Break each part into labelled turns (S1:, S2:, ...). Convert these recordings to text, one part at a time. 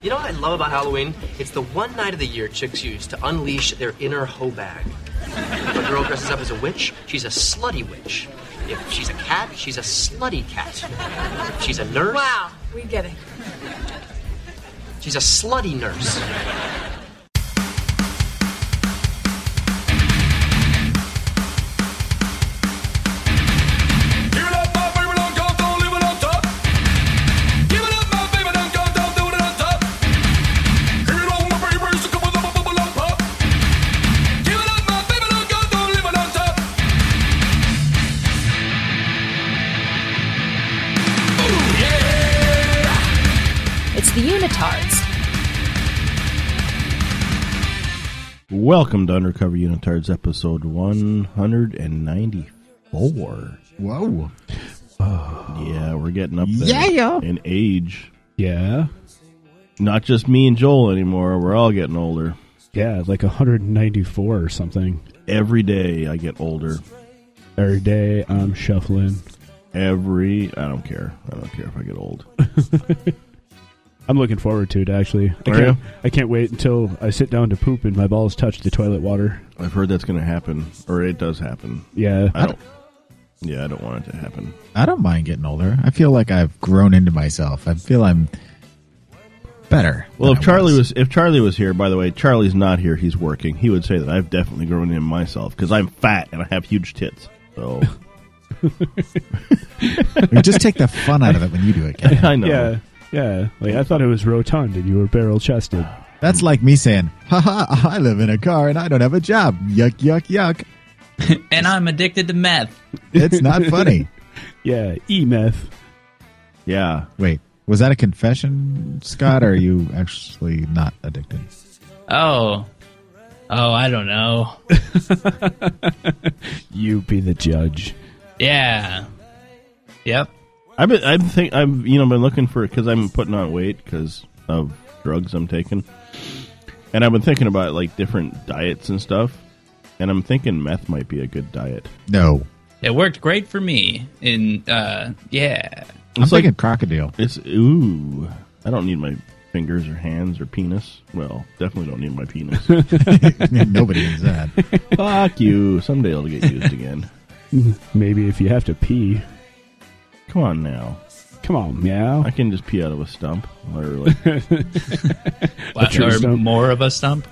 S1: You know what I love about Halloween? It's the one night of the year chicks use to unleash their inner hoe bag. If a girl dresses up as a witch, she's a slutty witch. If she's a cat, she's a slutty cat. If she's a nurse,
S2: Wow, we get it.
S1: she's a slutty nurse.
S3: Give it up, my baby, don't go, don't leave it on top. Give it up, my baby, don't go, don't do it on top. Give it up, my baby, so come on, bubble, bubble, pop. Give it up, my baby, don't go, don't leave it on top. Ooh, yeah.
S4: It's the Unitards.
S5: Welcome to Undercover Unitards, episode 194.
S6: Whoa.
S5: Uh, Yeah, we're getting up there
S6: Yeah, yeah.
S5: in age.
S7: Yeah.
S5: Not just me and Joel anymore, we're all getting older.
S7: Yeah, like 194 or something.
S5: Every day I get older.
S7: Every day I'm shuffling.
S5: Every, I don't care. I don't care if I get old.
S7: I'm looking forward to it actually. I
S5: Are
S7: can't,
S5: you?
S7: I can't wait until I sit down to poop and my balls touch the toilet water.
S5: I've heard that's going to happen, or it does happen.
S7: Yeah.
S5: I don't. Yeah, I don't want it to happen.
S6: I don't mind getting older. I feel like I've grown into myself. I feel I'm better.
S5: Well,
S6: than
S5: if
S6: I
S5: Charlie was if Charlie was here, by the way, Charlie's not here. He's working. He would say that I've definitely grown in myself because I'm fat and I have huge tits. So
S6: Or just take the fun out of it when you do it. Ken.
S5: I know.
S7: Yeah. Yeah. Like I thought it was rotund and you were barrel chested.
S6: That's like me saying, "Haha, I live in a car and I don't have a job." Yuck, yuck, yuck.
S8: and I'm addicted to meth.
S6: It's not funny.
S7: Yeah. E meth.
S5: Yeah.
S6: Wait, was that a confession, Scott? Or are you actually not addicted?
S8: Oh. Oh, I don't know.
S7: You be the judge.
S8: Yeah. Yep.
S5: I've been, I've think I've you know been looking for because I'm putting on weight because of drugs I'm taking, and I've been thinking about like different diets and stuff, and I'm thinking meth might be a good diet.
S6: No,
S8: It worked great for me. In uh yeah.
S6: I'm
S5: It's like-
S6: thinking crocodile.
S5: It's ooh, I don't need my fingers or hands or penis. Well, definitely don't need my penis.
S6: Nobody is that.
S5: Fuck you. Someday it'll get used again.
S7: Maybe if you have to pee.
S5: Come on now.
S7: Come on, meow.
S5: I can just pee out of a stump. Literally.
S8: Wow,
S7: tree
S8: or
S7: stump.
S8: more of a stump.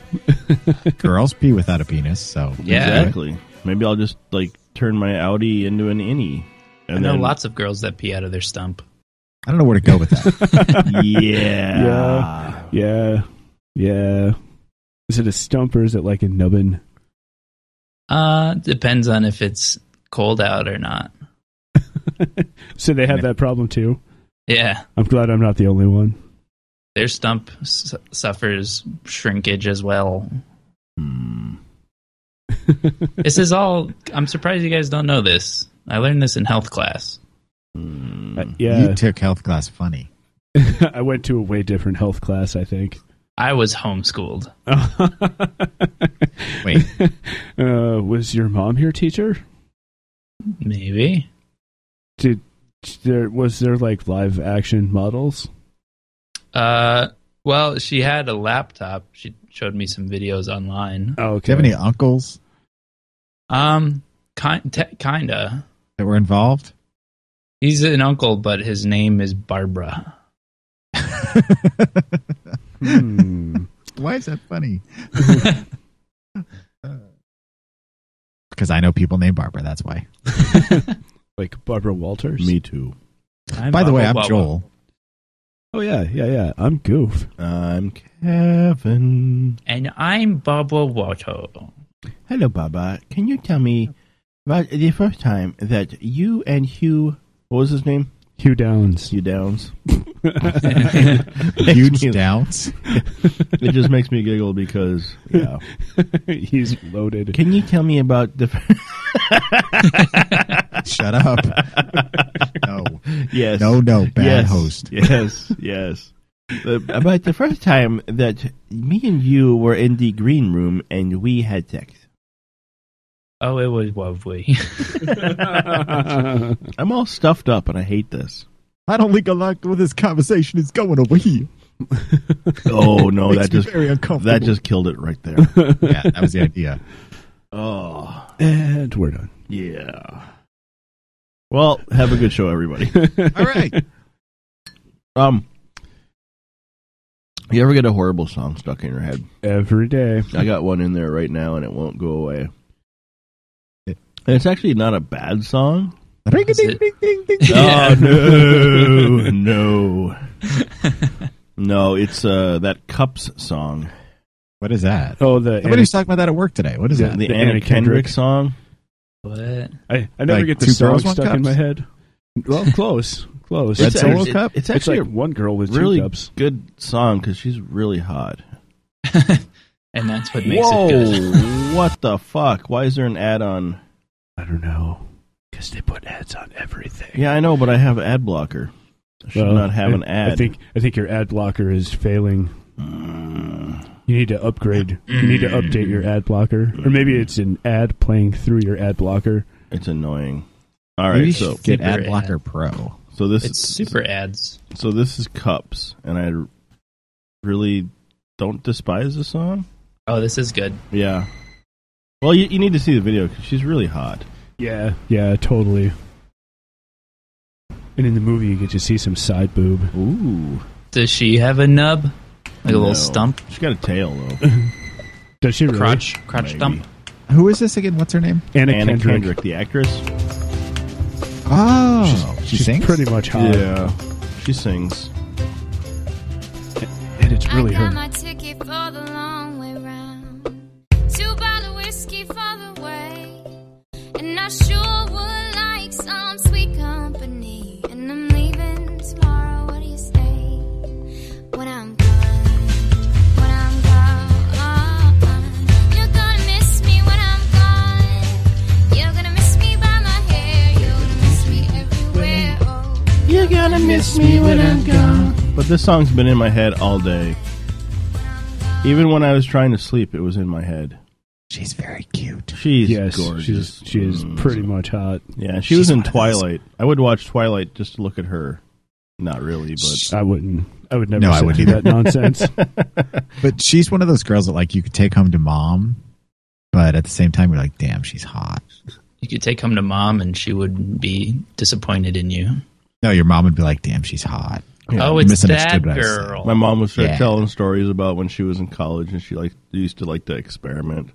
S6: Girls pee without a penis, so
S8: Yeah.
S5: Exactly. Maybe I'll just like turn my Audi into an innie.
S8: I know lots of girls that pee out of their stump.
S6: I don't know where to go with that.
S5: yeah.
S7: Yeah. Yeah. Yeah. Is it a stump or is it like a nubbin?
S8: Uh depends on if it's cold out or not.
S7: So they have that problem too.
S8: Yeah.
S7: I'm glad I'm not the only one.
S8: Their stump s- suffers shrinkage as well.
S7: Hmm.
S8: this is all I'm surprised you guys don't know this. I learned this in health class.
S7: Uh,
S6: You
S7: yeah,
S6: took health class funny.
S7: I went to a way different health class. I think.
S8: I was homeschooled.
S6: Wait,
S7: Uh, was your mom here, teacher?
S8: Maybe.
S7: Did there was there like live action models?
S8: Uh, well, she had a laptop. She showed me some videos online.
S7: Oh,
S6: do
S7: okay.
S6: you have any uncles
S8: Um, kind t- kinda.
S6: that were involved?
S8: He's an uncle, but his name is Barbara.
S7: Hmm.
S6: Why is that funny? Because I know people named Barbara. That's why.
S7: like Barbara Walters.
S5: Me too.
S8: I'm
S6: By the way,
S8: Barbara
S6: I'm
S8: Wawa.
S6: Joel.
S7: Oh yeah, yeah, yeah. I'm Goof.
S5: I'm Kevin.
S8: and I'm Barbara Water.
S5: Hello, Baba. Can you tell me about the first time that you and Hugh, what was his name?
S7: Hugh Downs.
S5: Hugh Downs.
S6: Huge doubts.
S5: It just makes me giggle because yeah.
S7: He's loaded.
S5: Can you tell me about the?
S6: Shut up. No.
S5: Yes.
S6: No, no, bad
S5: yes.
S6: host.
S5: Yes. Yes. Uh, about the first time that me and you were in the green room and we had sex.
S8: Oh, it was lovely.
S5: I'm all stuffed up and I hate this.
S6: I don't think I like where this conversation is going over here.
S5: Oh no,
S6: Makes
S5: that
S6: me
S5: just
S6: very uncomfortable.
S5: that just killed it right there.
S6: Yeah, that was the idea.
S5: oh
S7: and we're done.
S5: yeah. Well, have a good show, everybody.
S6: All right.
S5: Um, you ever get a horrible song stuck in your head?
S7: Every day.
S5: I got one in there right now, and it won't go away. And it's actually not a bad song.
S6: Ring a ding
S8: it-
S6: ding ding ding.
S5: Oh no, no, no! It's uh that Cups song,
S6: What is that?
S7: Oh, the.
S6: Somebody was talking about that at work today. What is
S5: the,
S6: that?
S7: The
S5: Anna,
S7: Anna
S5: Kendrick.
S7: Kendrick.
S5: song.
S8: what?
S7: I, I never
S6: Like
S7: get the
S6: two
S7: song
S6: girls, one
S7: stuck in
S6: cups?
S7: my head. Well, close, close.
S6: Red
S7: it's,
S6: Solo
S7: it's,
S6: Cup?
S5: It's actually
S7: like one girl with
S5: a really
S7: two cups.
S5: good song because she's really hot.
S8: And that's what makes
S5: Whoa!
S8: it good.
S5: what the fuck? Why is there an ad on?
S7: I don't know because they put ads on everything.
S5: Yeah, I know, but I have ad blocker. I should
S7: Well,
S5: not have
S7: I-
S5: an ad.
S7: I think I think your ad blocker is failing.
S5: Mm.
S7: You need to upgrade. You need to update your ad blocker, or maybe it's an ad playing through your ad blocker.
S5: Mm. it's annoying. All
S6: Maybe
S5: right,
S6: you
S5: so
S6: should get
S8: Super
S6: Ad Blocker Pro.
S5: so this
S8: It's
S5: is
S8: super ads.
S5: So this is cups, and I really don't despise the song.
S8: Oh, this is good.
S5: Yeah. Well, you, you need to see the video because she's really hot.
S7: Yeah, yeah, totally. And in the movie, you get to see some side boob.
S5: Ooh,
S8: Does she have a nub? Like a little stump?
S5: She's got a tail though.
S7: Does she really?
S8: Crotch? Crotch
S5: Maybe.
S8: stump?
S6: Who is this again? What's her name?
S7: Anna,
S5: Anna Kendrick.
S7: Kendrick.
S5: the actress.
S6: Oh, she
S7: She's
S6: sings.
S7: pretty much hot,
S5: she sings.
S7: and it's really her.
S3: ticket for the long way round. Two bottle whiskey for the way. And I sure would like some sweet company. And I'm leaving tomorrow. What do you say? When I'm gone. When I'm gone. You're gonna miss me when I'm gone. You're gonna miss me by my hair. You're gonna miss me everywhere. Oh.
S5: You're gonna miss me when I'm gone. But this song's been in my head all day. Even when I was trying to sleep, it was in my head.
S6: She's very cute.
S5: She's
S7: yes,
S5: gorgeous.
S7: she's she is
S5: Mm.
S7: pretty much hot.
S5: Yeah, she was in
S6: one of those-
S5: Twilight. I would watch Twilight just to look at her. Not really, but
S7: I wouldn't. I would never.
S6: No, I
S7: sit
S6: wouldn't
S7: through that nonsense.
S6: But she's one of those girls that like you could take home to mom, but at the same time you're like, damn, she's hot.
S8: You could take home to mom and she would be disappointed in you.
S6: No, your mom would be like, damn, she's hot.
S8: oh, it's that
S6: misunderstood what I said.
S8: girl.
S5: my mom was
S6: Yeah.
S5: telling stories about when she was in college and she like used to like to experiment.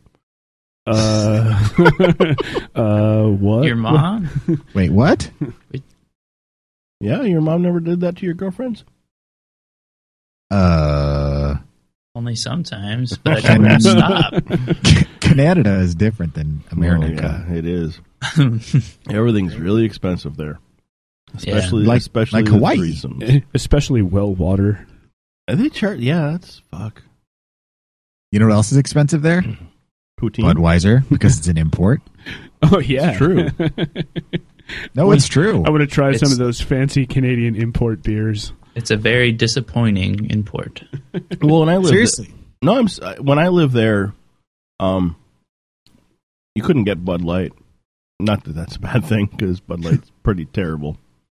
S7: uh, uh, what?
S8: Your mom?
S6: Wait, what?
S5: Yeah, your mom never did that to your girlfriends.
S6: Uh,
S8: Only sometimes, but I told her to stop.
S6: Canada is different than America.
S5: Oh, yeah, it is. Everything's really expensive there, especially
S6: Like-
S5: especially
S6: like
S5: the
S6: Hawaii.
S5: threesomes.
S7: Especially well water.
S5: Are they char- Yeah, that's fuck
S6: You know what else is expensive there?
S5: poutine.
S6: Budweiser, because it's an import.
S7: Oh yeah,
S5: It's true.
S6: No, it's true.
S7: I want to try some
S8: It's-
S7: of those fancy Canadian import beers.
S8: It's a very disappointing import.
S5: well, when I lived
S6: Seriously.
S5: no, I'm s- when I lived there, um, you couldn't get Bud Light. Not that that's a bad thing because Bud Light's pretty terrible.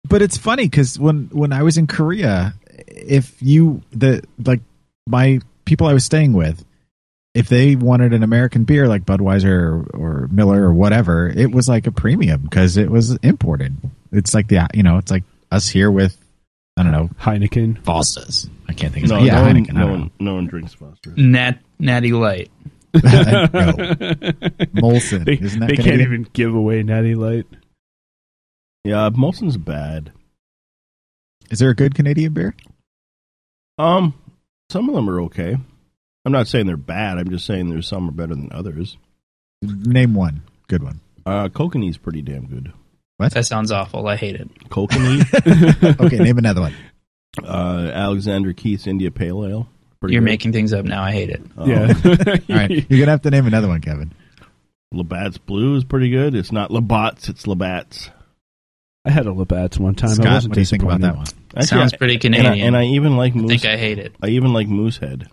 S6: but it's funny because when when I was in Korea, if you the like my people I was staying with, if they wanted an American beer like Budweiser or, or Miller or whatever, it was like a premium because it was imported. It's like the you know it's like us here with I don't know
S7: Heineken.
S6: Foster's. I can't think of
S5: No,
S6: yeah
S5: no,
S6: Heineken.
S5: one, no, one, no one drinks Foster's.
S8: Nat, natty Light.
S6: I don't know. no. Molson.
S7: They,
S6: Isn't that
S7: they can't
S6: Canadian?
S7: even give away Natty Light.
S5: Yeah, Molson's bad.
S6: Is there a good Canadian beer?
S5: Um, some of them are okay. I'm not saying they're bad. I'm just saying there's some are better than others.
S6: Name one good one.
S5: Uh, Kokanee's pretty damn good.
S6: What?
S8: That sounds awful. I hate it.
S5: Kokanee,
S6: Okay, name another one.
S5: uh, Alexander Keith's India Pale Ale. Pretty
S8: You're
S5: good.
S8: making things up now. I hate it.
S5: Uh,
S7: Yeah.
S6: All right, you're gonna have to name another one, Kevin.
S5: Labatt's Blue is pretty good. It's not Labatt's, it's Labatt's.
S7: I had a Labatt's one time. I
S6: Scott,
S7: wasn't
S6: what do you think about that one?
S8: Sounds
S5: I-
S8: pretty
S5: and I-
S8: Canadian.
S5: And I, even like
S8: I
S5: Moose.
S8: think I hate it.
S5: I even like Moosehead.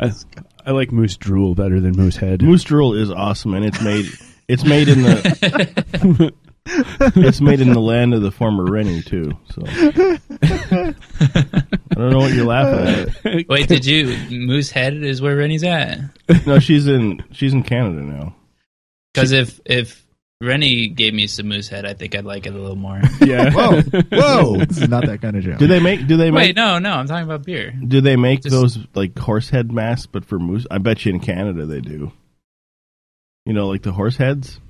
S7: disappointed. I, I like Moose Drool better than Moose Head.
S5: Moose drool is awesome, and it's made it's made in the it's made in the land of the former Rennie too. So I don't know what you're laughing
S8: Wait, did you? Moose Head is where Rennie's at.
S5: at. No, she's in she's in Canada now.
S8: Because if if Rennie gave me some moose head, I think I'd like it a little more.
S7: Yeah.
S6: Whoa, whoa! this is not that kind of joke.
S5: Do they make do they
S8: Wait,
S5: make
S8: no, no, I'm talking about beer.
S5: do they make
S8: Just-
S5: those like horse head masks but for moose? I bet you in Canada they do. You know, like the horse heads,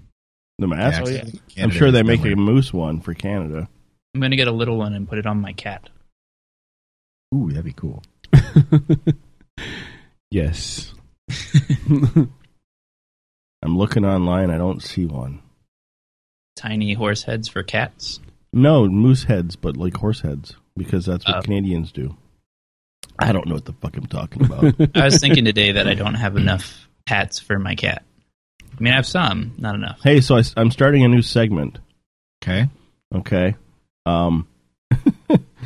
S5: the masks.
S6: Yeah,
S5: I'm sure they make a moose one for Canada.
S8: I'm gonna get a little one and put it on my cat.
S6: Ooh, that'd be cool.
S7: yes.
S5: I'm looking online. I don't see one.
S8: Tiny horse heads for cats.
S5: No, moose heads, but like horse heads, because that's what
S8: Oh.
S5: Canadians do. I don't know what the fuck I'm talking about.
S8: I was thinking today that I don't have enough hats for my cat. I mean, I have some, not enough.
S5: hey, so I, am starting a new segment.
S6: Okay,
S5: Okay, um,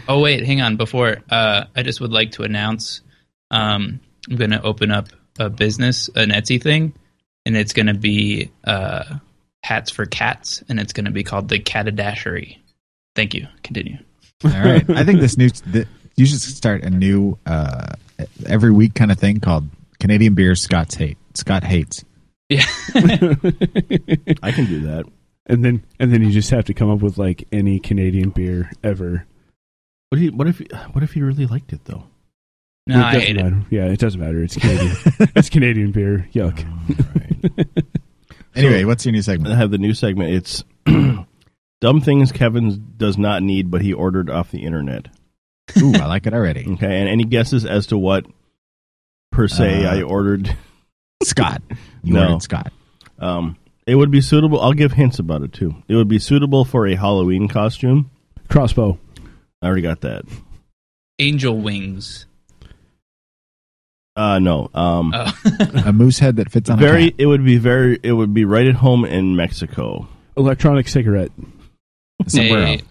S8: Oh wait, hang on. Before uh, I just would like to announce, um, I'm going to open up a business, an Etsy thing, and it's going to be uh, hats for cats, and it's going to be called the Catadashery. Thank you. Continue.
S6: all right. I think this new th- you should start a new uh, every week kind of thing called Canadian beer. Scott's hate. Scott hates.
S8: Yeah.
S5: I can do that.
S7: And then and then you just have to come up with like any Canadian beer ever.
S5: What if you, what if you- what if you really liked it though?
S8: no, I
S7: doesn't
S8: hate it.
S7: matter. Yeah, it doesn't matter. It's Canadian. it's Canadian beer. Yuck.
S5: Oh.
S6: Anyway, what's your new
S5: I
S6: segment?
S5: have the new segment. It's dumb things Kevin does not need, but he ordered off the internet.
S6: Ooh, I like it already.
S5: Okay, and any guesses as to what per se
S6: Uh.
S5: I ordered?
S6: Scott, you
S5: No.
S6: ordered Scott.
S5: Um, it would be suitable. I'll give hints about it too. It would be suitable for a Halloween costume.
S7: Crossbow.
S5: I already got that.
S8: Angel wings.
S5: Uh, no. Um,
S8: Oh.
S6: A moose head that fits on a
S5: very.
S6: cat.
S5: It would be very. It would be right at home in Mexico.
S7: Electronic cigarette.
S6: Somewhere
S8: a
S6: else.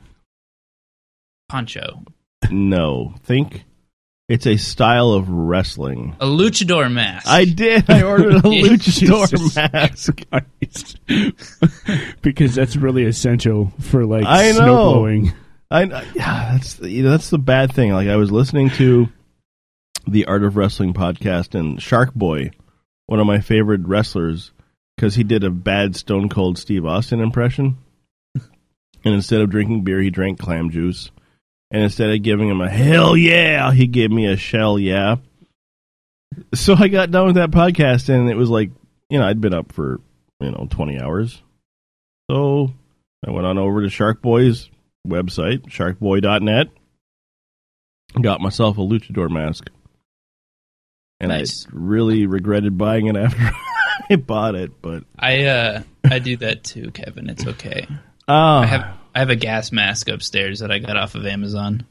S8: Poncho.
S5: No, think. It's a style of wrestling.
S8: A luchador mask.
S5: I did. I ordered a
S7: Jesus.
S5: luchador mask.
S7: Christ. because that's really essential for like
S5: I know.
S7: snowblowing.
S5: I, I- yeah, that's the, you know, that's the bad thing. Like I was listening to the Art of Wrestling podcast and Shark Boy, one of my favorite wrestlers, because he did a bad Stone Cold Steve Austin impression. and instead of drinking beer, he drank clam juice. And instead of giving him a hell yeah, he gave me a shell yeah. So I got done with that podcast, and it was like you know I'd been up for you know twenty hours, so I went on over to Shark Boy's website, sharkboy.net. Got myself a luchador mask. And
S8: Nice.
S5: I really regretted buying it after I bought it, but
S8: I uh I do that too, Kevin. It's okay.
S5: uh,
S8: I have I have a gas mask upstairs that I got off of Amazon.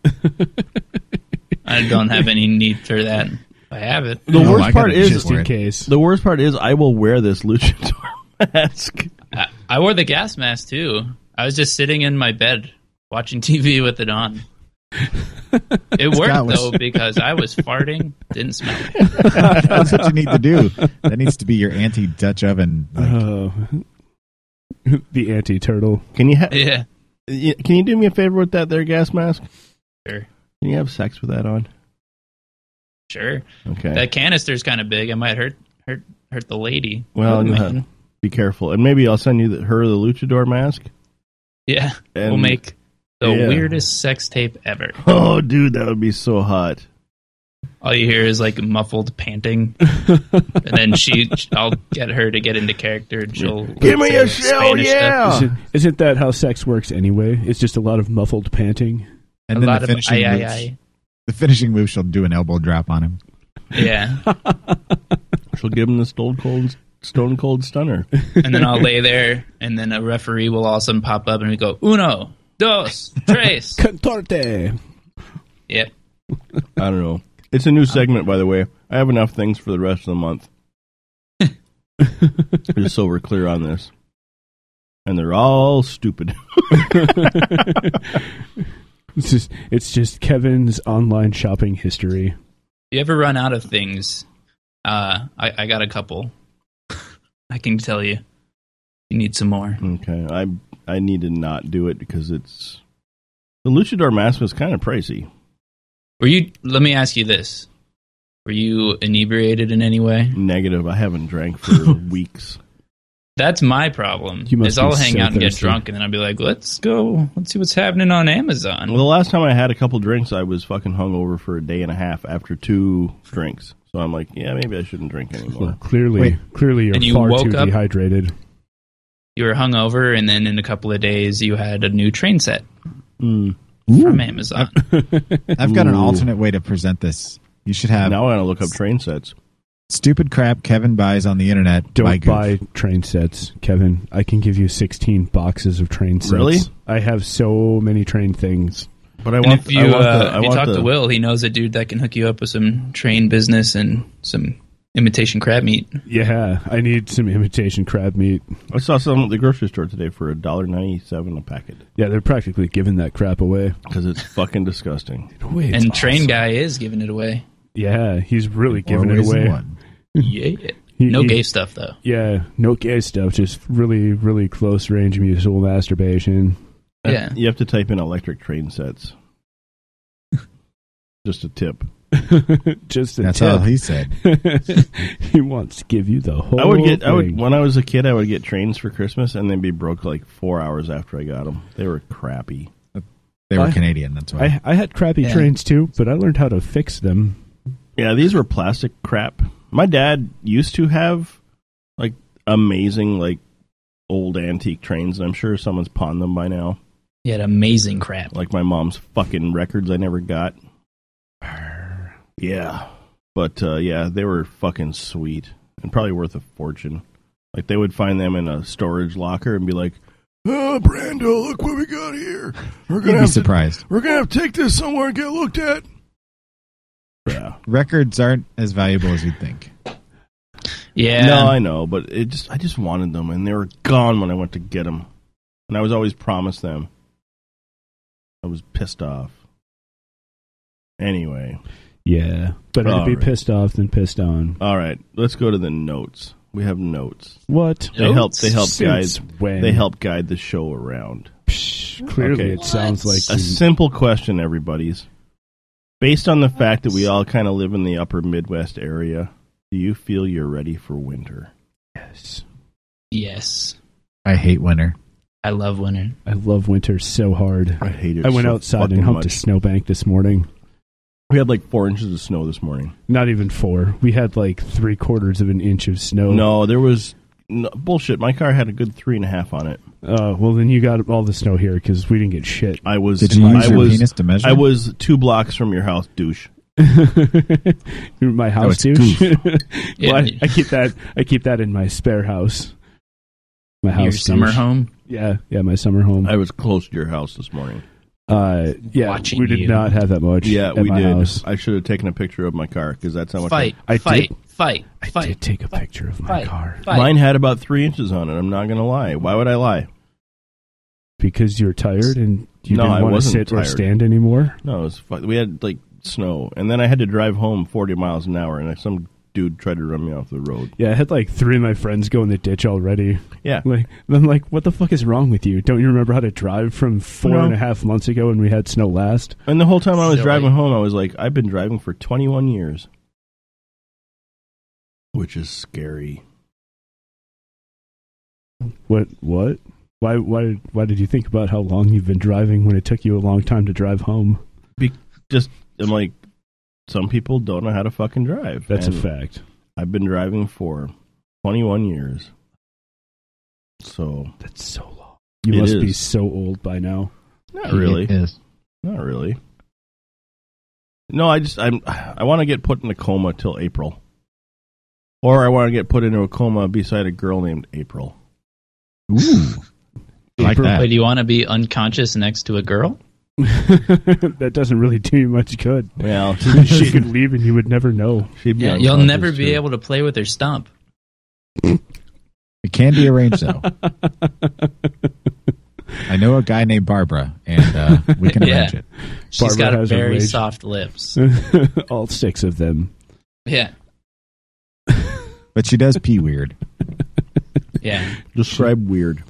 S8: I don't have any need for that. I have it.
S5: the
S6: Oh, I
S5: worst
S6: got
S5: part
S6: it
S5: is
S6: just
S7: In
S6: Right.
S7: case.
S5: the worst part is I will wear this luchador mask.
S8: I, I wore the gas mask too. I was just sitting in my bed watching TV with it on. It
S6: Scott
S8: worked
S6: was-
S8: though because I was farting, didn't smell it.
S6: That's what you need to do. That needs to be your anti Dutch oven. Like,
S7: Oh. the anti turtle.
S5: Can you ha-
S8: Yeah,
S5: y- can you do me a favor with that there gas mask?
S8: sure,
S5: Can you have sex with that on?
S8: sure.
S5: Okay.
S8: That canister's kind of big. I might hurt hurt hurt the lady.
S5: well,
S8: Oh,
S5: you
S8: man.
S5: have- be careful. And maybe I'll send you the, her the luchador mask.
S8: yeah,
S5: And-
S8: we'll make the
S5: Yeah.
S8: weirdest sex tape ever.
S5: Oh, dude, that would be so hot.
S8: All you hear is like muffled panting, and then she, I'll get her to get into character, and she'll
S5: Give me
S8: say,
S5: a
S8: like,
S5: shell,
S8: Spanish
S5: yeah.
S8: stuff.
S7: Isn't, isn't that how sex works anyway? It's just a lot of muffled panting.
S6: and
S8: a
S6: then
S8: lot
S6: the
S8: of
S6: finishing,
S8: aye,
S6: move,
S8: aye,
S6: the finishing move, she'll do an elbow drop on him.
S8: aye. yeah.
S5: She'll give him the stone cold Stone Cold Stunner.
S8: and then I'll lay there, and then a referee will all of a sudden pop up and we go uno, dos, tres.
S7: Contorte.
S8: yep.
S5: I don't know. It's a new segment, by the way. I have enough things for the rest of the month. Just so we're clear on this. And they're all stupid.
S7: It's just it's just Kevin's online shopping history.
S8: you ever run out of things, uh, I, I got a couple. I can tell you, you need some more.
S5: Okay, I I need to not do it because it's the luchador mask was kind of pricey.
S8: Were you? Let me ask you this: Were you inebriated in any way?
S5: Negative. I haven't drank for weeks.
S8: That's my problem.
S7: You must
S8: is I'll
S7: be
S8: hang
S7: so
S8: out and get
S7: thirsty.
S8: drunk, and then I'll be like, "Let's go. Let's see what's happening on Amazon."
S5: Well, the last time I had a couple drinks, I was fucking hungover for a day and a half after two drinks. So I'm like, yeah, maybe I shouldn't drink
S7: Well,
S5: anymore.
S7: clearly,
S6: Wait.
S7: clearly you're
S8: And you
S7: far
S8: woke
S7: too
S8: up-
S7: dehydrated.
S8: you were hungover, and then in a couple of days, you had a new train set
S5: Mm.
S8: from Amazon.
S6: I've got an
S5: Ooh.
S6: alternate way to present this. You should have
S5: now I want to look up train sets.
S6: stupid crap Kevin buys on the internet.
S7: Don't
S6: by Goof.
S7: buy train sets, Kevin. I can give you 16 boxes of train sets.
S5: Really?
S7: I have so many train things.
S5: But I
S8: and
S5: want.
S8: if you,
S5: I want
S8: uh,
S5: the, I
S8: if you
S5: want
S8: talk
S5: the-
S8: to Will, he knows a dude that can hook you up with some train business and some imitation crab meat.
S7: Yeah, I need some imitation crab meat.
S5: I saw some at the grocery store today for a dollar ninety-seven a packet
S7: Yeah, they're practically giving that crap away.
S5: because it's fucking disgusting.
S7: Wait,
S8: and train guy is giving it away.
S7: Yeah, he's really
S6: Four
S7: giving it
S6: ways in
S7: away.
S6: one.
S8: yeah.
S7: He-
S8: No
S7: he-
S8: gay stuff though.
S7: Yeah, no gay stuff. Just really, really close range mutual masturbation.
S8: Yeah.
S5: You have to type in electric train sets. Just a tip.
S7: Just a
S6: That's
S7: tip.
S6: all he said.
S7: he wants to give you the whole.
S5: I would get. I would
S7: thing.
S5: when I was a kid. I would get trains for Christmas, and then be broke like four hours after I got them. They were crappy.
S6: They were
S7: I-
S6: Canadian. That's why.
S7: I, I had crappy
S8: Yeah.
S7: trains too, but I learned how to fix them.
S5: Yeah, these were plastic crap. My dad used to have like amazing like old antique trains, and I'm sure someone's pawned them by now.
S8: He had amazing crab.
S5: Like my mom's fucking records I never got. Yeah, but uh, yeah, they were fucking sweet and probably worth a fortune. Like they would find them in a storage locker and be like, "Oh, Brando, look what we got here. We're
S6: You'd
S5: gonna
S6: be
S5: have to
S6: surprised.
S5: We're gonna have to take this somewhere and get looked at. Yeah.
S6: Records aren't as valuable as you'd think.
S8: Yeah.
S5: No, I know, but it just I just wanted them, and they were gone when I went to get them, and I was always promised them. I was pissed off. Anyway,
S7: Yeah, but I'd be
S5: Alright.
S7: pissed off than pissed on.
S5: all right, let's go to the notes. We have notes.
S7: What?
S5: They help. They help
S7: Since
S5: guys.
S7: when?
S5: They help guide the show around.
S7: Psh, clearly,
S5: Okay.
S7: it sounds like
S5: A simple question, everybody's. Based on the fact that we all kind of live in the upper Midwest area, do you feel you're ready for winter?
S7: yes.
S8: Yes.
S6: I hate winter.
S8: I love winter.
S7: I love winter so hard.
S5: I hate it.
S7: I went
S5: so
S7: outside
S5: fucking
S7: and humped
S5: much.
S7: a snowbank this morning.
S5: We had like four inches of snow this morning.
S7: Not even four. We had like three quarters of an inch of snow.
S5: No, there was no, bullshit. My car had a good three and a half on it.
S7: Uh, well, then you got all the snow here because we didn't get shit.
S5: I was.
S6: Did you use
S5: I
S6: your
S5: was,
S6: penis to measure?
S5: I was two blocks from your house, douche.
S7: My house,
S6: Oh, it's
S7: douche. well,
S8: Yeah.
S7: I, I keep that. I keep that in my spare house. My house,
S8: Your summer
S7: douche.
S8: home.
S7: Yeah, yeah, my summer home.
S5: I was close to your house this morning.
S7: uh, yeah,
S8: Watching
S7: we did
S8: you.
S7: not have that much.
S5: Yeah,
S7: at
S5: we
S7: my
S5: did.
S7: House.
S5: I should have taken a picture of my car because that's how much.
S8: Fight.
S7: I did-
S8: fight. Fight.
S7: I
S8: fight.
S7: did take a picture of my
S8: fight,
S7: car
S8: Fight.
S5: Mine had about three inches on it. I'm not gonna lie. Why would I lie?
S7: because you were tired and you
S5: No, I
S7: didn't want to
S5: wasn't
S7: sit or
S5: tired.
S7: stand anymore.
S5: No, it was fu- we had like snow, and then I had to drive home 40 miles an hour, and some dude tried to run me off the road.
S7: Yeah, I had like three of my friends go in the ditch already.
S5: Yeah,
S7: Like, and I'm like, what the fuck is wrong with you? Don't you remember how to drive from four
S5: No.
S7: and a half months ago when we had snow last?
S5: and the whole time I was
S8: Silly.
S5: driving home, I was like, I've been driving for 21 years, which is scary.
S7: What? What? Why? Why? Why did you think about how long you've been driving when it took you a long time to drive home?
S5: be- just I'm like some people don't know how to fucking drive.
S7: That's
S5: And
S7: a fact.
S5: I've been driving for 21 years. So
S7: That's so long. You
S5: It
S7: must be
S5: is.
S7: so old by now.
S5: not really,
S6: It is.
S5: not really. No, I just I'm I want to get put in a coma till April. Or I want to get put into a coma beside a girl named April.
S6: I like that.
S8: Wait, do you want to be unconscious next to a girl?
S7: that doesn't really do you much good.
S5: Well,
S7: She could leave and you would never know.
S5: she'd be
S8: You'll
S5: unconscious,
S8: never be
S5: too.
S8: able to play with her stump.
S6: It can be arranged though. I know a guy named Barbara, and uh, we can
S8: Yeah.
S6: arrange it.
S8: She's
S7: Barbara
S8: got
S7: has her
S8: very
S7: rage.
S8: soft lips.
S7: All six of them.
S8: yeah,
S6: But she does pee weird.
S8: yeah.
S5: Describe weird.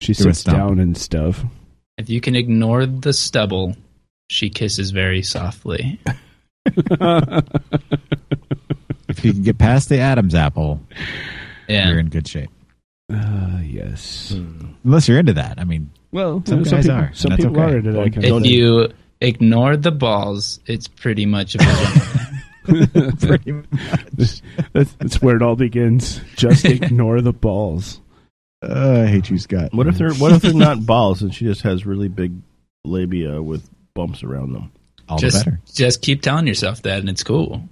S7: She
S6: Do a
S7: sits
S6: stomp.
S7: down and stuff.
S8: If you can ignore the stubble, she kisses very softly.
S6: If you can get past the Adam's apple, you're
S8: Yeah, Hmm.
S6: in good shape.
S7: Ah, yes.
S6: Unless you're into that. I mean,
S7: Well,
S6: Some
S7: you know,
S6: guys
S7: people,
S6: are, and
S7: Some
S6: that's
S7: people
S6: okay.
S7: are into that kind of
S8: if
S7: thing.
S8: you ignore the balls, it's pretty much. Of a
S6: pretty much.
S7: That's, that's where it all begins. Just ignore the balls.
S6: Uh, I hate you, Scott.
S5: What if they're What if they're not balls and she just has really big labia with bumps around them?
S6: all the
S8: just,
S6: better?
S8: just keep telling yourself that, and it's cool.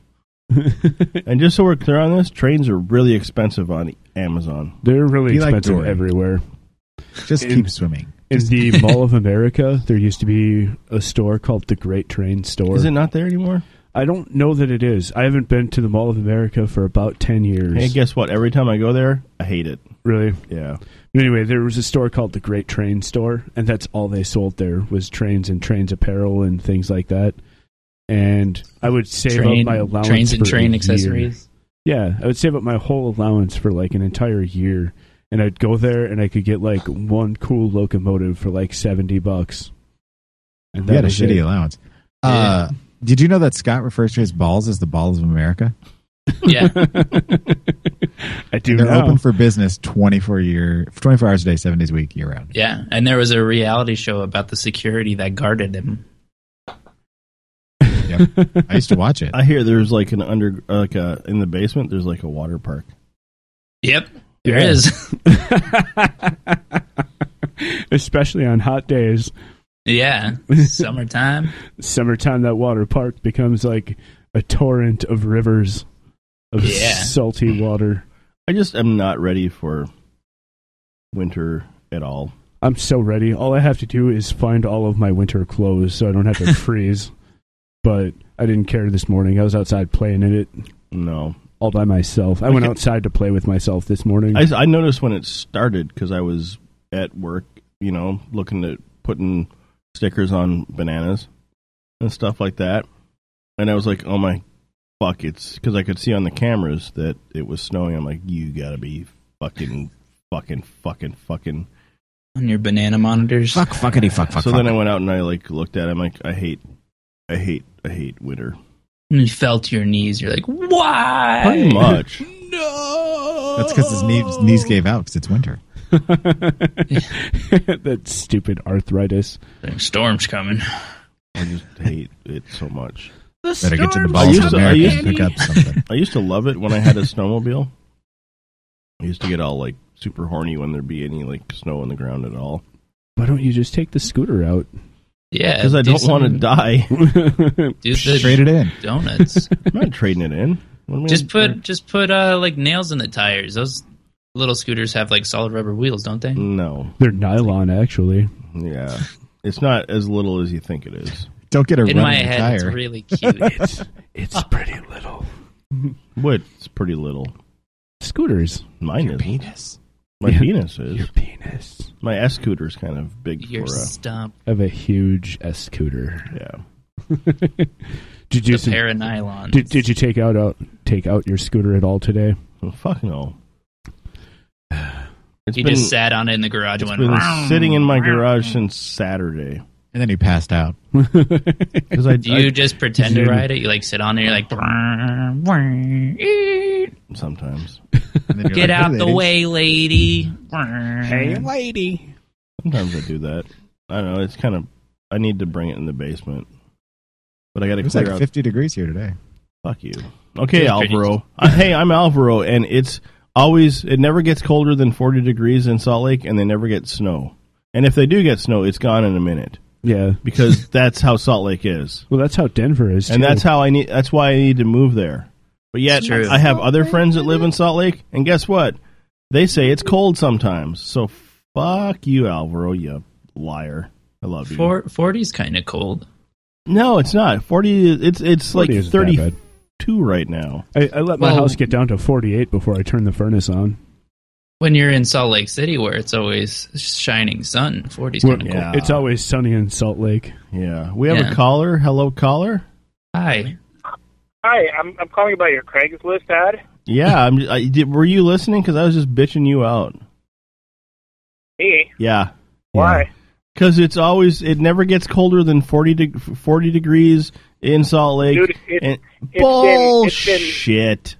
S5: And just so we're clear on this, trains are really expensive on Amazon.
S7: They're really
S6: Be like
S7: expensive
S6: Dory.
S7: everywhere.
S6: Just keep swimming.
S7: In the Mall of America, there used to be a store called the Great Train Store.
S5: Is it not there anymore?
S7: I don't know that it is. I haven't been to the Mall of America for about 10 years.
S5: Hey, guess what? Every time I go there, I hate it.
S7: really?
S5: Yeah.
S7: But anyway, there was a store called the Great Train Store, and that's all they sold there was trains and trains apparel and things like that. And I would save up my allowance
S8: trains and
S7: for
S8: train
S7: a year.
S8: accessories.
S7: Yeah, I would save up my whole allowance for like an entire year, and I'd go there and I could get like one cool locomotive for like seventy bucks. And
S6: You had a
S7: was
S6: shitty
S7: it.
S6: allowance. Uh, Did you know that Scott refers to his balls as the balls of America?
S8: Yeah,
S7: I do
S6: They're
S7: now.
S6: open for business 24 year, 24 hours a day, seven days a week, year round.
S8: yeah. And there was a reality show about the security that guarded him.
S6: Yep. I used to watch it.
S5: I hear there's like an under like a in the basement. There's like a water park.
S8: Yep, there is.
S7: Especially on hot days,
S8: yeah, summertime.
S7: summertime, that water park becomes like a torrent of rivers of
S8: Yeah.
S7: salty water.
S5: I just am not ready for winter at all.
S7: I'm so ready. All I have to do is find all of my winter clothes so I don't have to freeze. But I didn't care this morning. I was outside playing in it
S5: No,
S7: all by myself. I went outside to play with myself this morning.
S5: I, I noticed when it started because I was at work, you know, looking at putting stickers on bananas and stuff like that, and I was like, "Oh my fuck!" It's because I could see on the cameras that it was snowing. I'm like, "You gotta be fucking, fucking, fucking, fucking."
S8: on your banana monitors.
S6: fuck, fuckity, fuck, fuck,
S5: so
S6: fuck.
S5: then I went out and I like looked at. it. I'm like, "I hate, I hate, I hate winter."
S8: And you fell to your knees. You're like, why?
S5: Pretty much.
S6: That's because his knees,
S8: Oh.
S6: knees gave out because it's winter.
S7: that stupid arthritis.
S8: Storm's coming.
S5: I just hate it so much.
S6: Better get to the
S5: I
S6: balls
S5: used
S6: of
S5: to- I
S6: America
S5: used
S6: and pick up something.
S5: I used to love it when I had a snowmobile. I used to get all like super horny when there'd be any like snow on the ground at all
S7: Why don't you just take the scooter out?
S8: Yeah,
S5: because I don't want to die.
S7: That's
S8: do the
S6: Trade it in.
S8: donuts.
S5: I'm not trading it in. What am I
S8: just
S5: gonna-
S8: put just put uh, like nails in the tires. Those little scooters have like solid rubber wheels, don't
S5: Mm.
S8: they?
S5: No,
S7: They're nylon, actually.
S5: yeah, it's not as little as you think it is.
S6: Don't get a
S8: In
S6: running
S8: my head, it's
S6: tire.
S8: really cute.
S7: It's it's pretty little
S5: What? It's pretty little.
S7: scooters.
S5: Mine is.
S6: penis.
S5: My
S7: Yeah.
S5: penis is.
S7: Your penis.
S5: My S scooter's kind of big
S8: your
S5: for a.
S8: stump,
S7: I have a huge S scooter.
S5: Yeah.
S7: Did you
S8: the
S7: some-
S8: pair of nylons.
S7: Did, did you take out, out take out your scooter at all today?
S5: Well, fuck no. It's
S8: he
S5: been,
S8: just sat on it in the garage and
S5: it's
S8: went.
S5: been
S8: "Vroom."
S5: sitting in my garage since Saturday
S6: And then he passed out.
S5: because I,
S8: Do you
S5: I
S8: just pretend to ride it? You like sit on it. You're like, "Vroom, vroom, ee."
S5: sometimes
S6: And then you're
S8: get
S6: like, "Hey,
S8: out the
S6: ladies."
S8: way, lady. Vroom.
S7: lady.
S5: Sometimes I do that. I don't know. It's kind of. I need to bring it in the basement, but I got to
S6: It was
S5: clear
S6: like
S5: out.
S6: 50 degrees here today.
S5: Fuck you. Okay,
S8: It was pretty-
S5: Alvaro. I, hey, I'm Alvaro, and it's always. It never gets colder than 40 degrees in Salt Lake, and they never get snow. And if they do get snow, it's gone in a minute
S7: Yeah.
S5: because that's how Salt Lake is,
S7: Well, that's how Denver is.
S5: and
S7: too.
S5: that's how I need. That's why I need to move there But yet,
S8: True.
S5: I have other friends that live in Salt Lake, and guess what? They say it's cold sometimes. So fuck you, Alvaro, you liar. I love you.
S8: Four, 40's kind of cold.
S5: No, it's not. Forty. It's it's
S7: 40
S5: like
S7: isn't that
S5: thirty
S7: bad.
S5: two right now.
S7: I, I let my
S8: Well-
S7: house get down to 48 before I turn the furnace on.
S8: When you're in Salt Lake City, where it's always shining sun, 40's
S7: Well,
S8: kind of
S5: yeah.
S8: cold.
S7: It's always sunny in Salt Lake.
S5: Yeah, we have
S8: Yeah.
S5: a caller. Hello, caller.
S8: Hi.
S2: Hi, I'm I'm calling about your Craigslist ad.
S5: Yeah, I'm. I, did, were you listening? Because I was just bitching you out.
S2: Me?
S5: Yeah,
S2: Why?
S5: because it's always it never gets colder than forty de- forty degrees in Salt Lake.
S2: Dude, it's-
S5: and,
S2: it's been- it's been-
S5: bullshit.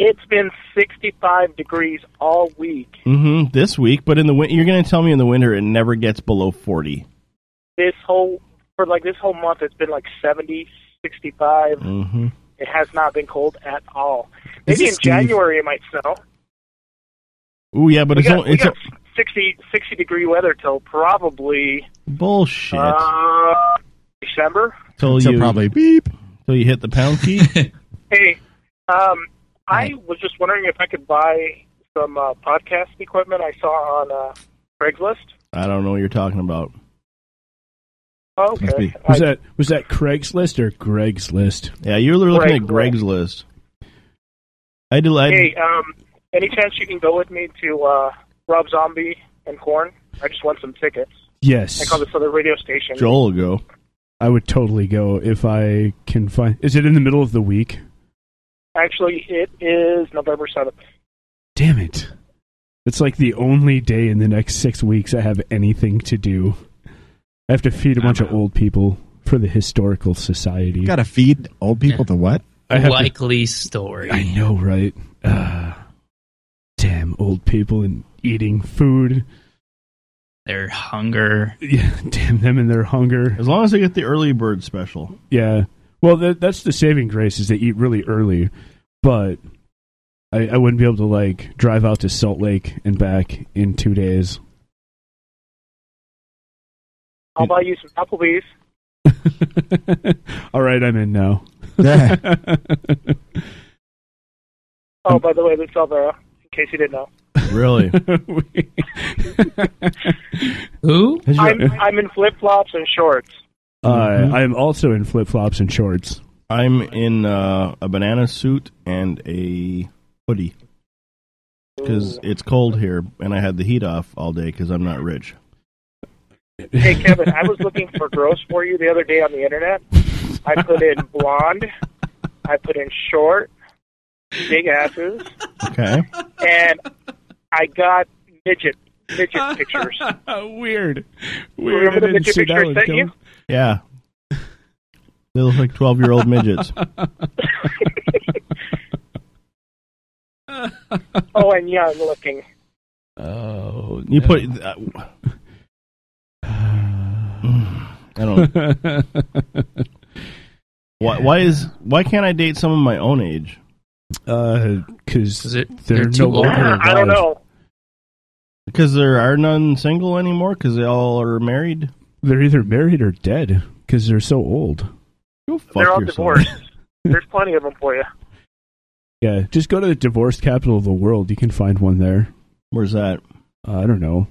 S2: It's been 65 degrees all week.
S5: hmm This week, but in the winter, you're going to tell me in the winter it never gets below forty.
S2: This whole for like this whole month, it's been like 70, 65.
S5: Mm-hmm.
S2: It has not been cold at all.
S6: This
S2: Maybe in
S6: is Steve.
S2: January it might snow.
S5: Oh yeah, but
S2: We
S5: it's
S2: got,
S5: on-
S2: we
S5: it's
S2: got 60, 60 degree weather till probably
S5: on- bullshit.
S2: uh, December.
S5: till
S6: so
S5: you
S6: probably beep.
S5: till you hit the pound key.
S2: Hey, um, I was just wondering if I could buy some uh, podcast equipment I saw on uh, Craigslist.
S5: I don't know what you're talking about.
S2: Oh,
S6: Must
S2: okay.
S6: be.
S7: Was
S2: Uh, I-
S7: that was that Craigslist or Greg's List?
S5: Yeah, you were looking at
S2: Greg-
S5: Greg's list. I do. I,
S2: Hey, um, any chance you can go with me to uh, Rob Zombie and Corn? I just want some tickets. I
S7: Yes,
S2: call this other radio station.
S5: Joel will go.
S7: I would totally go if I can find. Is it in the middle of the week?
S2: Actually, it is November seventh.
S7: Damn it! It's like the only day in the next six weeks I have anything to do. I have to feed a bunch of old people for the historical society.
S6: You gotta feed old people to what?
S7: I have to-
S8: Likely story.
S7: I know, right? Uh, damn old people and eating food.
S8: Their hunger.
S7: Yeah, damn them and their hunger.
S5: As long as I get the early bird special.
S7: Yeah. Well, that, that's the saving grace is they eat really early, but I, I wouldn't be able to like drive out to Salt Lake and back in two days.
S2: I'll buy you some Applebee's.
S7: All right, I'm in now.
S6: Yeah.
S2: Oh, by the way, this is Alvaro. In case you didn't know,
S5: Mm. Really?
S7: We-
S8: Who?
S2: I'm I'm in flip flops and shorts.
S7: uh, I am also in flip flops and shorts.
S5: Mm-hmm. I'm in uh, a banana suit and a hoodie because it's cold here, and I had the heat off all day because I'm not rich.
S2: Hey Kevin, I was looking for gross for you the other day on the internet. I put in blonde. I put in short, big asses,
S5: Okay.
S2: and I got midget midget pictures.
S7: Weird. Weird.
S2: Remember the
S7: I didn't
S2: picture
S7: see that
S2: picture I
S7: one
S2: sent
S7: coming.
S2: you?
S5: Yeah. They look like twelve year old midgets.
S2: Oh, and young looking.
S7: Oh,
S5: You put. Uh, I don't. Why, why is why can't I date someone my own age?
S7: because
S8: Is it-
S7: Uh, they're,
S8: they're too
S7: no longer
S8: old.
S7: alive.
S2: I don't know.
S5: Because there are none single anymore. Because they all are married.
S7: They're either married or dead because they're so old.
S5: Go fuck
S2: They're all
S5: yourself.
S2: divorced. There's plenty of them for you.
S7: Yeah, just go to the divorce capital of the world. You can find one there.
S5: Where's that?
S7: Uh, I don't know.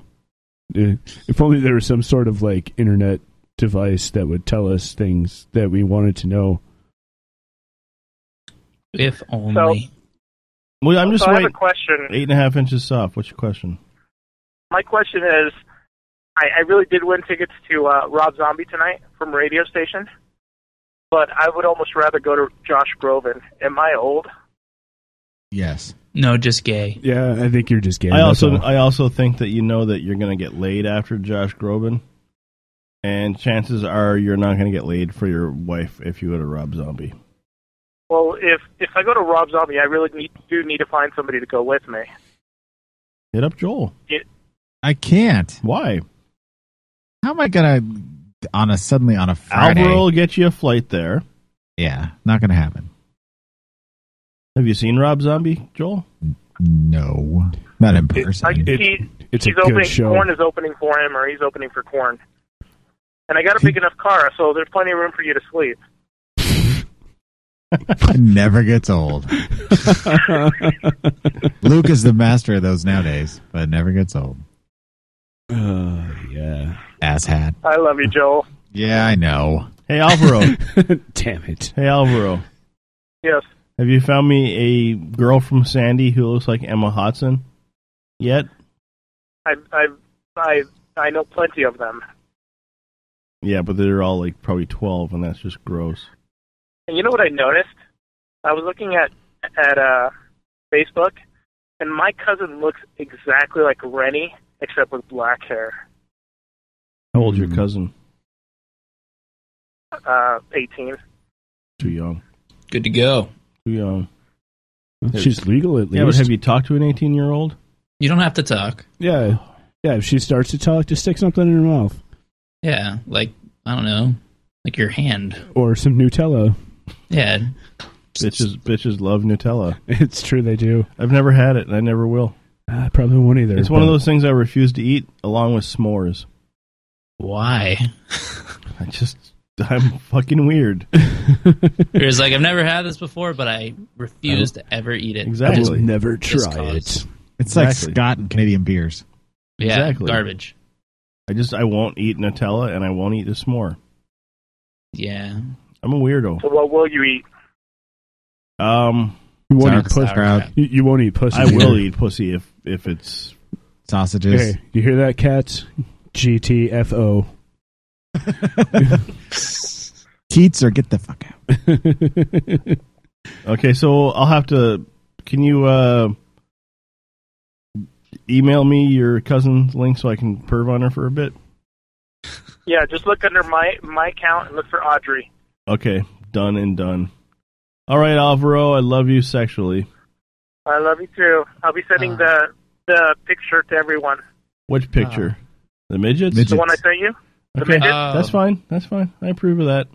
S7: Uh, If only there was some sort of like internet device that would tell us things that we wanted to know.
S8: If only.
S5: Well, I'm just
S2: so I have
S5: waiting.
S2: a question.
S5: Eight and a half inches soft. What's your question?
S2: My question is, I, I really did win tickets to uh, Rob Zombie tonight from radio station, but I would almost rather go to Josh Groban. Am I old?
S6: Yes.
S8: no, just gay.
S7: Yeah, I think you're just gay.
S5: I
S7: that's
S5: also
S7: all.
S5: I also think that you know that you're going to get laid after Josh Groban, and chances are you're not going to get laid for your wife if you go to Rob Zombie.
S2: Well, if if I go to Rob Zombie, I really need, do need to find somebody to go with me.
S5: Hit up Joel.
S6: I can't.
S5: Why?
S6: How am I gonna on a suddenly on a Friday?
S5: Alvaro will get you a flight there.
S6: Yeah, not gonna happen.
S5: Have you seen Rob Zombie, Joel?
S6: No, not in
S2: Like
S6: person.
S7: It-
S2: he,
S7: it's a
S2: he's
S7: good
S2: opening.
S7: show.
S2: Corn is opening for him, or he's opening for Corn. And I got a big enough car, so there's plenty of room for you to sleep.
S6: It never gets old. Luke is the master of those nowadays, but it never gets old.
S5: Uh,
S7: Oh, yeah.
S6: Asshat.
S2: I love you, Joel.
S6: Yeah, I know.
S5: Hey Alvaro.
S7: Damn it.
S5: hey Alvaro.
S2: Yes.
S5: Have you found me a girl from Sandy who looks like Emma Hudson yet?
S2: I I I I know plenty of them.
S5: Yeah, but they're all like probably twelve, and that's just gross.
S2: And you know what I noticed? I was looking at at uh, Facebook, and my cousin looks exactly like Rennie, except with black hair.
S5: How old's your cousin?
S2: Uh, Eighteen.
S5: Too young.
S8: Good to go.
S5: Too young.
S7: She's legal at least.
S5: Yeah, but have you talked to an eighteen-year-old?
S8: You don't have to talk.
S7: yeah. Yeah, if she starts to talk, just stick something in her mouth.
S8: Yeah, like I don't know, like your hand.
S7: Or some Nutella.
S8: Yeah,
S5: Bitches, bitches love Nutella.
S7: It's true, they do.
S5: I've never had it, and I never will.
S7: I probably won't either.
S5: It's one of
S7: but-
S5: those things I refuse to eat, along with s'mores.
S8: why?
S5: I just, I'm fucking weird.
S8: You're just like I've never had this before, but I refuse to ever eat it.
S5: Exactly.
S8: Just-
S7: Never
S8: Just
S7: try
S8: cause.
S7: it.
S6: It's
S5: Exactly.
S6: like Scott and Canadian beers.
S8: yeah,
S5: Exactly.
S8: garbage.
S5: I just, I won't eat Nutella, and I won't eat a s'more.
S8: Yeah,
S5: I'm a weirdo.
S2: So what will you eat?
S5: Um,
S7: You won't, eat
S6: Sauerkraut,
S7: pussy. You, you won't eat pussy.
S5: I will eat pussy if if it's
S6: sausages.
S7: Hey, you hear that, cats? GTFO.
S6: Keats or get the fuck out.
S5: okay. So I'll have to. Can you uh email me your cousin's link so I can perv on her for a bit?
S2: Yeah, just look under my my account and look for Audrey.
S5: Okay, done and done. All right, Alvaro, I love you sexually.
S2: I love you too. I'll be sending the the picture to everyone.
S5: Which picture? the midgets.
S6: Midget.
S2: The one I sent you.
S5: Okay,
S2: midget?
S8: Oh.
S5: that's fine. That's fine. I approve of that.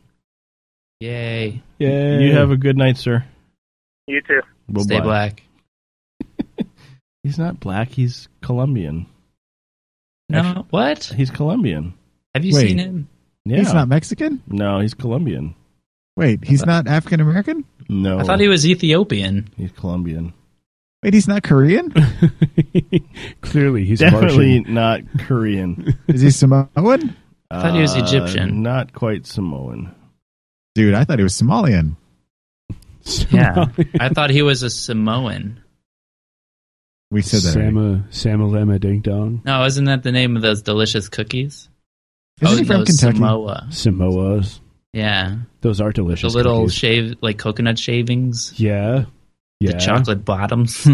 S8: yay.
S7: Yeah.
S5: You have a good night, sir.
S2: You too.
S8: Stay
S5: Bye-bye.
S8: black.
S5: He's not black. He's Colombian.
S8: No,
S5: Actually-
S8: what?
S5: He's Colombian.
S8: Have you
S6: Wait.
S8: seen him?
S5: Yeah.
S6: He's not Mexican?
S5: No, he's Colombian.
S6: Wait, he's not African American?
S5: No,
S8: I thought he was Ethiopian.
S5: he's Colombian.
S6: Wait, he's not Korean?
S7: Clearly, he's
S5: Definitely
S7: Martian.
S5: not Korean.
S6: Is he Samoan?
S5: I
S8: thought he was Egyptian.
S5: Not quite Samoan.
S6: Dude, I thought he was Somalian.
S8: Yeah, I thought he was a Samoan.
S6: We said that. already.
S7: Sama, Samalama Ding Dong.
S8: No, isn't that the name of those delicious cookies?
S6: Isn't
S8: oh,
S6: he from
S8: no,
S6: Kentucky?
S8: Samoa.
S7: Samoas.
S8: Yeah,
S7: Those are
S8: the
S7: delicious.
S8: little
S7: cookies.
S8: shave like coconut shavings,
S7: Yeah. Yeah.
S8: the chocolate bottoms.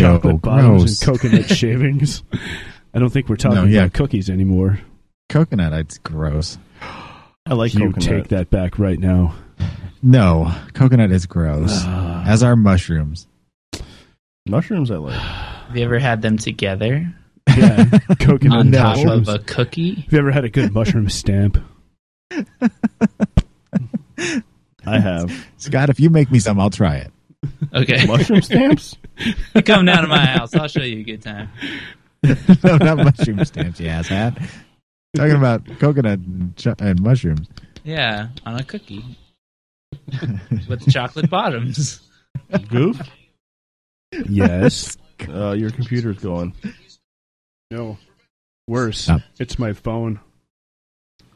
S7: chocolate bottoms
S6: gross.
S7: and coconut shavings. I don't think we're talking
S6: No, yeah.
S7: about cookies anymore.
S6: Coconut, it's gross.
S5: I like
S7: you
S5: coconut.
S7: take that back right now.
S6: No, coconut is gross. as are mushrooms.
S5: Mushrooms, I like.
S8: Have you ever had them together
S7: Yeah, coconut
S8: on
S7: and
S8: top
S7: mushrooms.
S8: of a cookie?
S7: Have you ever had a good mushroom stamp?
S5: I have
S6: Scott, if you make me some, I'll try it.
S8: Okay,
S5: mushroom stamps.
S8: you come down to my house. I'll show you a good time.
S6: no, not mushroom stamps, you asshat. Talking about coconut and, cho- and mushrooms.
S8: Yeah, on a cookie with chocolate bottoms.
S5: Goof.
S7: Yes.
S5: Uh, your computer's going.
S7: no. Worse.
S6: Stop.
S7: It's my phone.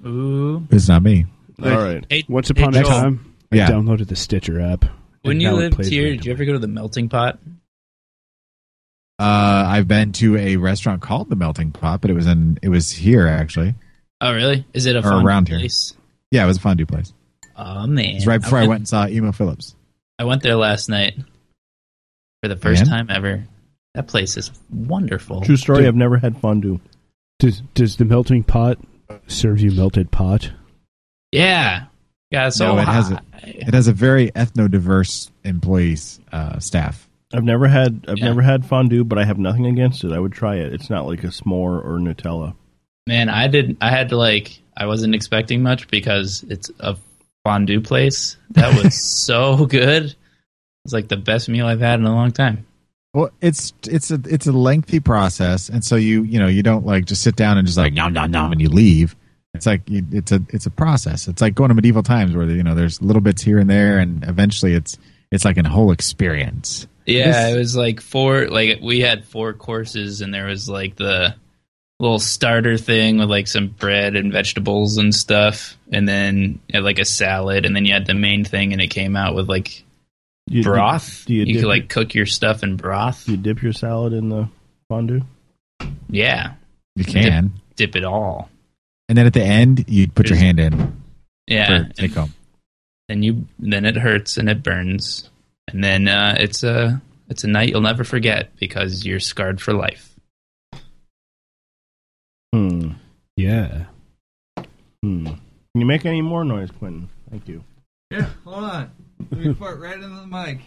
S8: Ooh,
S6: It's not me.
S5: All right.
S8: Hey,
S7: Once upon
S8: hey,
S7: a
S8: Joel,
S7: time,
S6: Yeah.
S7: I downloaded the Stitcher app. and
S8: When you
S7: now it
S8: lived
S7: plays
S8: here,
S7: randomly.
S8: did you ever go to the melting pot?
S6: Uh, I've been to a restaurant called the Melting Pot, but it was in it was here actually.
S8: Oh, really? Is it a
S6: Or
S8: fun
S6: around here.
S8: place?
S6: Yeah, it was a fondue place.
S8: Oh man,
S6: It's right before I
S8: went-
S6: went and saw Emo Phillips.
S8: I went there last night for the first
S6: And?
S8: time ever. That place is wonderful.
S5: True story. I've never had fondue.
S7: Does, does the melting pot serve you melted pot?
S8: Yeah. Yeah, it's so
S6: No, it
S8: high.
S6: has a- It has a very ethno diverse employees uh, staff.
S5: I've never had. I've
S8: Yeah.
S5: never had fondue, but I have nothing against it. I would try it. It's not like a s'more or Nutella.
S8: Man, I did I had to like I wasn't expecting much because it's a fondue place. That was so good. It's like the best meal I've had in a long time.
S6: Well, it's it's a it's a lengthy process, and so you you know you don't like just sit down and just like nom nom nom and you leave. It's like you- it's a it's a process. It's like going to medieval times where you know there's little bits here and there, and eventually it's it's like a whole experience.
S8: Yeah, it was like four. Like we had four courses, and there was like the little starter thing with like some bread and vegetables and stuff, and then you had, like a salad, and then you had the main thing, and it came out with like
S5: You-
S8: broth.
S5: do you
S8: you
S5: dip
S8: could
S5: it-
S8: like cook your stuff in broth.
S5: You dip your salad in the fondue.
S8: Yeah,
S6: You can,
S8: dip it all.
S6: and then at the end you put your hand in.
S8: Yeah,
S6: for take home.
S8: then you then it hurts and it burns, and then uh, it's a it's a night you'll never forget because you're scarred for life.
S5: Hmm.
S7: Yeah.
S5: Hmm. Can you make any more noise, Quentin? Thank you.
S9: Yeah, hold on. Let me fart right into the mic.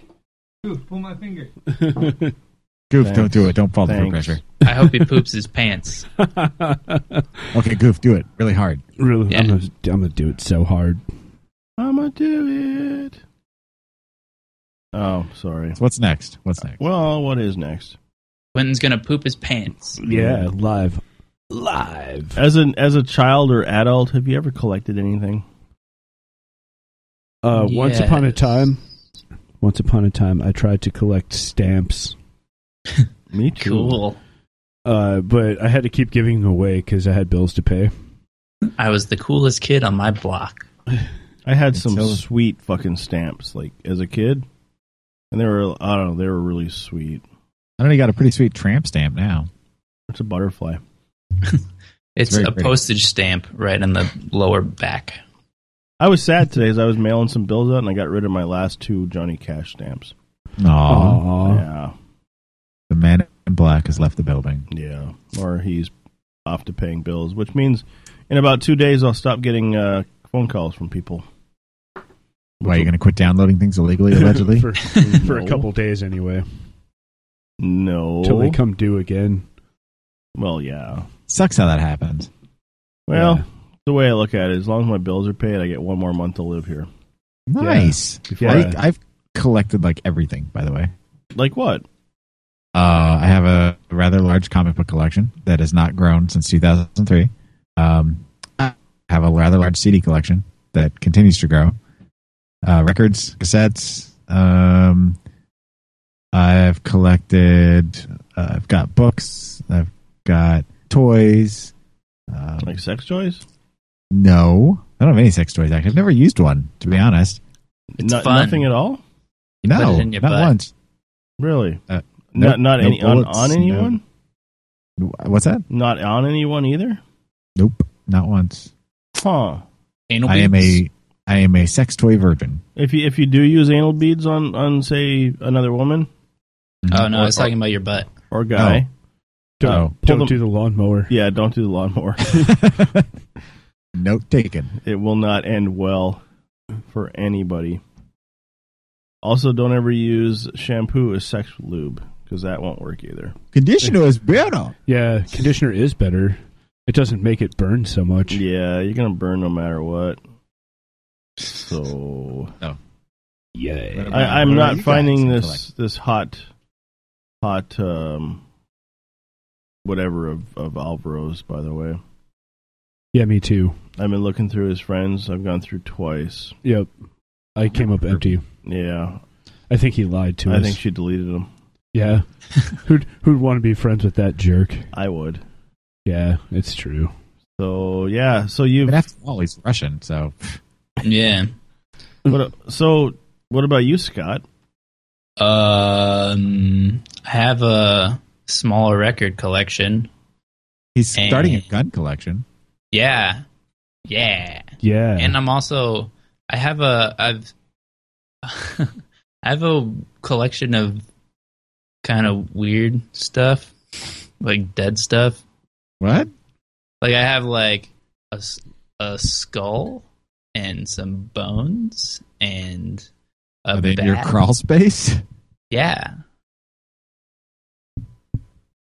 S9: Ooh, pull my finger.
S6: Goof,
S5: Thanks.
S6: don't do it. Don't fall to the
S5: Thanks.
S6: pressure.
S8: I hope he poops his pants.
S6: Okay, Goof, do it really hard.
S7: Really,
S8: Yeah.
S7: I'm gonna, I'm gonna do it so hard.
S5: I'ma do it. Oh, sorry.
S6: So what's next? What's next?
S5: Well, what is next? Hmm.
S8: Quentin's gonna poop his pants.
S7: Yeah, live, live.
S5: As an as a child or adult, have you ever collected anything?
S7: Uh, Once upon a
S8: Yes.
S7: time, once upon a time, I tried to collect stamps,
S5: Me
S8: Cool.
S7: uh, but I had to keep giving them away because I had bills to pay.
S8: I was the coolest kid on my block.
S5: I had some
S6: Until-
S5: sweet fucking stamps like as a kid, and they were I don't know they were really sweet.
S6: I know you got a pretty sweet tramp stamp now.
S5: It's a butterfly.
S8: It's
S6: very
S8: a
S6: pretty.
S8: postage stamp right in the lower back.
S5: I was sad today as I was mailing some bills out, and I got rid of my last two Johnny Cash stamps.
S6: Aw,
S7: Aw.
S5: Yeah,
S6: the man in black has left the building.
S5: yeah. Or he's off to paying bills, which means in about two days I'll stop getting uh, phone calls from people.
S6: Why are you going to quit downloading things illegally? Allegedly,
S7: for, for a
S5: No.
S7: couple days anyway,
S5: No.
S7: till they come due again.
S5: Well, yeah.
S6: sucks how that happens.
S5: Well,
S7: Yeah.
S5: the way I look at it, as long as my bills are paid, I get one more month to live here.
S6: Nice.
S7: Yeah.
S6: I, I've collected like everything, by the way.
S5: Like what?
S6: Uh, I have a rather large comic book collection that has not grown since 2003. Um, I have a rather large CD collection that continues to grow. Uh, records, cassettes. Um, I've collected. Uh, I've got books. I've got toys. Um,
S5: Like sex toys?
S6: no, I don't have any sex toys. Actually, I've never used one to be honest.
S8: It's
S5: No-
S8: fun.
S5: Nothing at all?
S6: No,
S8: Put it in
S6: not
S8: your butt.
S6: once.
S5: Really?
S6: Uh,
S5: not not
S6: no
S5: any on,
S6: bullets,
S5: on
S6: no-
S5: anyone?
S6: What's that?
S5: Not on anyone either?
S6: Nope, not once.
S5: Huh.
S8: Anal
S6: I am
S8: beads.
S6: a I am a sex toy virgin.
S5: If you if you do use anal beads on on say another woman
S6: Mm-hmm.
S7: Mm-hmm.
S8: Oh no, I was talking about your butt.
S5: or guy,
S7: Don't,
S6: Oh.
S5: Pull
S7: don't
S5: them-
S7: do the lawnmower.
S5: yeah, don't do the lawnmower.
S6: Note taken.
S5: it will not end well for anybody. Also, don't ever use shampoo as sex lube because that won't work either.
S6: Conditioner is better.
S7: Yeah, conditioner is better. It doesn't make it burn so much.
S5: Yeah, you're gonna burn no matter what. So
S7: Yeah.
S5: I, I'm
S6: What about
S5: not
S6: Oh. you guys?
S5: finding
S6: I feel
S5: this this hot, hot um, whatever of of Alvaro's. By the way,
S7: Yeah, me too.
S5: I've been looking through his friends. I've gone through twice.
S7: Yep. I came up empty.
S5: Yeah,
S7: I think he lied to
S5: I
S7: us.
S5: think she deleted him.
S7: yeah. who'd who'd want to be friends with that jerk?
S5: I would.
S7: Yeah, it's true.
S5: So yeah, so you've
S6: But after all, he's Russian, so Oh.
S8: Yeah.
S5: what, so what about you, Scott?
S8: Um, I have a smaller record collection.
S6: he's starting a
S8: Eh.
S6: gun collection.
S8: Yeah, yeah.
S7: Yeah.
S8: And I'm also I have a I've I have a collection of kind of weird stuff, like dead stuff.
S6: What?
S8: Like I have like a, s- a skull and some bones and a
S6: Are they in
S8: bat.
S6: your crawl space?
S8: Yeah.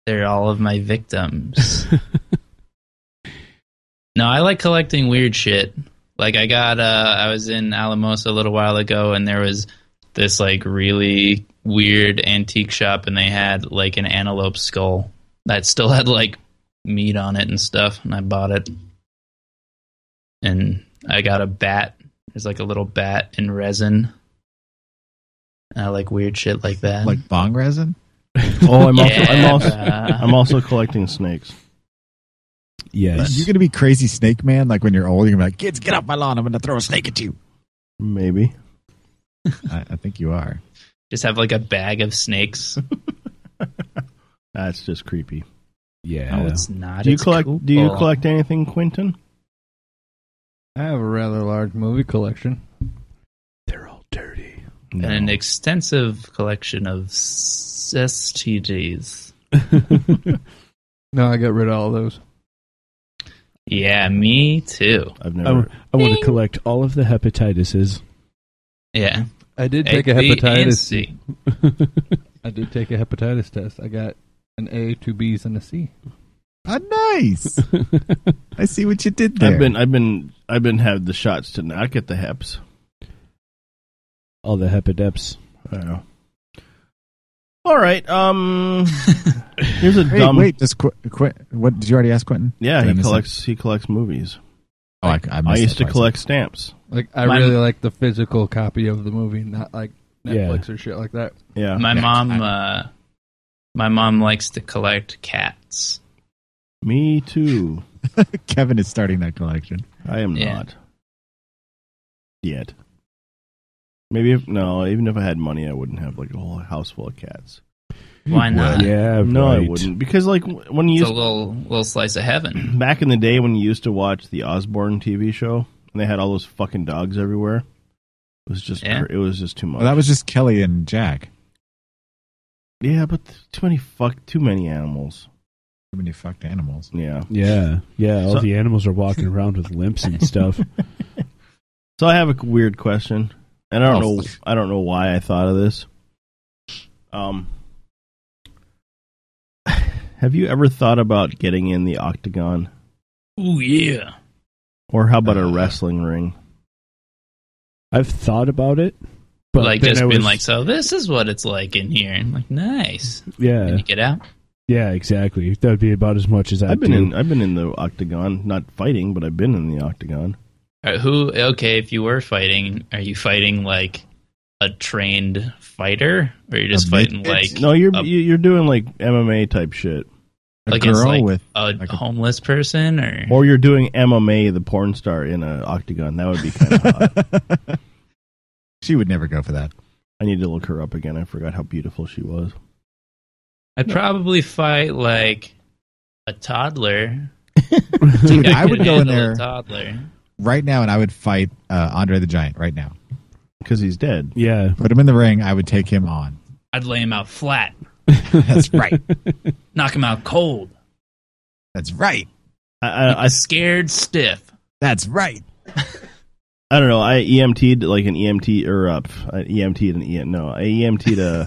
S8: They're all of my victims. no, I like collecting weird shit. Like I got uh I was in Alamosa a little while ago and there was this like really weird antique shop and they had like an antelope skull that still had like meat on it and stuff and I bought it. and I got a bat. There's like a little bat in resin. And I like weird shit like that.
S6: Like bong resin?
S5: Oh, I'm also, I'm
S8: Yeah.
S5: also I'm also collecting snakes.
S7: Yes.
S6: You're gonna be crazy snake man. Like when you're old, you're gonna be like, kids, get off my lawn. I'm gonna throw a snake at you.
S5: Maybe.
S6: I, I think you are.
S8: Just have like a bag of snakes.
S5: That's just creepy.
S7: Yeah.
S8: No, Oh, it's not.
S5: Do you
S8: It's
S5: collect
S8: cool. Oh.
S5: do you collect anything, Quentin?
S10: I have a rather large movie collection.
S7: They're all dirty.
S8: And an extensive collection of s- STDs.
S10: No, I got rid of all those.
S8: Yeah, me too.
S5: I've
S7: I,
S10: Oh.
S7: want to collect all of the hepatitises.
S8: Yeah.
S10: I did
S8: A,
S10: take a,
S8: B, and
S10: hepatitis.
S8: C.
S10: I did take a hepatitis test. I got an A, two B's, and a C.
S6: Ah, nice. I see what you did there.
S5: I've been I've been I've been had the shots to not get the heps.
S7: All the hepadeps.
S5: I don't know. All right. Um here's a
S6: Hey,
S5: dumb
S6: wait, just qu- qu- what did you already ask Quentin?
S5: Yeah,
S6: Did I
S5: he
S6: miss it?
S5: collects he collects movies.
S6: Oh, I, I,
S5: I
S6: missed
S5: used
S6: that
S5: to
S6: part.
S5: collect stamps.
S10: Like I
S8: Mine-
S10: really like the physical copy of the movie, not like
S7: Yeah.
S10: Netflix or shit like that.
S5: Yeah.
S8: My
S6: Yeah,
S8: mom uh my mom likes to collect cats.
S5: Me too.
S6: Kevin is starting that collection.
S5: I am
S8: Yeah.
S5: not. Yet. Maybe if no, even if I had money I wouldn't have like a whole house full of cats.
S8: Why not?
S7: Yeah.
S5: No, I
S7: right.
S5: wouldn't. Because like w- when you
S8: It's a
S5: used
S8: little little slice of heaven.
S5: back in the day when you used to watch the Osborne TV show and they had all those fucking dogs everywhere, it was just
S8: Yeah.
S5: cr- it was just too much.
S6: Well, that was just Kelly and Jack.
S5: yeah, but th- too many fuck too many animals.
S6: Too many fucked animals.
S5: Yeah.
S7: Yeah. Yeah. All
S5: So-
S7: the animals are walking around with limps and stuff.
S5: So I have a weird question, and I don't
S6: Oh.
S5: know I don't know why I thought of this. Um, have you ever thought about getting in the octagon,
S8: Oh yeah.
S5: or how about a
S6: Uh.
S5: wrestling ring?
S7: I've thought about it, but
S8: like
S7: then
S8: just
S7: I
S8: been
S7: was-
S8: like, so this is what it's like in here. And like, nice.
S7: yeah,
S8: And you get out.
S7: yeah, exactly. That would be about as much as I
S5: I've been
S7: do.
S5: in I've been in the octagon, not fighting, but I've been in the octagon.
S8: All right, who? Okay, if you were fighting, are you fighting like a trained fighter, or you're just
S6: A
S8: fighting
S6: midget?
S8: like
S5: No, you're
S8: a,
S5: you- you're doing like MMA type shit,
S6: A
S8: against
S6: girl
S8: like
S6: with
S8: a
S6: like a-
S8: homeless person, or
S5: or you're doing MMA, the porn star in an octagon. That would be kind of hot.
S6: she would never go for that.
S5: I need to look her up again. I forgot how beautiful she was.
S8: I'd probably fight like a toddler.
S6: Dude,
S8: think
S6: I would
S8: could
S6: go in
S8: handle
S6: there
S8: A toddler.
S6: right now and I would fight uh, Andre the Giant right now.
S5: Because he's dead.
S7: yeah,
S6: Put him in the ring. I would take him on.
S8: I'd lay him out flat,
S6: That's right.
S8: knock him out cold,
S6: That's right.
S5: I, I, I
S8: scared stiff.
S6: That's right.
S5: I don't know. I EMT'd like an EMT or up uh, EMT'd an EM, no, I EMT'd a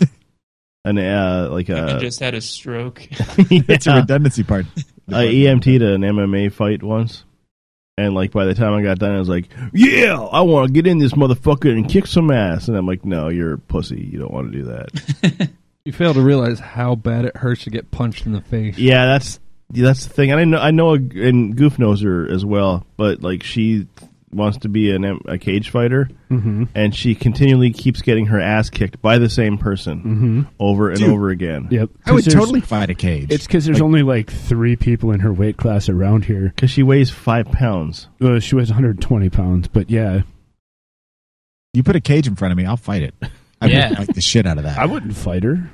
S5: an uh, like
S8: I
S5: a
S8: just had a stroke.
S6: It's a
S5: yeah,
S6: redundancy part.
S5: I EMT'd an MMA fight once, and like by the time I got done, I was like, "Yeah, I want to get in this motherfucker and kick some ass." And I'm like, "No, you're a pussy. You don't want to do that."
S10: You fail to realize how bad it hurts to get punched in the face.
S5: yeah, that's yeah, that's the thing. And I know I know, a, and Goof knows her as well, but like she wants to be an M- a cage fighter,
S7: mm-hmm.
S5: and she continually keeps getting her ass kicked by the same person
S7: Mm-hmm.
S5: over and
S6: Dude.
S5: over again.
S7: yep.
S6: I
S7: 'Cause
S6: would
S7: there's-
S6: totally fight a cage.
S7: It's because there's only like three people in her weight class around here.
S5: Because she weighs five pounds.
S7: Well, she weighs 120 pounds, but yeah,
S6: you put a cage in front of me, I'll fight it. I
S8: Yeah.
S6: would fight the shit out of that.
S7: I wouldn't fight her.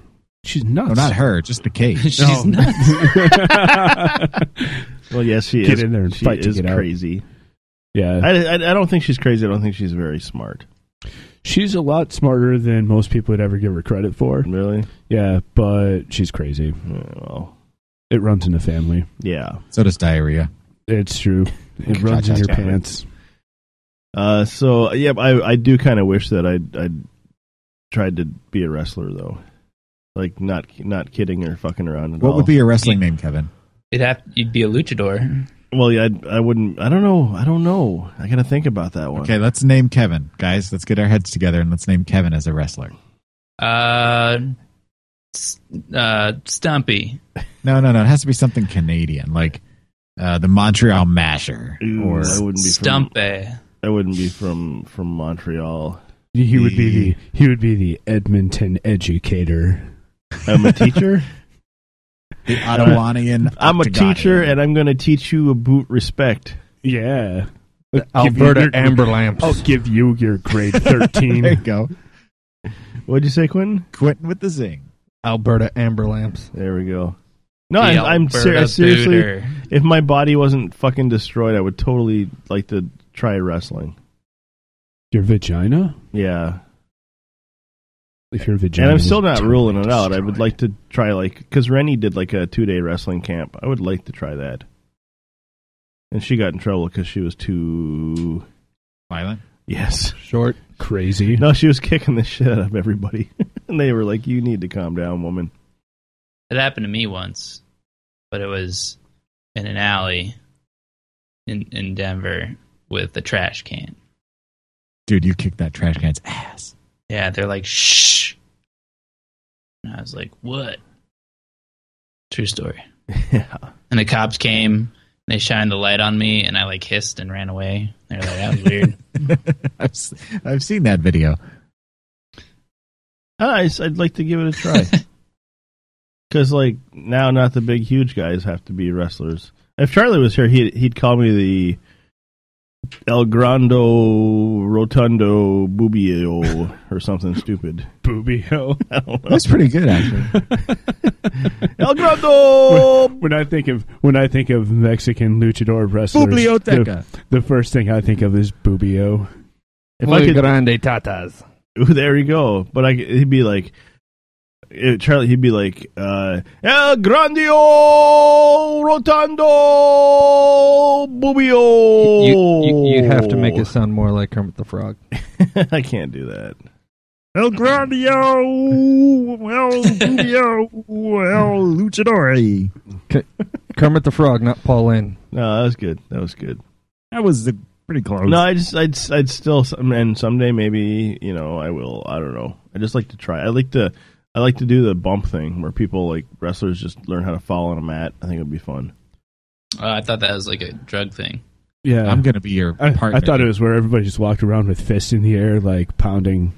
S7: She's
S6: no,
S7: nuts.
S6: not her, just the cage.
S8: She's not.
S5: Well, yes, she
S7: Get
S5: is.
S7: in there and
S5: she
S7: fight to
S5: is
S7: get out.
S5: crazy.
S7: yeah,
S5: I, I, I don't think she's crazy. I don't think she's very smart.
S7: she's a lot smarter than most people would ever give her credit for.
S5: Really?
S7: Yeah, but she's crazy.
S5: Yeah, Well,
S7: It runs in the family.
S5: yeah.
S6: So does diarrhea.
S7: It's true. It runs in your
S6: Cha-cha-cha.
S7: pants.
S5: Uh, so yeah, I I do kind of wish that I I tried to be a wrestler though, like not not kidding or fucking around at
S6: What
S5: all.
S6: would be your wrestling name, Kevin?
S8: You'd have you'd be a luchador.
S5: Well, yeah, I'd, I wouldn't. I don't know. I don't know. I gotta think about that one.
S6: Okay, let's name Kevin, guys. Let's get our heads together and let's name Kevin as a wrestler.
S8: Uh, s- uh, Stumpy.
S6: No, no, no. It has to be something Canadian, like Uh, the Montreal Masher. or
S5: I wouldn't be From, I wouldn't be from from Montreal.
S7: He would be the he would be the Edmonton educator.
S5: I'm a teacher.
S6: the Ottawanian.
S5: I'm a
S7: Octagon.
S5: teacher, and I'm going to teach you about respect.
S7: Yeah. I'll give you
S5: Alberta
S7: your-
S5: Amber Lamps.
S7: I'll give you your grade thirteen.
S5: There you
S6: go.
S5: What'd you say, Quentin?
S6: Quentin with the zing.
S10: Alberta amber lamps.
S5: There we go. No,
S10: The
S5: I'm, I'm ser-
S10: Alberta
S5: seriously.
S10: Booter.
S5: If my body wasn't fucking destroyed, I would totally like to try wrestling.
S7: Your vagina?
S5: Yeah.
S7: If your vagina.
S5: and I'm
S7: was
S5: still not
S7: totally
S5: ruling it out. I would like to try like because Rennie did like a two day wrestling camp. I would like to try that. And she got in trouble because she was too
S6: violent.
S5: Yes,
S10: short,
S7: crazy.
S5: No, she was kicking the shit out of everybody, and they were like, "You need to calm down, woman."
S8: It happened to me once, but it was in an alley in in Denver with a trash can.
S6: Dude, you kicked that trash can's ass.
S8: Yeah, they're like shh, and I was like, what? True story.
S5: Yeah.
S8: And the cops came. and They shined the light on me, and I like hissed and ran away. They're like, "That was weird."
S6: I've, s- I've seen that video.
S5: Oh, I, would like to give it a try. Because like now, not the big huge guys have to be wrestlers. If Charlie was here, he'd he'd call me the El Grando Rotundo Boobio or something stupid.
S7: Boobio.
S6: That's pretty good, actually.
S5: El Grando.
S7: When I think of when I think of Mexican luchador wrestlers,
S10: Biblioteca.
S7: the, the first thing I think of is Bubio.
S10: Muy grande tatas.
S5: Ooh, there you go. But I, he'd be like, eh, Charlie, he'd be like, uh, El Grandio Rotundo Bubio.
S10: You, you, you'd have to make it sound more like Kermit the Frog.
S5: Oh. I can't do that.
S6: El Grandio, El Rubio, El Luchadori.
S10: Kermit the Frog, not Paul Lynn.
S5: No, that was good. That was good.
S6: That was the, pretty close.
S5: No, I just, I'd, I'd still, some- and someday maybe, you know, I will. I don't know. I just like to try. I like to, I like to do the bump thing where people like wrestlers just learn how to fall on a mat. I think it'd be fun.
S8: Uh, I thought that was like a drug thing.
S7: Yeah,
S6: I'm gonna be your
S7: I,
S6: partner.
S7: I thought it was where everybody just walked around with fists in the air, like pounding.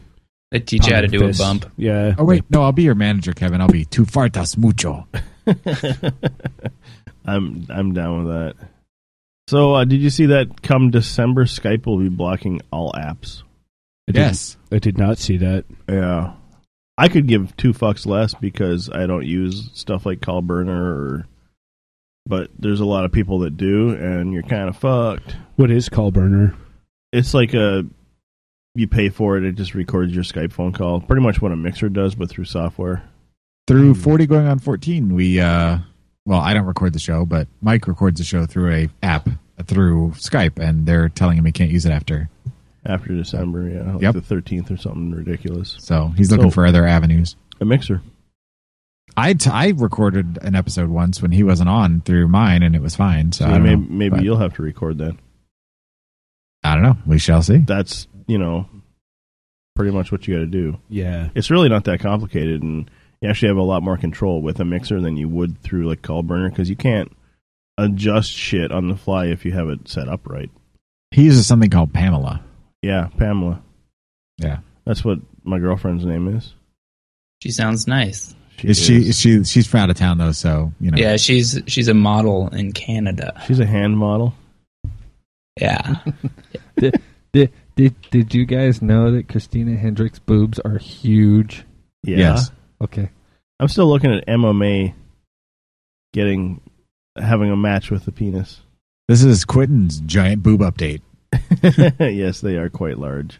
S8: They teach you how to
S7: pounding
S8: do a
S7: fists.
S8: bump.
S7: Yeah.
S6: Oh wait, no, I'll be your manager, Kevin. I'll be tu fartas mucho.
S5: I'm I'm down with that. So, uh, did you see that? Come December, Skype will be blocking all apps.
S7: I didn't- I did not see that.
S5: Yeah, I could give two fucks less because I don't use stuff like Callburner, or, but there's a lot of people that do, and you're kind of fucked.
S7: What is call burner?
S5: It's like a you pay for it; it just records your Skype phone call, pretty much what a mixer does, but through software.
S6: Through
S5: Hmm.
S6: forty going on fourteen, we uh well, I don't record the show, but Mike records the show through a app through Skype and they're telling him he can't use it after.
S5: After December, yeah, like
S6: Yep.
S5: the thirteenth or something ridiculous.
S6: So he's looking
S5: So-
S6: for other avenues.
S5: A mixer.
S6: I, t- I recorded an episode once when he wasn't on through mine and it was fine. So,
S5: So
S6: I don't
S5: maybe,
S6: know,
S5: maybe
S6: but
S5: you'll have to record that.
S6: I don't know. We shall see.
S5: That's you know, pretty much what you got to do.
S7: Yeah.
S5: It's really not that complicated, and you actually have a lot more control with a mixer than you would through like Callburner because you can't adjust shit on the fly if you have it set up right.
S6: He uses something called Pamela.
S5: Yeah, Pamela.
S6: Yeah.
S5: That's what my girlfriend's name is.
S8: She sounds nice.
S6: is she is she she's from out of town though, so you know
S8: Yeah, she's she's a model in Canada.
S5: She's a hand model.
S8: Yeah.
S10: did, did, did, did you guys know that Christina Hendricks' boobs are huge?
S5: Yeah. Yes.
S10: Okay.
S5: I'm still looking at MMA getting having a match with the penis.
S6: This is Quentin's giant boob update.
S5: yes, they are quite large.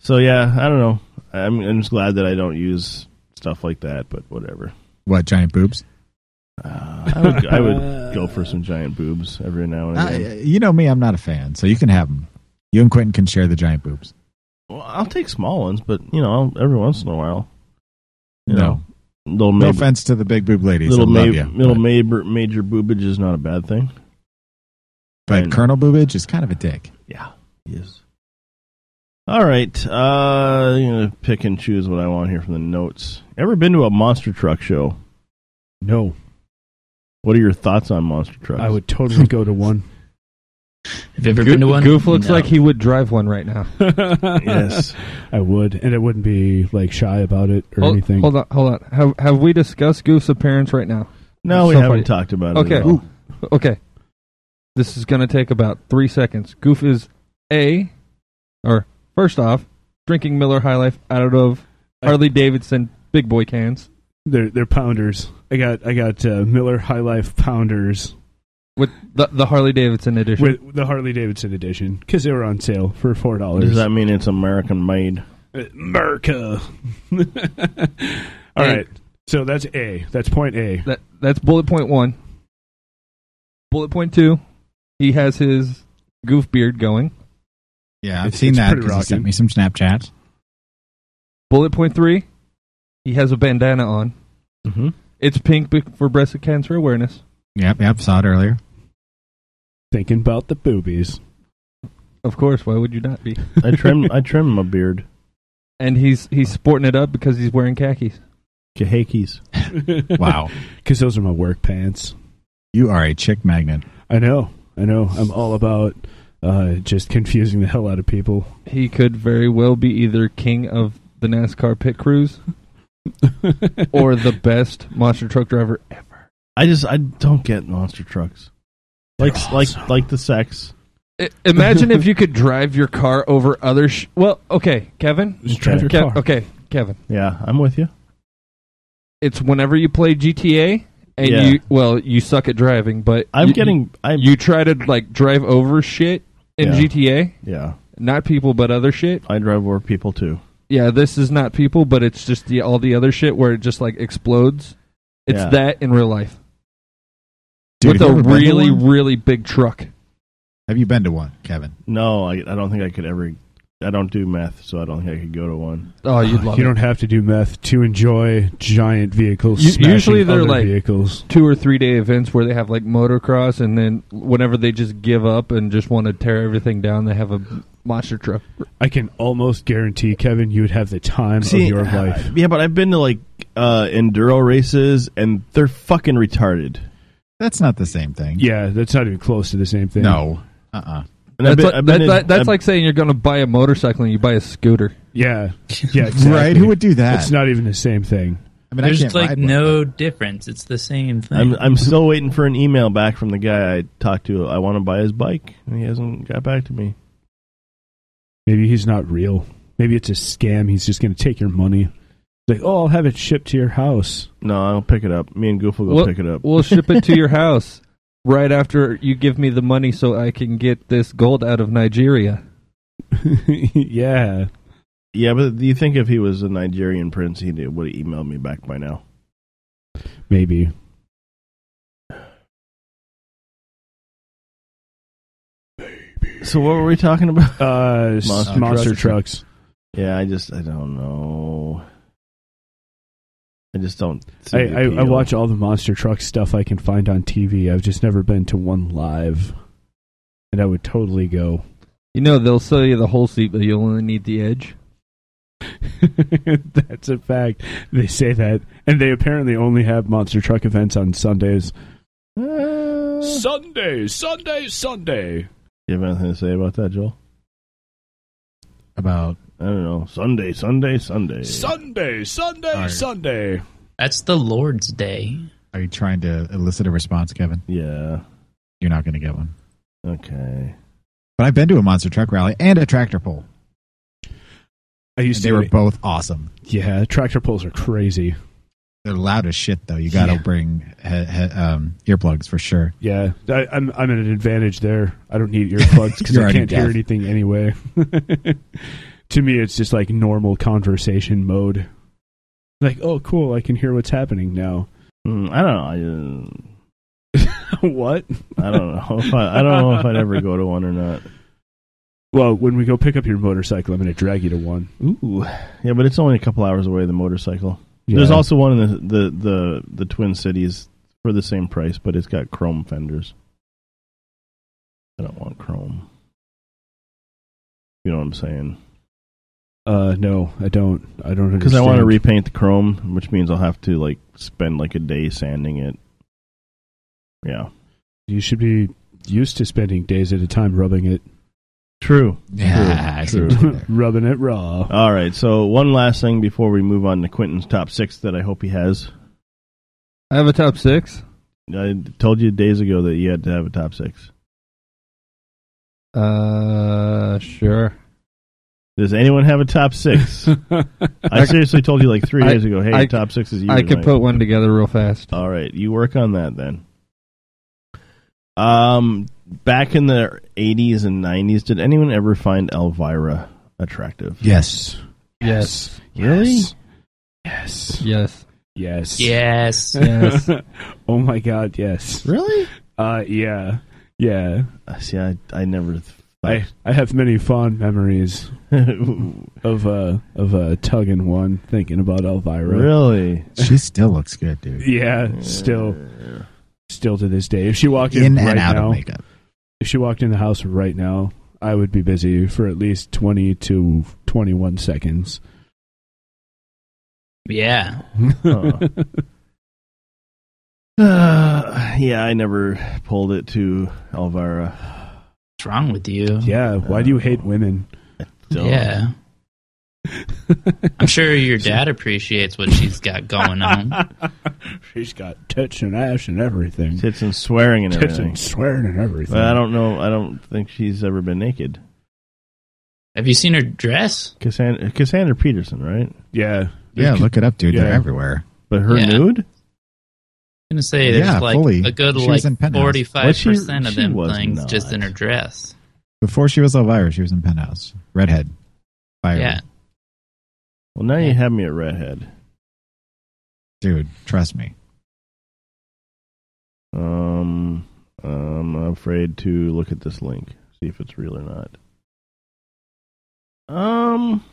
S5: So yeah, I don't know. I'm, I'm just glad that I don't use stuff like that, but whatever.
S6: What giant boobs?
S5: Uh, I would, I would go for some giant boobs every now and
S6: I-
S5: again.
S6: you know me, I'm not a fan, so you can have them. You and Quentin can share the giant boobs.
S5: well, I'll take small ones, but you know, every once in a while, you
S6: No.
S5: know, little
S6: No
S5: ma-
S6: offense to the big boob ladies,
S5: little
S6: I love
S5: ma-
S6: ya,
S5: little major major boobage is not a bad thing.
S6: but
S5: and-
S6: Colonel Boobage is kind of a dick.
S5: Yeah, he is. All right, uh, I'm gonna pick and choose what I want here from the notes. Ever been to a monster truck show?
S7: No.
S5: What are your thoughts on monster trucks?
S7: I would totally go to one.
S8: Have you ever
S10: Goof, Goof looks like he would drive one right now.
S7: yes, I would, and I wouldn't be like shy about it or
S10: hold,
S7: anything.
S10: Hold on, hold on. Have have we discussed Goof's appearance right now?
S5: No, we haven't talked about it
S10: Okay,
S5: at all.
S10: okay. This is going to take about three seconds. Goof is a, or first off, drinking Miller High Life out of Harley Davidson big boy cans.
S7: They're they're pounders. I got I got uh, Miller High Life pounders
S10: with the the Harley Davidson edition.
S7: With the Harley Davidson edition because they were on sale for four dollars.
S5: Does that mean it's American made?
S7: America. All
S10: A.
S7: right. So that's A. That's point A.
S10: That that's bullet point one. Bullet point two, he has his goof beard going.
S6: Yeah, I've seen that because he sent me some Snapchats.
S10: Bullet point three, he has a bandana on.
S5: Mm-hmm.
S10: It's pink be- for breast cancer awareness.
S6: Yep, yep, saw it earlier.
S7: Thinking about the boobies.
S10: Of course, why would you not be?
S5: I trim I trim my beard.
S10: and he's he's sporting it up because he's wearing khakis.
S5: Kahakis.
S6: Wow.
S7: Because those are my work pants.
S6: You are a chick magnet.
S7: I know. I know. I'm all about uh, just confusing the hell out of people.
S10: He could very well be either king of the NASCAR pit crews or the best monster truck driver ever.
S5: I just I don't get monster trucks. Like like like the sex.
S10: I- Imagine if you could drive your car over other. Sh- well, okay, Kevin.
S5: Just drive your car.
S10: Okay, Kevin.
S5: Yeah, I'm with you.
S10: It's whenever you play GTA and
S5: Yeah.
S10: you well, you suck at driving, but
S5: I'm
S10: you-
S5: getting- I'm-
S10: you try to like drive over shit in
S5: Yeah.
S10: GTA.
S5: Yeah.
S10: Not people, but other shit.
S5: I drive over people too.
S10: Yeah, this is not people, but it's just the all the other shit where it just like explodes. It's
S5: Yeah.
S10: that in real life
S6: Dude,
S10: with
S6: have
S10: a
S6: you ever been to
S10: really,
S6: one?
S10: really big truck.
S6: Have you been to one, Kevin?
S5: No, I I don't think I could ever I don't do meth, so I don't think I could go to one.
S10: Oh, you'd love
S7: Uh, You
S10: it.
S7: don't have to do meth to enjoy giant vehicles.
S10: U-
S7: smashing
S10: usually they're
S7: other
S10: like
S7: vehicles.
S10: two or three day events where they have like motocross, and then whenever they just give up and just want to tear everything down, they have a monster truck.
S7: I can almost guarantee, Kevin, you would have the time of your
S5: uh,
S7: life.
S5: Yeah, but I've been to like uh enduro races and they're fucking retarded.
S6: That's not the same thing.
S7: Yeah, that's not even close to the same thing.
S6: No. Uh uh
S5: And I've been-
S10: That's, like,
S5: I've
S10: that's,
S5: been in-
S10: like, that's
S5: I've-
S10: like saying you're going to buy a motorcycle and you buy a scooter.
S7: Yeah. Yeah.
S6: Right? Who would do that?
S7: It's not even the same thing.
S8: There's like no difference. It's the same thing.
S5: I'm I'm still waiting for an email back from the guy I talked to. I want to buy his bike, and he hasn't got back to me.
S7: Maybe he's not real. Maybe it's a scam. He's just going to take your money. Like, oh, I'll have it shipped to your house.
S5: No, I'll pick it up. Me and Goof will go
S10: we'll,
S5: pick it up.
S10: we'll ship it to your house right after you give me the money so I can get this gold out of Nigeria.
S7: yeah.
S5: Yeah, but do you think if he was a Nigerian prince, he would have emailed me back by now?
S7: Maybe.
S5: So what were we talking about?
S7: Uh, s-
S5: Monster
S7: monster,
S5: trucks.
S7: trucks.
S5: Yeah, I just I don't know. I just don't. see
S7: I,
S5: the
S7: I, I
S5: appeal.
S7: watch all the monster truck stuff I can find on TV. I've just never been to one live, and I would totally go.
S10: You know, they'll sell you the whole seat, but you only need the edge.
S7: That's a fact. They say that, and they apparently only have monster truck events on Sundays.
S6: Ah.
S7: Sunday, Sunday, Sunday.
S5: You have anything to say about that, Joel?
S6: About
S5: I don't know. Sunday, Sunday, Sunday.
S7: Sunday, Sunday,
S6: Alright.
S7: Sunday.
S8: That's the Lord's Day.
S6: Are you trying to elicit a response, Kevin?
S5: yeah.
S6: You're not going to get one.
S5: Okay.
S6: But I've been to a monster truck rally and a tractor pull.
S7: I
S6: And
S7: used
S6: they
S7: to.
S6: were both awesome.
S7: yeah, tractor pulls are crazy.
S6: They're loud as shit, though. You got to
S7: Yeah.
S6: bring he- he- um, earplugs for sure.
S7: Yeah, I, I'm I'm at an advantage there. I don't need earplugs because
S6: You're
S7: I
S6: already
S7: can't hear
S6: deaf.
S7: anything anyway. to me, it's just like normal conversation mode. Like, oh, cool, I can hear what's happening now.
S5: Mm, I don't know.
S7: what?
S5: I, I don't know. If I, I don't know if I'd ever go to one or not.
S7: Well, when we go pick up your motorcycle, I'm going to drag you to one.
S5: Ooh. Yeah, but it's only a couple hours away. The motorcycle.
S7: Yeah.
S5: There's also one in the, the the the Twin Cities for the same price, but it's got chrome fenders. I don't want chrome. You know what I'm saying?
S7: Uh, no, I don't. I don't
S5: Because I want to
S7: understand.
S5: repaint the chrome, which means I'll have to like spend like a day sanding it. Yeah.
S7: You should be used to spending days at a time rubbing it.
S5: True.
S7: Yeah,
S5: True.
S7: Rubbing it raw.
S5: All right. So one last thing before we move on to Quentin's top six that I hope he has.
S10: I have a top six.
S5: I told you days ago that you had to have a top six.
S10: Uh, sure.
S5: Does anyone have a top six? I seriously told you like three days ago. Hey,
S10: I-
S5: top six is you.
S10: I could
S5: tonight."
S10: put one together real fast.
S5: All right, you work on that then. Um, back in the '80s and '90s, did anyone ever find Elvira attractive?
S6: Yes.
S10: Yes.
S5: Really?
S7: Yes.
S10: Yes.
S7: Yes.
S8: Yes.
S10: Yes.
S7: oh my god, yes.
S5: Really?
S7: Uh yeah. Yeah.
S5: See, I I never
S7: I, I have many fond memories of uh of uh tugging one thinking about Elvira.
S5: Really?
S6: She still looks good, dude.
S7: Yeah, still still to this day. If she walked in,
S6: In and
S7: right
S6: out of
S7: now,
S6: makeup.
S7: If she walked in the house right now, I would be busy for at least 20 to 21 seconds.
S8: Yeah.
S5: Huh. Uh, yeah, I never pulled it to Elvira.
S8: What's wrong with you?
S7: Yeah, why do you hate women?
S5: Don't.
S8: Yeah. I'm sure your dad appreciates what she's got going on.
S7: She's got tits and ass and everything.
S5: Tits and swearing and
S7: Tits and
S5: everything.
S7: swearing and everything.
S5: But I don't know. I don't think she's ever been naked.
S8: Have you seen her dress?
S5: Cassandra, Cassandra Peterson, right?
S7: Yeah.
S6: Yeah, look it up, dude. They're
S5: Yeah.
S6: everywhere.
S5: But her
S8: Yeah.
S5: nude?
S8: I'm gonna say there's
S6: Yeah,
S8: like
S6: fully.
S8: a good
S6: She was
S8: like
S6: in Penthouse.
S8: forty
S6: Was
S8: five
S6: she-
S8: percent of
S6: she
S8: them
S6: was
S8: things just in her dress.
S6: Before she was Elvira, she was in Penthouse. Redhead. Fire.
S8: Yeah.
S5: Well, now you have me at redhead.
S6: Dude, trust me.
S5: Um, I'm afraid to look at this link, see if it's real or not. Um,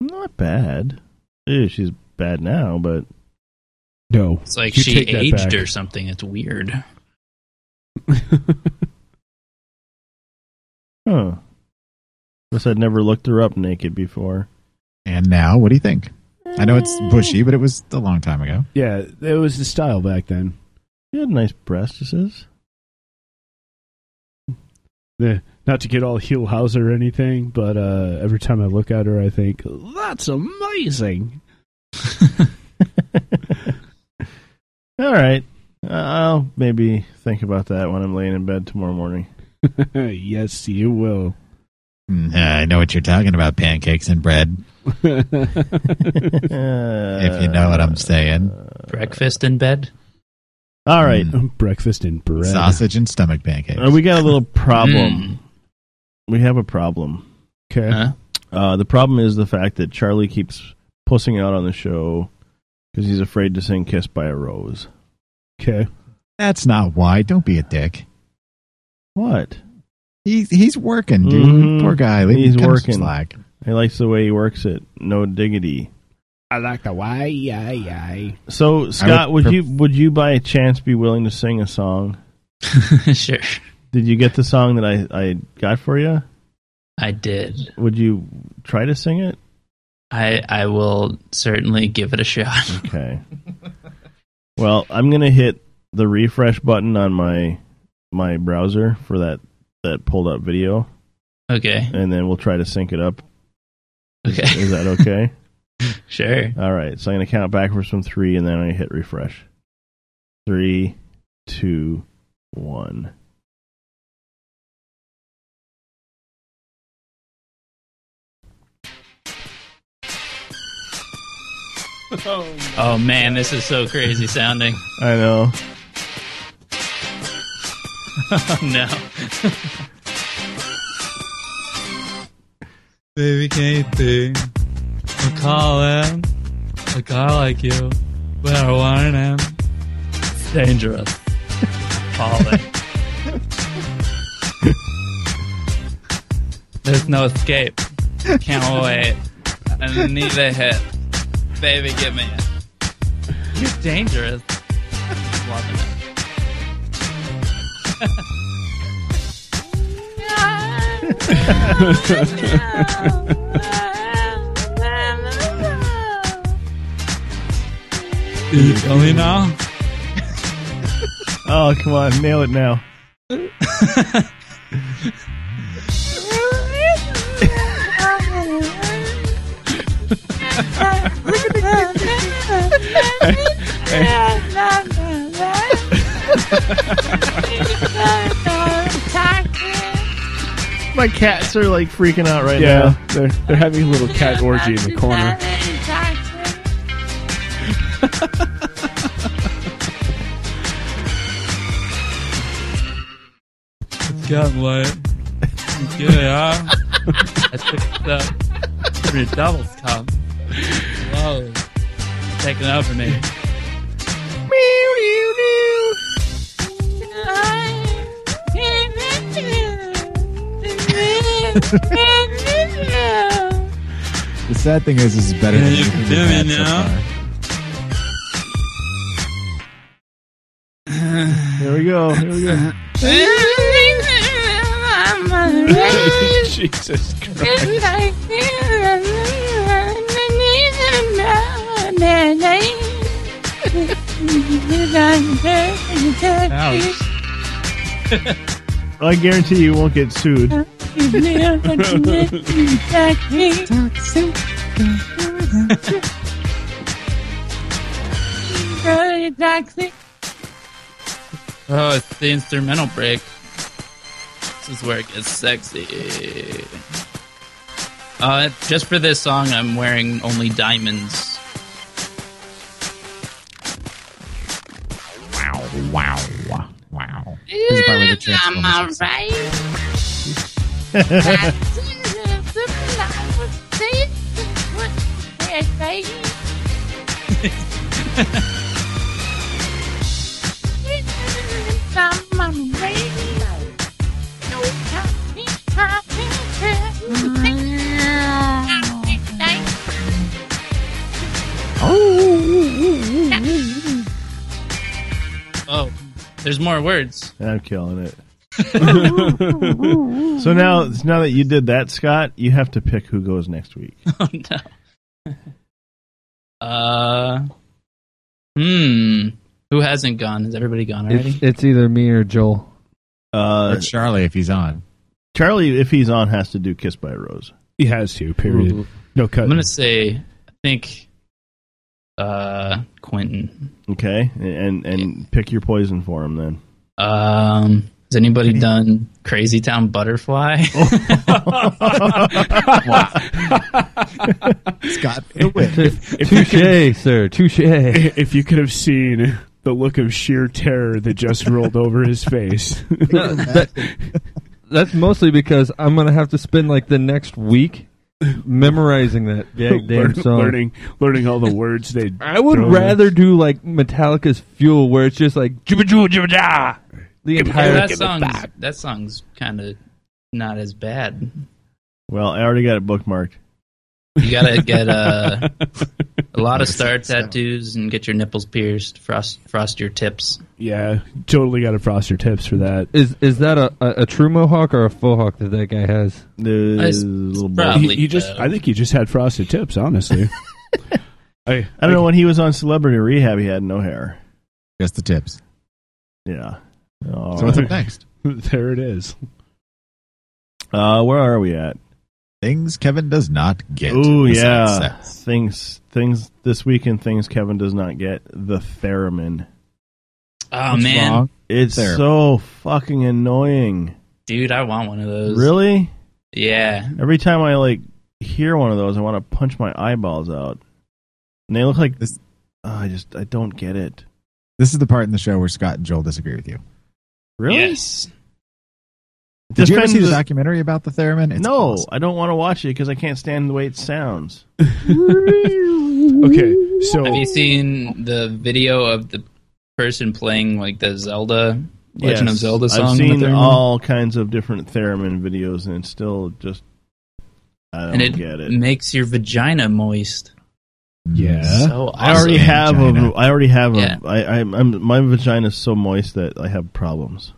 S5: not bad. Ew, she's bad now, but
S7: no,
S8: It's like she aged or something. It's weird.
S5: Huh. Guess I'd never looked her up naked before.
S6: And now, what do you think? I know it's bushy, but it was a long time ago.
S7: Yeah, it was the style back then.
S5: She had nice breastises.
S7: The, not to get all heel house or anything, but uh, every time I look at her, I think that's amazing.
S5: All right. I'll maybe think about that when I'm laying in bed tomorrow morning.
S7: yes, you will.
S6: Mm, I know what you're talking about pancakes and bread, if you know what
S5: Uh,
S6: I'm saying.
S8: Breakfast in bed.
S5: All right.
S7: Breakfast and bread.
S6: Mm. Sausage and stomach pancakes.
S5: Uh, we got a little problem. We have a problem.
S7: Okay.
S8: Huh?
S5: Uh, the problem is the fact that Charlie keeps pussing out on the show because he's afraid to sing "Kiss by a Rose."
S7: Okay.
S6: That's not why. Don't be a dick.
S5: What?
S6: He's he's working, dude.
S5: Mhm.
S6: Poor guy. Leave
S5: He's
S6: him cut him some
S5: working.
S6: Slack.
S5: He likes the way he works it. No diggity.
S7: I like the why, yeah, yeah.
S5: So, Scott, would,
S6: pref-
S5: you would you by chance be willing to sing a song?
S8: sure.
S5: Did you get the song that I, I got for you?
S8: I did.
S5: Would you try to sing it?
S8: I I will certainly give it a shot.
S5: Okay. well, I'm gonna hit the refresh button on my my browser for that that pulled up video,
S8: Okay.
S5: and then we'll try to sync it up.
S8: Okay.
S5: Is that okay?
S8: Sure.
S5: All right. So I'm gonna count backwards from three, and then I hit refresh. Three, two, one.
S8: Oh man, this is so crazy sounding.
S5: I know.
S8: Oh no.
S10: Baby Katie, I call him a guy like you, but I want him.
S8: It's dangerous. Falling. There's no escape. Can't wait. I need a hit. Baby, give me it. You're dangerous. Loving it.
S10: Only now.
S5: Oh, come on, nail it now. My cats are like freaking out right
S3: Yeah,
S5: now. They're they're having a little cat orgy in the corner.
S11: Godlight. Yeah. I took it
S8: uh,
S11: up for your doubles cup. Wow. Taking it out for me.
S6: The sad thing is, this is better than
S11: You
S6: anything
S11: can
S6: we've
S11: do me
S6: had so
S11: now.
S5: Here we go. Here we go. Jesus Christ. I guarantee you won't get sued.
S8: Oh, it's the instrumental break. This is where it gets sexy. Uh, just for this song, I'm wearing only diamonds.
S6: Wow, wow, wow. wow. This is the part where the Transformers-
S8: Oh, there's more words.
S5: I'm killing it. so now, now that you did that, Scott, you have to pick who goes next week.
S8: Oh no. Uh, hmm. Who hasn't gone? Has everybody gone already?
S10: It's, it's either me or Joel.
S5: Uh,
S10: Or
S6: Charlie, if he's on.
S5: Charlie, if he's on, has to do "Kiss by a Rose."
S7: He has to. Period.
S8: Ooh.
S7: No cut.
S5: Uh,
S8: I'm gonna say, I think, uh, Quentin.
S5: Okay, and and pick your poison for him then.
S8: Um, has anybody done Crazy Town Butterfly?
S5: Oh.
S6: Scott
S10: Touche, sir. Touche.
S7: If you could have seen the look of sheer terror that just rolled over his face.
S10: No, that- that's mostly because I'm gonna have to spend like the next week memorizing that gag damn
S7: Learn-
S10: song.
S7: learning, learning all the words they.
S10: I would rather do like Metallica's Fuel, where it's just like jibba jibba jibba da. The
S8: Yeah,
S10: entire
S8: that song's that song's kind of not as bad.
S5: Well, I already got it bookmarked.
S8: You gotta get uh, a lot of star tattoos and get your nipples pierced, frost frost your tips.
S7: Yeah, totally got to frost your tips for that.
S10: Is is that a, a, a true mohawk or a faux hawk that that guy has?
S5: It's little boy. probably
S7: He, he just,
S5: both.
S7: I think he just had frosted tips. Honestly, I
S5: I don't know when he was on Celebrity Rehab, he had no hair.
S6: Just the tips.
S5: Yeah. Oh.
S6: So what's up next?
S7: there it is.
S5: Uh, where are we at?
S6: Things Kevin does not get.
S5: Oh
S6: besides
S5: yeah, things things this weekend. Things Kevin does not get the theremin.
S8: Oh man,
S5: it's
S8: Theremin.
S5: so fucking annoying.
S8: dude, I want one of those.
S5: Really?
S8: Yeah.
S5: Every time I like hear one of those, I want to punch my eyeballs out. And they look like this. I just I don't get it.
S6: This is the part in the show where Scott and Joel disagree with you.
S5: Really?
S8: Yes.
S6: Did you ever
S5: Defend
S6: see the
S5: the-
S6: documentary about the theremin? It's
S5: no,
S6: awesome.
S5: I don't want to watch it because I can't stand the way it sounds.
S7: okay, so
S8: Have you seen the video of the person playing like the Zelda Legend of
S5: Yes.
S8: Zelda song?
S5: I've
S8: that
S5: seen
S8: they're-
S5: all kinds of different theremin videos, and it's still just I don't
S8: and it,
S5: get it.
S8: makes your vagina moist.
S7: Yeah,
S8: So
S5: I already
S8: awesome.
S5: have a.
S8: Vagina.
S5: I already have
S8: Yeah.
S5: a. I, I'm, I'm my vagina's so moist that I have problems.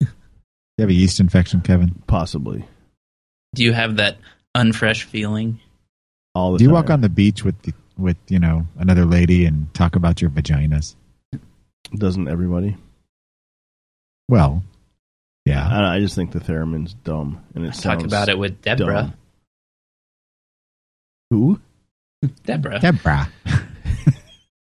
S6: You have a yeast infection, Kevin.
S5: Possibly
S8: Do you have that unfresh feeling?
S5: all the
S6: Do you
S5: time.
S6: walk on the beach with the, with you know another lady and talk about your vaginas?
S5: Doesn't everybody?
S6: Well, yeah.
S5: I, don't know, I just think the theremin's dumb, and it sounds
S8: Talked about it with Deborah.
S5: dumb. Who?
S8: Deborah.
S6: Deborah.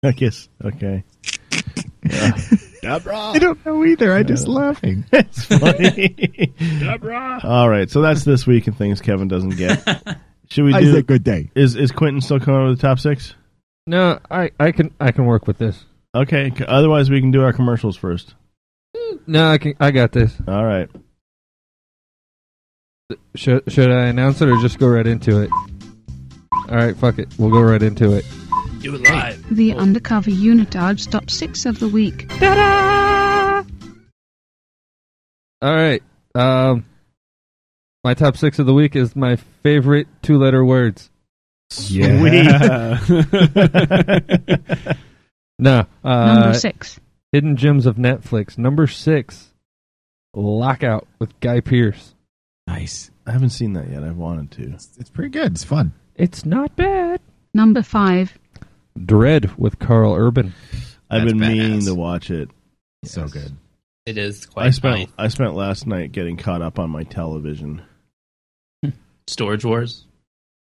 S5: I guess. Okay. Deborah. I
S6: don't know either. I'm just laughing.
S5: It's funny. All right, so that's this week and things Kevin doesn't get. Should we do?
S10: How's that good day?
S5: Is is Quentin still coming over the top six?
S10: No, I, I can I can work with this.
S5: Okay. c- Otherwise, we can do our commercials first.
S10: No, I can I got this.
S5: All right.
S10: Should should I announce it or just go right into it? All right, fuck it. We'll go right into it.
S8: Do it live.
S12: The undercover unitage top six of the week.
S10: All right. Um, my top six of the week is my favorite two-letter words. no. Uh,
S12: Number six.
S10: Hidden gems of Netflix. Number six. Lockout with Guy Pearce.
S6: Nice.
S5: I haven't seen that yet. I wanted to. It's,
S6: pretty good. It's fun.
S10: It's not bad.
S12: Number five.
S10: Dread with Carl Urban.
S5: I've been meaning to watch it.
S6: So good.
S8: It is quite
S5: I spent
S8: funny.
S5: I spent last night getting caught up on my television.
S8: Storage Wars.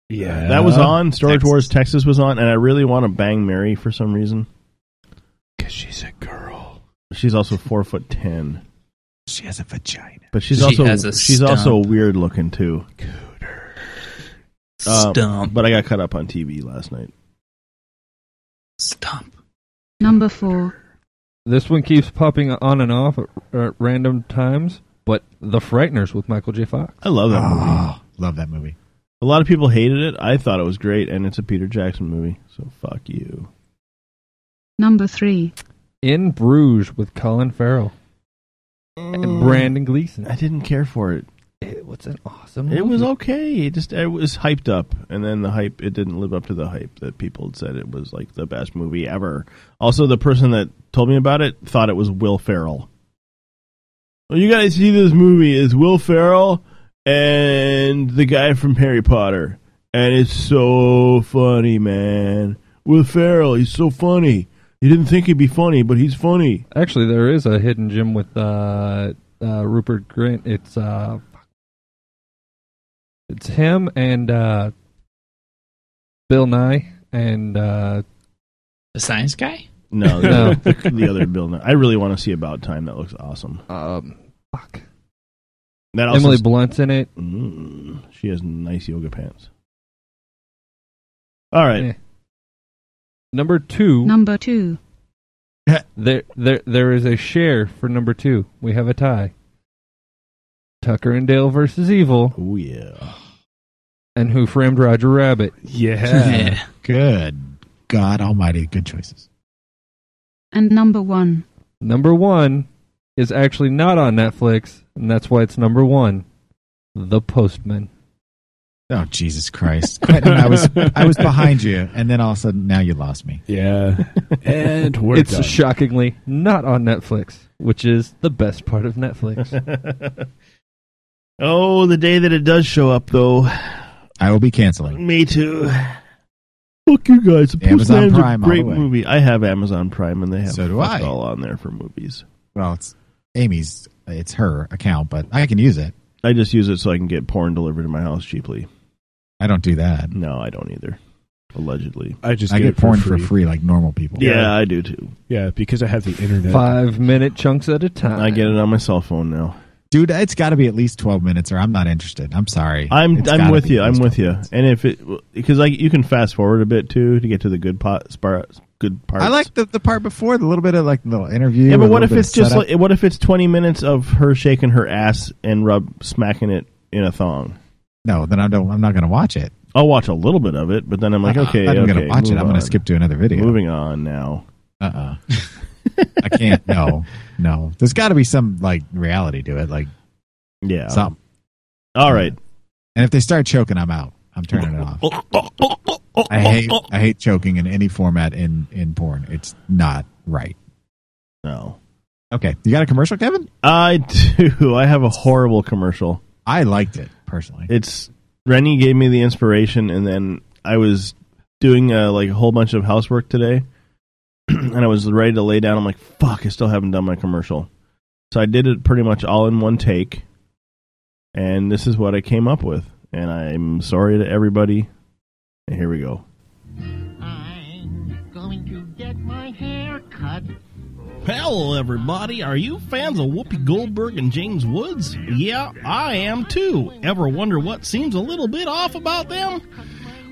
S5: Yeah, that was
S10: Uh,
S5: on. Storage Wars Texas was on, and I really want to bang Mary for some reason.
S10: Because she's a girl.
S5: She's also four foot ten,
S6: She has a vagina.
S5: but she's
S6: She
S5: also
S6: has a
S5: she's
S6: stump.
S5: also weird looking too. Um,
S12: Stump.
S5: but I got caught up on TV last night.
S8: Stump.
S12: Number four.
S10: This one keeps popping on and off at, at random times, but The Frighteners with Michael J. Fox.
S5: I love that
S10: Ah.
S5: movie.
S6: Love that movie.
S5: A lot of people hated it. I thought it was great, and it's a Peter Jackson movie, so fuck you.
S12: Number three.
S10: In Bruges with Colin Farrell and Brandon Gleeson.
S5: Mm. I didn't care for it.
S10: It was an awesome.
S5: It was
S10: movie.
S5: okay. It just it was hyped up, and then the hype it didn't live up to the hype that people had said it was like the best movie ever. Also, the person that told me about it thought it was Will Ferrell. Well, you guys see this movie is Will Ferrell and the guy from Harry Potter, and it's so funny, man. Will Ferrell, he's so funny. You didn't think he'd be funny, but he's funny.
S10: Actually, there is a hidden gem with uh, uh, Rupert Grint. It's uh, fuck. it's him and uh, Bill Nye and uh,
S8: the science guy.
S5: No, the, the other Bill. Nye. I really want to see About Time. That looks awesome.
S10: Um, fuck.
S5: That also
S10: Emily Blunt's in it.
S5: Mm, she has nice yoga pants. All right.
S10: Number two.
S12: Number two.
S10: There, there, there is a share for number two. We have a tie. Tucker and Dale versus Evil.
S5: Oh yeah.
S10: And who framed Roger Rabbit?
S12: Yeah.
S6: Good. God Almighty. Good choices.
S12: And number one.
S10: Number one is actually not on Netflix, and that's why it's number one. The Postman.
S6: Oh Jesus Christ, Quentin! I was I was behind you, and then all of a sudden, now you lost me.
S7: Yeah, and we're
S10: it's
S7: done.
S10: shockingly not on Netflix, which is the best part of Netflix.
S5: Oh, the day that it does show up, though.
S6: I will be canceling.
S5: Me too. Fuck you guys. The
S6: Amazon
S5: Postman's
S6: Prime
S5: a
S6: all
S5: great
S6: the way.
S5: movie. I have Amazon Prime, and they have
S6: So do
S5: fuck
S6: I.
S5: all on there for movies.
S6: Well, it's Amy's. It's her account, but I can use it.
S5: I just use it so I can get porn delivered to my house cheaply.
S6: I don't do that.
S5: No, I don't either. Allegedly,
S7: I just
S6: I
S7: get,
S6: get,
S7: it for
S6: porn
S7: free.
S6: for free like normal people.
S5: Yeah, I do too.
S7: Yeah, because I have the internet.
S10: Five minute chunks at a time.
S5: I get it on my cell phone now.
S6: Dude, it's got to be at least 12 minutes or I'm not interested. I'm sorry.
S5: I'm
S6: It's
S5: I'm
S6: gotta
S5: with
S6: be
S5: you.
S6: at
S5: I'm
S6: least
S5: with you. And if it because like you can fast forward a bit too to get to the good pot spar, good part.
S6: 12. I like the, the part before, the little bit of like little interview.
S5: Yeah,
S6: a
S5: but what
S6: little
S5: if
S6: bit
S5: it's
S6: of
S5: just
S6: setup.
S5: like what if it's 20 minutes of her shaking her ass and rub smacking it in a thong?
S6: No, then I don't I'm not going to watch it.
S5: I'll watch a little bit of it, but then I'm like,
S6: Uh-uh.
S5: okay,
S6: I'm not
S5: okay,
S6: gonna watch it.
S5: move
S6: I'm gonna
S5: on.
S6: skip to another video.
S5: Moving on now.
S6: Uh-uh. I can't. No. No. There's got to be some like reality to it like
S5: yeah.
S6: Something.
S5: All right.
S6: And if they start choking, I'm out. I'm turning it off. I hate I hate choking in any format in in porn. It's not right.
S5: No.
S6: Okay. You got a commercial, Kevin?
S5: I do. I have a horrible commercial.
S6: I liked it personally.
S5: It's Rennie gave me the inspiration, and then I was doing uh, like a whole bunch of housework today, and I was ready to lay down. I'm like, fuck, I still haven't done my commercial. So I did it pretty much all in one take, and this is what I came up with. And I'm sorry to everybody. And here we go.
S13: Going to get my hair cut.
S14: Hello, everybody. Are you fans of Whoopi Goldberg and James Woods? Yeah, I am too. Ever wonder what seems a little bit off about them?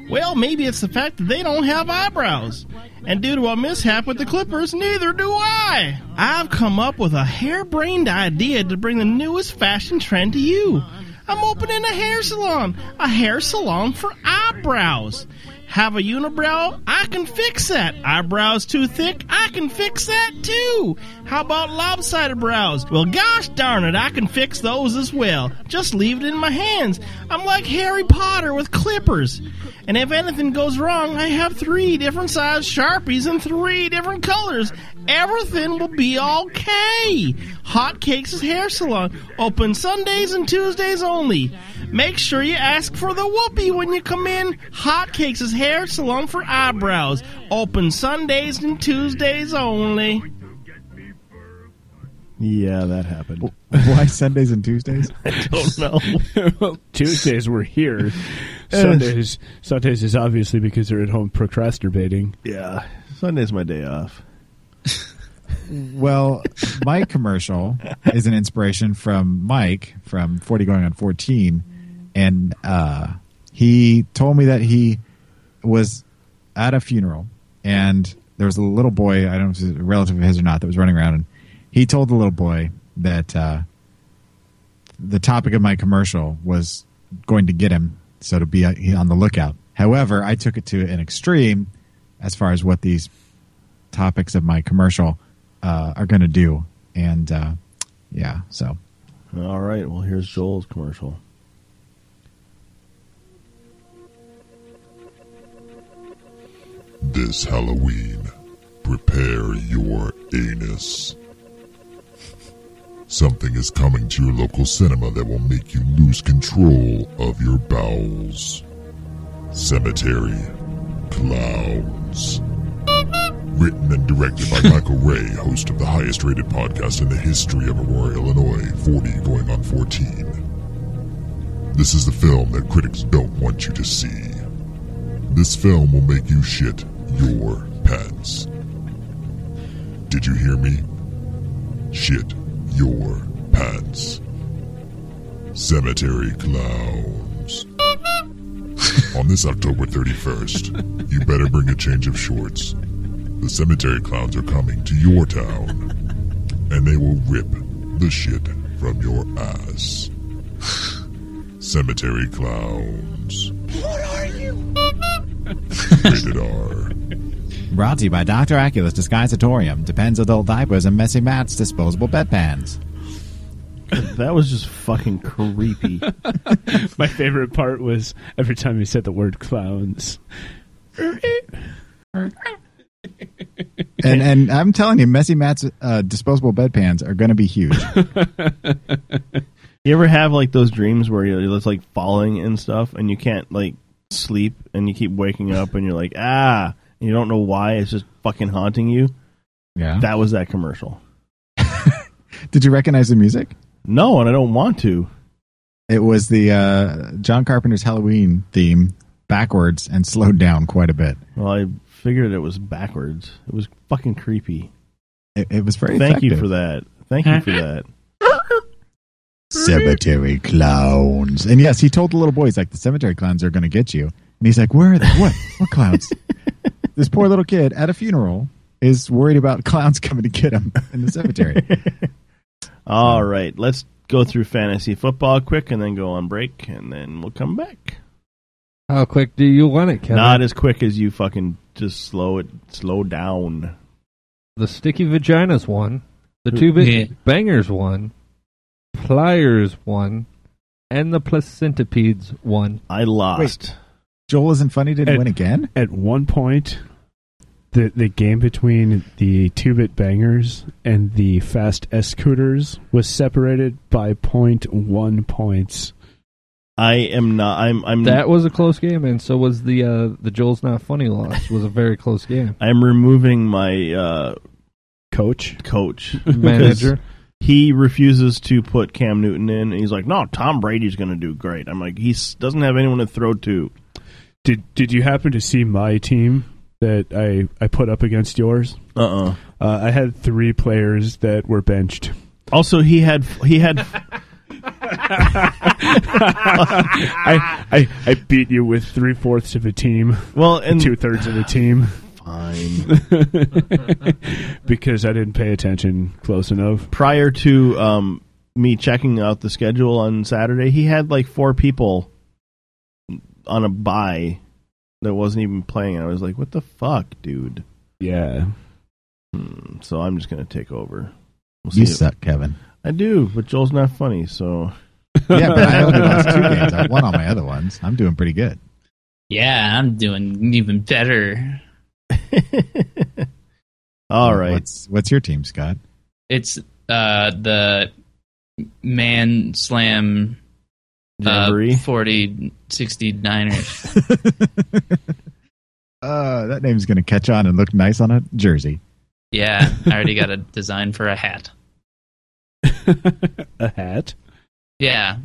S14: Well, maybe it's the fact that they don't have eyebrows. And due to a mishap with the Clippers, neither do I. I've come up with a harebrained idea to bring the newest fashion trend to you. I'm opening a hair salon, a hair salon for eyebrows. Have a unibrow? I can fix that. Eyebrows too thick? I can fix that too. How about lopsided brows? Well, gosh darn it, I can fix those as well. Just leave it in my hands. I'm like Harry Potter with clippers. And if anything goes wrong, I have three different size sharpies in three different colors. Everything will be okay. Hot Cakes Hair Salon, open Sundays and Tuesdays only. Make sure you ask for the whoopee when you come in. Hot Cakes is hair salon for eyebrows. Open Sundays and Tuesdays only.
S5: Yeah, that happened.
S6: Why Sundays and Tuesdays?
S5: I don't know.
S7: well, Tuesdays we're here. Sundays, Sundays is obviously because they're at home procrastinating.
S5: Yeah, Sunday's my day off.
S6: Well, my commercial is an inspiration from Mike from 40 going on 14 and uh he told me that he was at a funeral and there was a little boy, I don't know if it's a relative of his or not, that was running around and he told the little boy that uh the topic of my commercial was going to get him, so to be uh, on the lookout. However, I took it to an extreme as far as what these topics of my commercial uh, are going to do, and uh, yeah, so
S5: All right. Well, here's Joel's commercial.
S15: This Halloween, prepare your anus. Something is coming to your local cinema that will make you lose control of your bowels. Cemetery Clowns. Written and directed by Michael Ray, host of the highest rated podcast in the history of Aurora, Illinois, 40 going on 14. This is the film that critics don't want you to see. This film will make you shit your pants. Did you hear me? Shit your pants. Cemetery clowns. On this October 31st, you better bring a change of shorts. The cemetery clowns are coming to your town, and they will rip the shit from your ass. Cemetery clowns. What are you? Rated R.
S6: Brought to you by Dr. Oculus Disguisatorium. Depends adult diapers and messy mats, disposable bedpans.
S5: That was just fucking creepy.
S7: My favorite part was every time you said the word clowns.
S6: And and I'm telling you, messy mats, uh, disposable bedpans are going to be huge.
S5: You ever have like those dreams where you're just like falling and stuff, and you can't like sleep, and you keep waking up, and you're like, ah, and you don't know why. It's just fucking haunting you.
S6: Yeah,
S5: that was that commercial.
S6: Did you recognize the music?
S5: No, and I don't want to.
S6: It was the uh, John Carpenter's Halloween theme backwards and slowed down quite a bit.
S5: Well, I figured it was backwards. It was fucking creepy.
S6: It, it was very.
S5: Thank you
S6: effective.
S5: for that. Thank you for that.
S6: cemetery clowns. And yes, he told the little boy, he's like, the cemetery clowns are going to get you. And he's like, where are they? What? What clowns? this poor little kid at a funeral is worried about clowns coming to get him in the cemetery.
S5: All right, let's go through fantasy football quick, and then go on break, and then we'll come back.
S10: How quick do you want it, Kevin?
S5: Not as quick as you fucking just slow it, slow down.
S10: the sticky vaginas one, the
S5: Who-
S10: two big
S5: Yeah.
S10: bangers one, pliers one, and the placentipedes one.
S5: I lost.
S6: Joel isn't funny. Didn't win again.
S7: At one point, the the game between the two bit bangers and the fast scooters was separated by point one points.
S5: I am not. I'm. I'm.
S10: That was a close game, and so was the uh, the Joel's not funny loss. Was a very close game.
S5: I'm removing my uh,
S7: coach.
S5: Coach
S10: Manager.
S5: he refuses to put Cam Newton in. And he's like, no, Tom Brady's going to do great. I'm like, he s- doesn't have anyone to throw to.
S7: Did Did you happen to see my team that I I put up against yours?
S5: Uh-uh.
S7: Uh I had three players that were benched.
S5: Also, he had he had.
S7: I, I I beat you with three fourths of a team.
S5: Well, and
S7: two thirds of a team.
S5: Fine.
S7: because I didn't pay attention close enough.
S5: Prior to um, me checking out the schedule on Saturday, he had like four people on a buy that wasn't even playing. I was like, what the fuck, dude?
S7: Yeah.
S5: Hmm, so I'm just going to take over. We'll
S6: you
S5: see if-
S6: suck, Kevin.
S5: I do, but Joel's not funny, so.
S6: Yeah, but I only lost two games. I won all my other ones. I'm doing pretty good.
S11: Yeah, I'm doing even better.
S5: All right.
S6: What's, what's your team, Scott?
S8: It's uh, the Man Slam uh, 40 69ers.
S6: Uh, that name's going to catch on and look nice on a jersey.
S8: yeah, I already got a design for a hat.
S7: A hat.
S8: Yeah.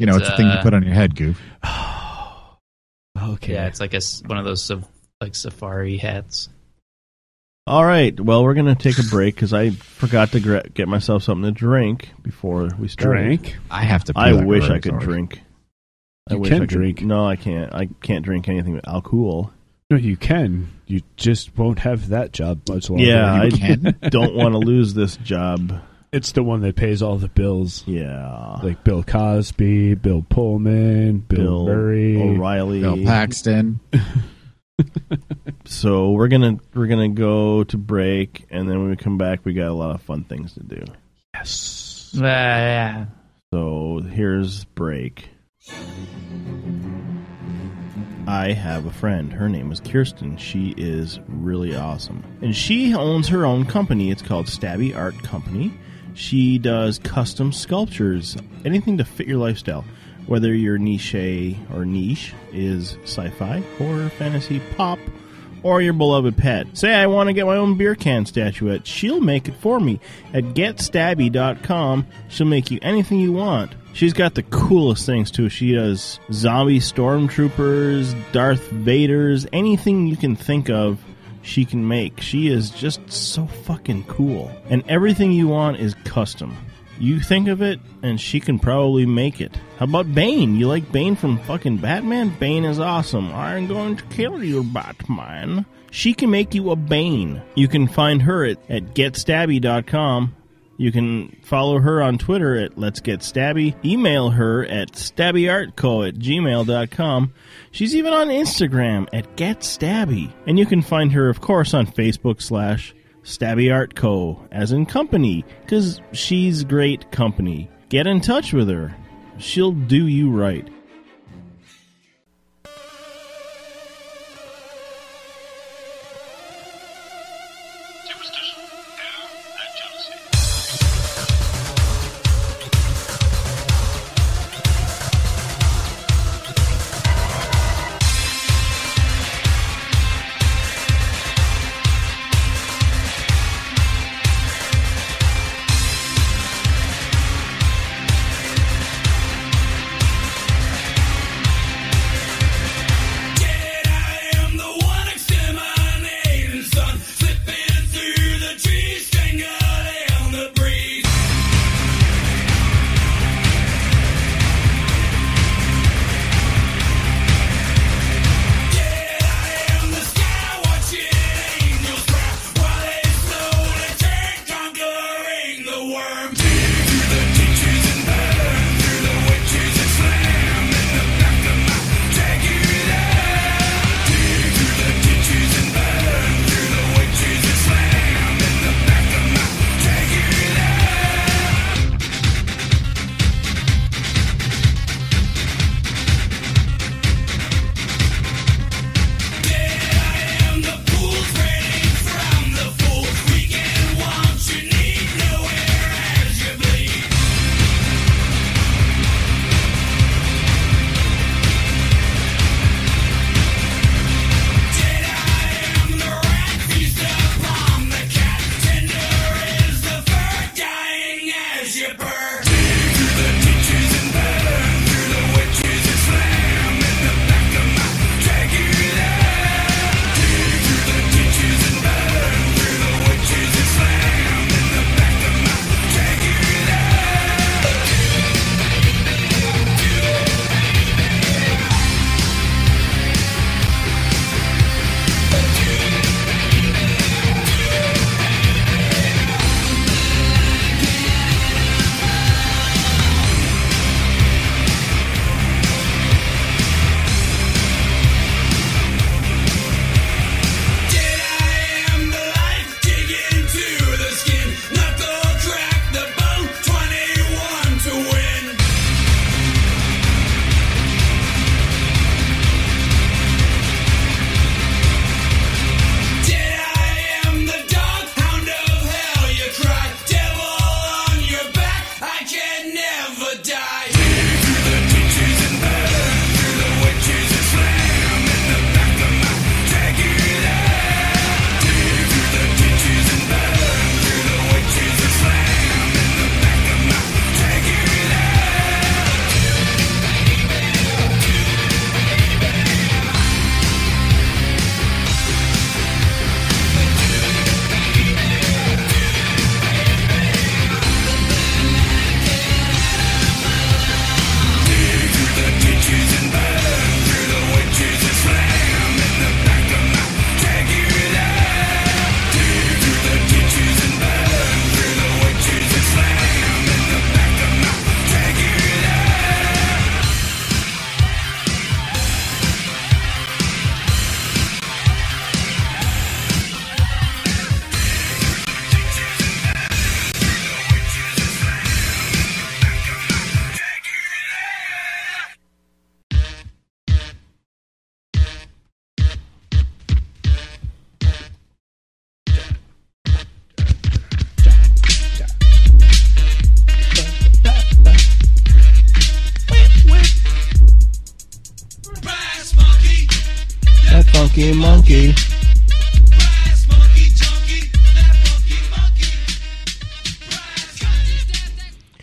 S6: You know, it's, a thing you
S8: uh,
S6: put on your head, goof.
S8: Oh,
S7: Okay.
S8: Yeah, it's like a, s- one of those sav- like safari hats.
S5: All right. Well, we're going to take a break because I forgot to gra- get myself something to drink before we started.
S7: Drink?
S6: I have to.
S5: I
S6: pee like
S5: wish
S6: a
S5: I
S6: rose
S5: could
S6: already.
S5: drink.
S7: You
S5: wish
S7: can
S5: could-
S7: drink.
S5: No, I can't. I can't drink anything with alcohol.
S7: No, you can. You just won't have that job much longer.
S5: yeah, I don't want to lose this job.
S7: It's the one that pays all the bills.
S5: Yeah.
S7: Like Bill Cosby, Bill Pullman, Bill,
S5: Bill
S7: Murray,
S5: O'Reilly.
S6: Bill Paxton.
S5: So we're gonna we're gonna go to break, and then when we come back, we got a lot of fun things to do.
S7: Yes.
S8: yeah.
S5: So here's break. I have a friend. Her name is Kirsten. She is really awesome. And she owns her own company. It's called Stabby Art Company. She does custom sculptures, anything to fit your lifestyle. Whether your niche or niche is sci fi, horror, fantasy, pop, or your beloved pet. Say, I want to get my own beer can statuette. She'll make it for me at getstabby.com. She'll make you anything you want. She's got the coolest things, too. She does zombie stormtroopers, Darth Vaders, anything you can think of. She can make. She is just so fucking cool. And everything you want is custom. You think of it, and she can probably make it. How about Bane? You like Bane from fucking Batman? Bane is awesome. I'm going to kill you, Batman. She can make you a Bane. You can find her at, at getstabby.com. You can follow her on Twitter at Let's Get Stabby. Email her at stabbyartco at gmail.com. She's even on Instagram at GetStabby. And you can find her, of course, on Facebook slash Stabby Art Co. as in company, because she's great company. Get in touch with her. She'll do you right.
S3: I am the one exterminating sun, slipping through the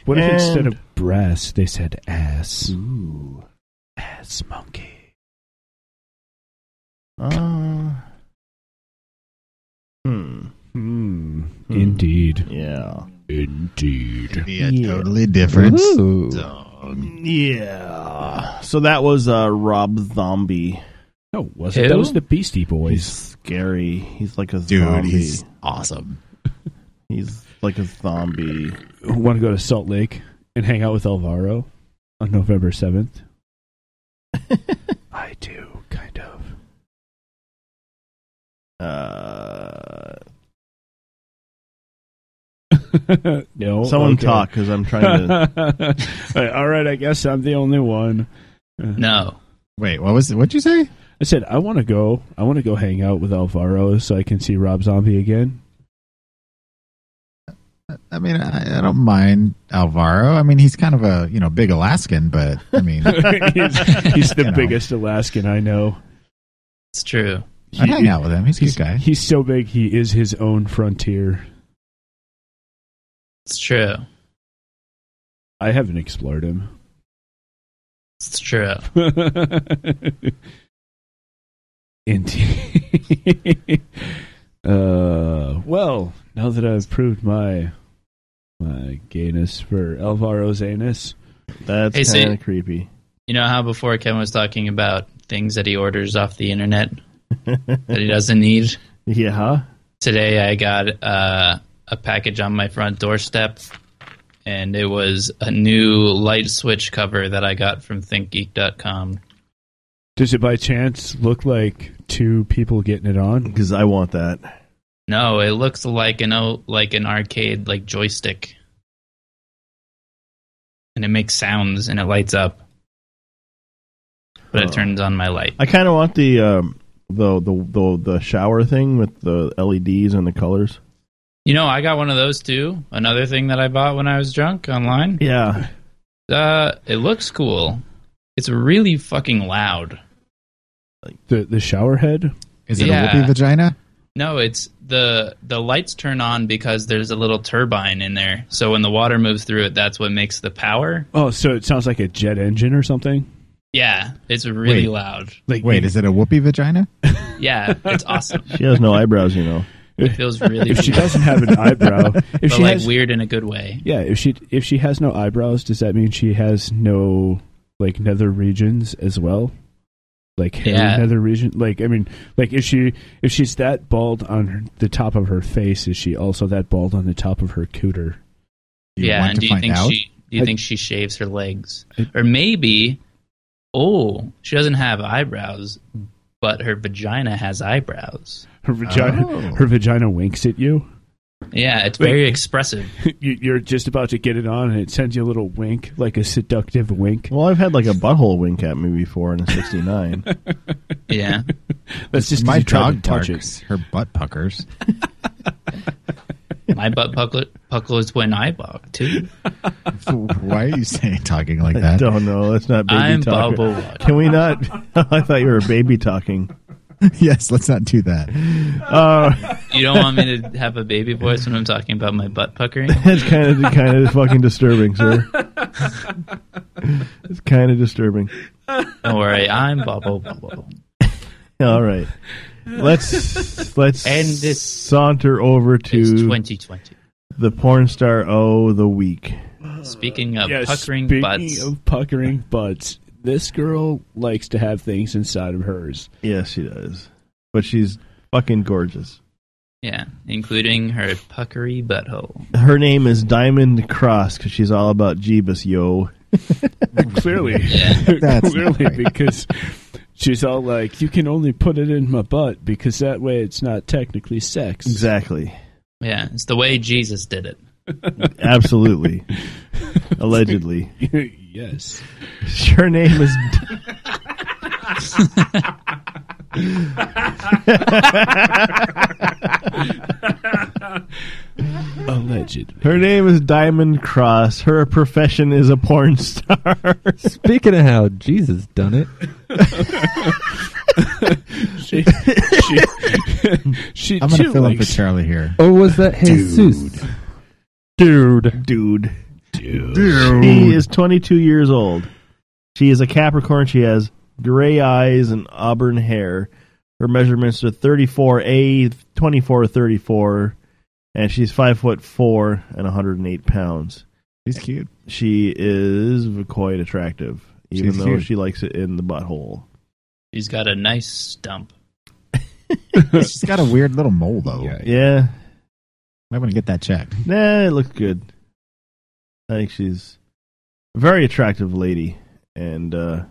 S7: What if
S5: And-
S7: instead of breast they said ass?
S5: Ooh,
S7: ass monkey.
S5: Uh, hmm.
S7: Hmm. Indeed.
S5: Yeah.
S7: Indeed.
S5: Yeah,
S6: totally different Ooh.
S5: Yeah. So that was uh, Rob Zombie.
S7: No, was it? That was the Beastie Boys.
S5: scary. He's like a
S7: Dude,
S5: zombie.
S7: he's
S6: awesome.
S5: he's like a zombie.
S7: Want to go to Salt Lake and hang out with Alvaro on November seventh? I do, kind of.
S5: Uh,
S7: no.
S5: Someone talk, 'cause I'm trying
S7: to. Oh, all right, I guess I'm the only one. Uh,
S8: No.
S6: Wait, what was what'd you say?
S7: I said I want to go. I want to go hang out with Alvaro so I can see Rob Zombie again.
S6: I mean, I, I don't mind Alvaro. I mean, he's kind of a you know big Alaskan, but I mean,
S7: he's, he's the
S6: You know.
S7: biggest Alaskan I know.
S8: It's true.
S6: I'd hang out with him. He's a good guy.
S7: He's so big, he is his own frontier.
S8: It's true.
S7: I haven't explored him.
S8: It's true.
S7: Indeed. uh, well, now that I've proved my my gayness for Alvaro's anus,
S5: that's
S8: Hey, so-
S7: kinda
S5: creepy.
S8: You know how before Ken was talking about things that he orders off the internet that he doesn't need?
S5: Yeah.
S8: Today I got uh, a package on my front doorstep, and it was a new light switch cover that I got from thinkgeek.com.
S7: Does it by chance look like two people getting it on?
S5: Because I want that.
S8: No, it looks like an o- like an arcade like joystick. And it makes sounds and it lights up. But
S5: Huh.
S8: it turns on my light.
S5: I kind of want the um, the the the the shower thing with the LEDs and the colors.
S8: You know, I got one of those too. Another thing that I bought when I was drunk online.
S5: Yeah.
S8: Uh, it looks cool. It's really fucking loud.
S7: The the shower head?
S6: Is it
S8: Yeah.
S6: a whoopee vagina?
S8: No, it's the the lights turn on because there's a little turbine in there. So when the water moves through it, that's what makes the power.
S7: Oh, so it sounds like a jet engine or something.
S8: Yeah, it's really
S7: Wait.
S8: loud.
S7: Like
S6: Wait, is it a whoopee vagina?
S8: Yeah, it's awesome.
S5: She has no eyebrows, you know.
S8: It feels really.
S7: If she
S8: weird.
S7: doesn't have an eyebrow, if
S8: but
S7: she
S8: like
S7: has-
S8: weird in a good way.
S7: Yeah, if she if she has no eyebrows, does that mean she has no like nether regions as well? Like hairy
S8: Yeah.
S7: nether region. Like I mean, like if she if she's that bald on her, the top of her face, is she also that bald on the top of her cooter?
S8: yeah, and do you think she do you
S7: I-
S8: think she shaves her legs? or maybe oh, she doesn't have eyebrows, but her vagina has eyebrows.
S7: her vagina
S8: Oh.
S7: her vagina winks at you?
S8: Yeah, it's
S7: Wait.
S8: very expressive.
S7: you? You're just about to get it on, and it sends you a little wink, like a seductive wink.
S5: Well, I've had like a butthole wink at me before in a '69.
S8: Yeah.
S7: That's just 'cause
S6: my
S7: you tried to
S6: dog
S7: touch
S6: barks. Her butt puckers.
S8: My butt puckle, puckles when I bog too.
S6: Why are you saying talking like
S5: I
S6: that?
S5: don't know. That's not baby
S8: I'm
S5: talk.
S8: Bobo Watch.
S5: Can we not? I thought you were baby talking.
S6: yes, let's not do that.
S5: Uh,
S8: You don't want me to have a baby voice when I'm talking about my butt puckering?
S5: That's kind of kind of fucking disturbing, sir. It's kind of disturbing.
S8: Don't worry, I'm Bobo Bobo.
S5: All right, let's let's
S8: And it's-
S5: saunter over to
S8: It's 2020.
S5: the porn star O of the week.
S8: Speaking of
S7: Yeah,
S8: puckering
S7: speaking
S8: butts,
S7: of puckering butts, this girl likes to have things inside of hers.
S5: Yes, she does, but she's fucking gorgeous.
S8: yeah, including her puckery butthole.
S5: Her name is Diamond Cross because she's all about Jeebus, yo.
S7: clearly,
S6: That's
S7: clearly, because she's all like, "You can only put it in my butt because that way it's not technically sex."
S5: Exactly.
S8: Yeah, it's the way Jesus did it.
S5: Absolutely. Allegedly.
S7: yes.
S5: Her name is.
S7: Allegedly.
S5: Her name is Diamond Cross. Her profession is a porn star.
S10: Speaking of how Jesus done it,
S7: She, she, she,
S6: I'm gonna
S7: she
S6: fill in for
S7: likes-
S6: Charlie here.
S10: or was that Jesus?
S5: Dude. Dude. She is 22 years old. She is a Capricorn. She has gray eyes and auburn hair. Her measurements are 34A, 24, 34, and she's five foot four and 108 pounds.
S6: She's cute.
S5: She is quite attractive, even
S8: She's
S5: though
S8: cute.
S5: she likes it in the butthole.
S8: He's got a nice stump.
S6: She's got a weird little mole though.
S5: Yeah.
S6: Might want to get that checked.
S5: Nah, it looks good. I think she's a very attractive lady, and uh,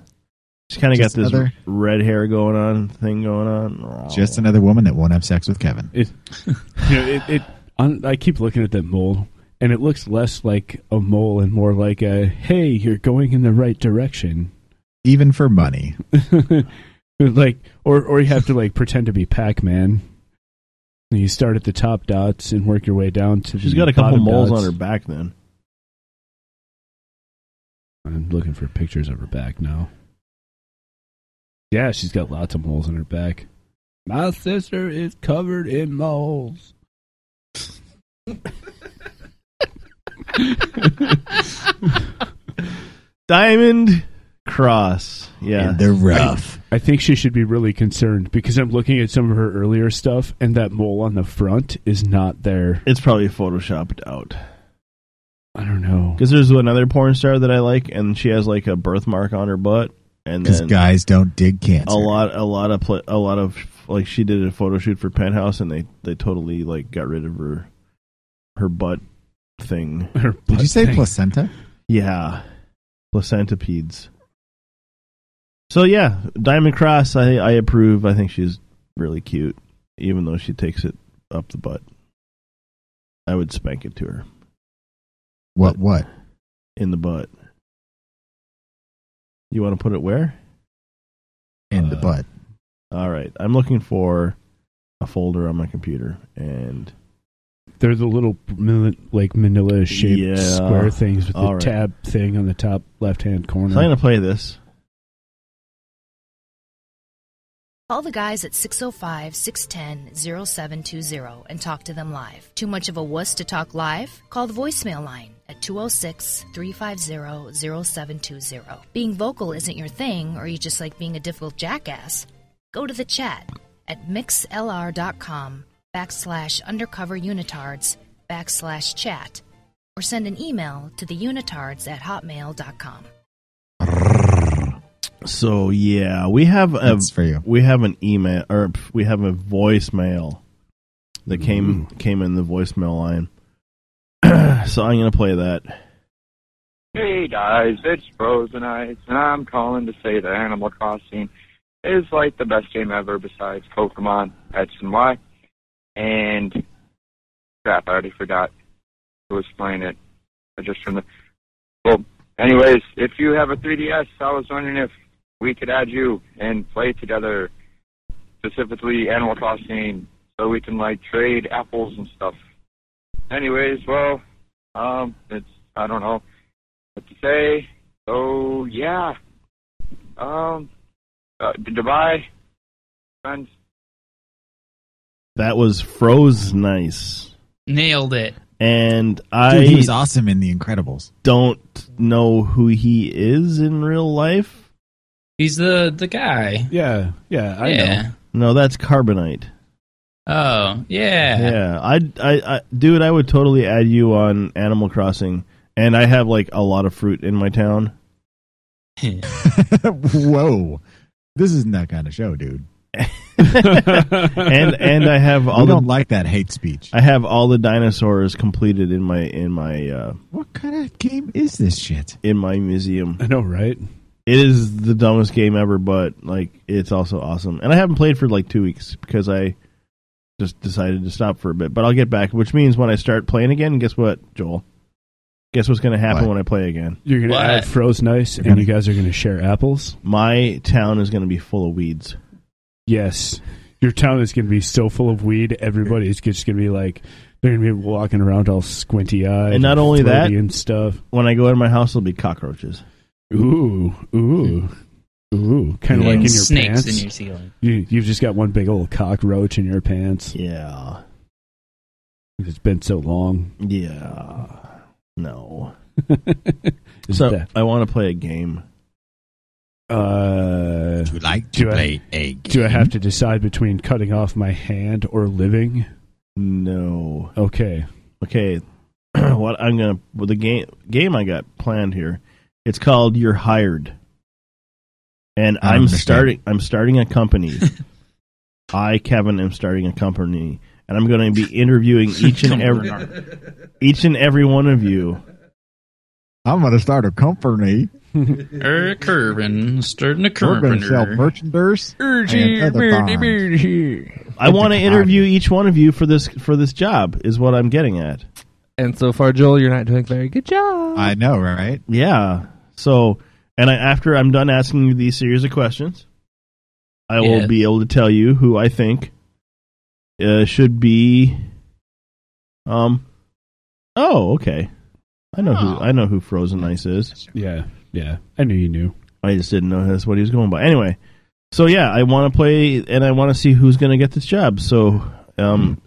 S5: she's kind of got
S6: Just
S5: this
S6: another-
S5: red hair going on, thing going on. Oh.
S6: Just another woman that won't have sex with Kevin.
S7: It, you know, it, it on, I keep looking at that mole, and it looks less like a mole and more like a hey, you're going in the right direction,
S6: even for money.
S7: like, or or you have to like pretend to be Pac Man. You start at the top dots and work your way down to.
S5: She's
S7: the
S5: got a couple
S7: bottom
S5: moles
S7: dots.
S5: on her back. Then
S7: I'm looking for pictures of her back now. Yeah, she's got lots of moles on her back. My sister is covered in moles.
S5: Diamond Cross, yeah,
S7: I, I think she should be really concerned because I'm looking at some of her earlier stuff, and that mole on the front is not there.
S5: It's probably photoshopped out.
S7: I don't
S6: Oh.
S7: know.
S5: Because there's another porn star that I like, and she has like a birthmark on her butt, and
S6: Because
S5: then
S6: guys don't dig cancer.
S5: a lot, a lot of, pla a lot of like she did a photo shoot for Penthouse, and they they totally like got rid of her her butt thing.
S7: Her
S6: Did you say placenta?
S5: Yeah, placentipedes. So yeah, Diamond Cross, I I approve. I think she's really cute, even though she takes it up the butt. I would spank it to her
S6: What? What?
S5: in the butt. You want to put it where?
S6: In
S7: Uh,
S6: the butt.
S5: All right, I'm looking for a folder on my computer, and
S7: They're the little mil- like manila shaped
S5: Yeah.
S7: square things with
S5: All
S7: the
S5: right.
S7: tab thing on the top left hand corner.
S5: so I'm gonna play this.
S4: Call the guys at 605 610 0720 and talk to them live. Too much of a wuss to talk live? Call the voicemail line at 206 350 0720. Being vocal isn't your thing, or you just like being a difficult jackass? Go to the chat at mixlr.com backslash undercover unitards backslash chat or send an email to the unitards at hotmail.com.
S5: So yeah, we have a
S6: That's for you.
S5: we have an email or pff, we have a voicemail that came came in the voicemail line. so I'm gonna play that.
S16: Hey guys, it's Frozen Ice, and I'm calling to say that Animal Crossing is like the best game ever besides Pokemon X and Y. And crap, I already forgot who was playing it. I just remember. Well, anyways, if you have a 3DS, I was wondering if we could add you and play together, specifically Animal Crossing, so we can like trade apples and stuff. Anyways, well, um, it's I don't know what to say. So yeah, um, uh, d- goodbye, friends.
S5: That was Froze Nice,
S8: Nailed it.
S5: and I
S6: Dude, he was awesome in The Incredibles.
S5: don't know who he is in real life.
S8: He's the the guy.
S7: Yeah, yeah,
S8: I know. Yeah.
S5: No, that's Carbonite.
S8: Oh, yeah.
S5: Yeah, I, I, I, dude, I would totally add you on Animal Crossing, and I have like a lot of fruit in my town.
S6: Whoa. This isn't that kind of show, dude.
S5: and and I have all
S6: We
S5: the,
S6: don't like that hate speech.
S5: I have all the dinosaurs completed in my in my uh,
S6: What kind of game is this shit?
S5: in my museum. I
S7: know, right?
S5: It is the dumbest game ever, but like it's also awesome. And I haven't played for like two weeks because I just decided to stop for a bit. But I'll get back, which means when I start playing again, guess what, Joel? Guess what's going to happen
S7: What?
S5: when I play again?
S7: You're gonna add Frozen Ice, and you guys are gonna share apples.
S5: My town is going to be full of weeds.
S7: Yes, your town is gonna be so full of weed. Everybody's just gonna be like, they're gonna be walking around all squinty eyed,
S5: And not only that-
S7: and stuff.
S5: When I go out of my house, there'll be cockroaches.
S7: Ooh, ooh, ooh! Kind of
S5: Yeah.
S7: like in your
S8: Snakes
S7: pants.
S8: in your ceiling.
S7: You, you've just got one big old cockroach in your pants.
S5: Yeah,
S7: it's been so long.
S5: Yeah, no. so I want to play a game.
S7: Uh,
S5: Would you like
S7: do
S5: to play
S7: I,
S5: a
S7: Do I
S5: game?
S7: have to decide between cutting off my hand or living?
S5: No.
S7: Okay.
S5: Okay. what I'm gonna well, the game game I got planned here. It's called You're Hired. And
S14: I don't
S5: I'm
S14: understand.
S5: starting I'm starting a company. I, Kevin, am starting a company and I'm gonna be interviewing each and every each and every one of you.
S6: I'm going to start a company.
S11: Er, curvin, starting a
S6: We're
S11: curvin.
S6: going to sell merchandise. and other bonds.
S5: I want to interview each one of you for this for this job is what I'm getting at.
S10: And so far, Joel, you're not doing very good job.
S5: I know, right? Yeah. So, and I, after I'm done asking you these series of questions, I
S14: Yeah.
S5: will be able to tell you who I think uh, should be. Um. Oh, okay. I know who I know who Frozen Ice is.
S7: Yeah, yeah. I knew you knew.
S5: I just didn't know that's what he was going by. Anyway, so yeah, I want to play and I want to see who's going to get this job. So, um,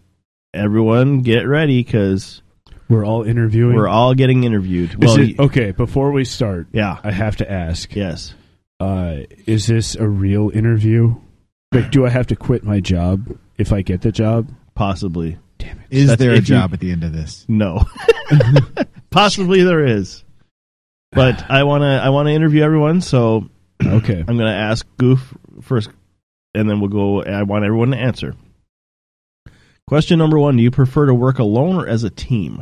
S5: everyone get ready because
S7: we're all interviewing.
S5: We're all getting interviewed.
S7: Is
S5: Well,
S7: it- okay, before we start,
S5: yeah,
S7: I have to ask.
S5: Yes.
S7: Uh, is this a real interview? Like, do I have to quit my job if I get the job?
S5: Possibly.
S7: Damn it!
S6: Is there a job at the end of this?
S5: No. Possibly there is. But I want to I want to interview everyone, so
S7: okay.
S5: I'm going to ask Goof first and then we'll go I want everyone to answer. Question number 1, do you prefer to work alone or as a team?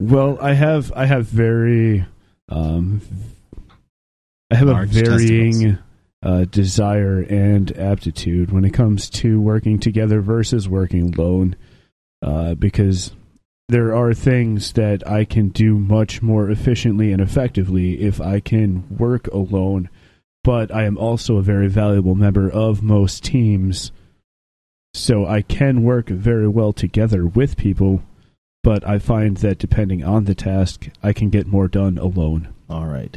S7: Well, I have I have very um I have
S6: Large
S7: a varying
S6: testicles.
S7: uh, desire and aptitude when it comes to working together versus working alone uh, because there are things that I can do much more efficiently and effectively if I can work alone, but I am also a very valuable member of most teams. So I can work very well together with people, but I find that depending on the task, I can get more done alone.
S5: All right.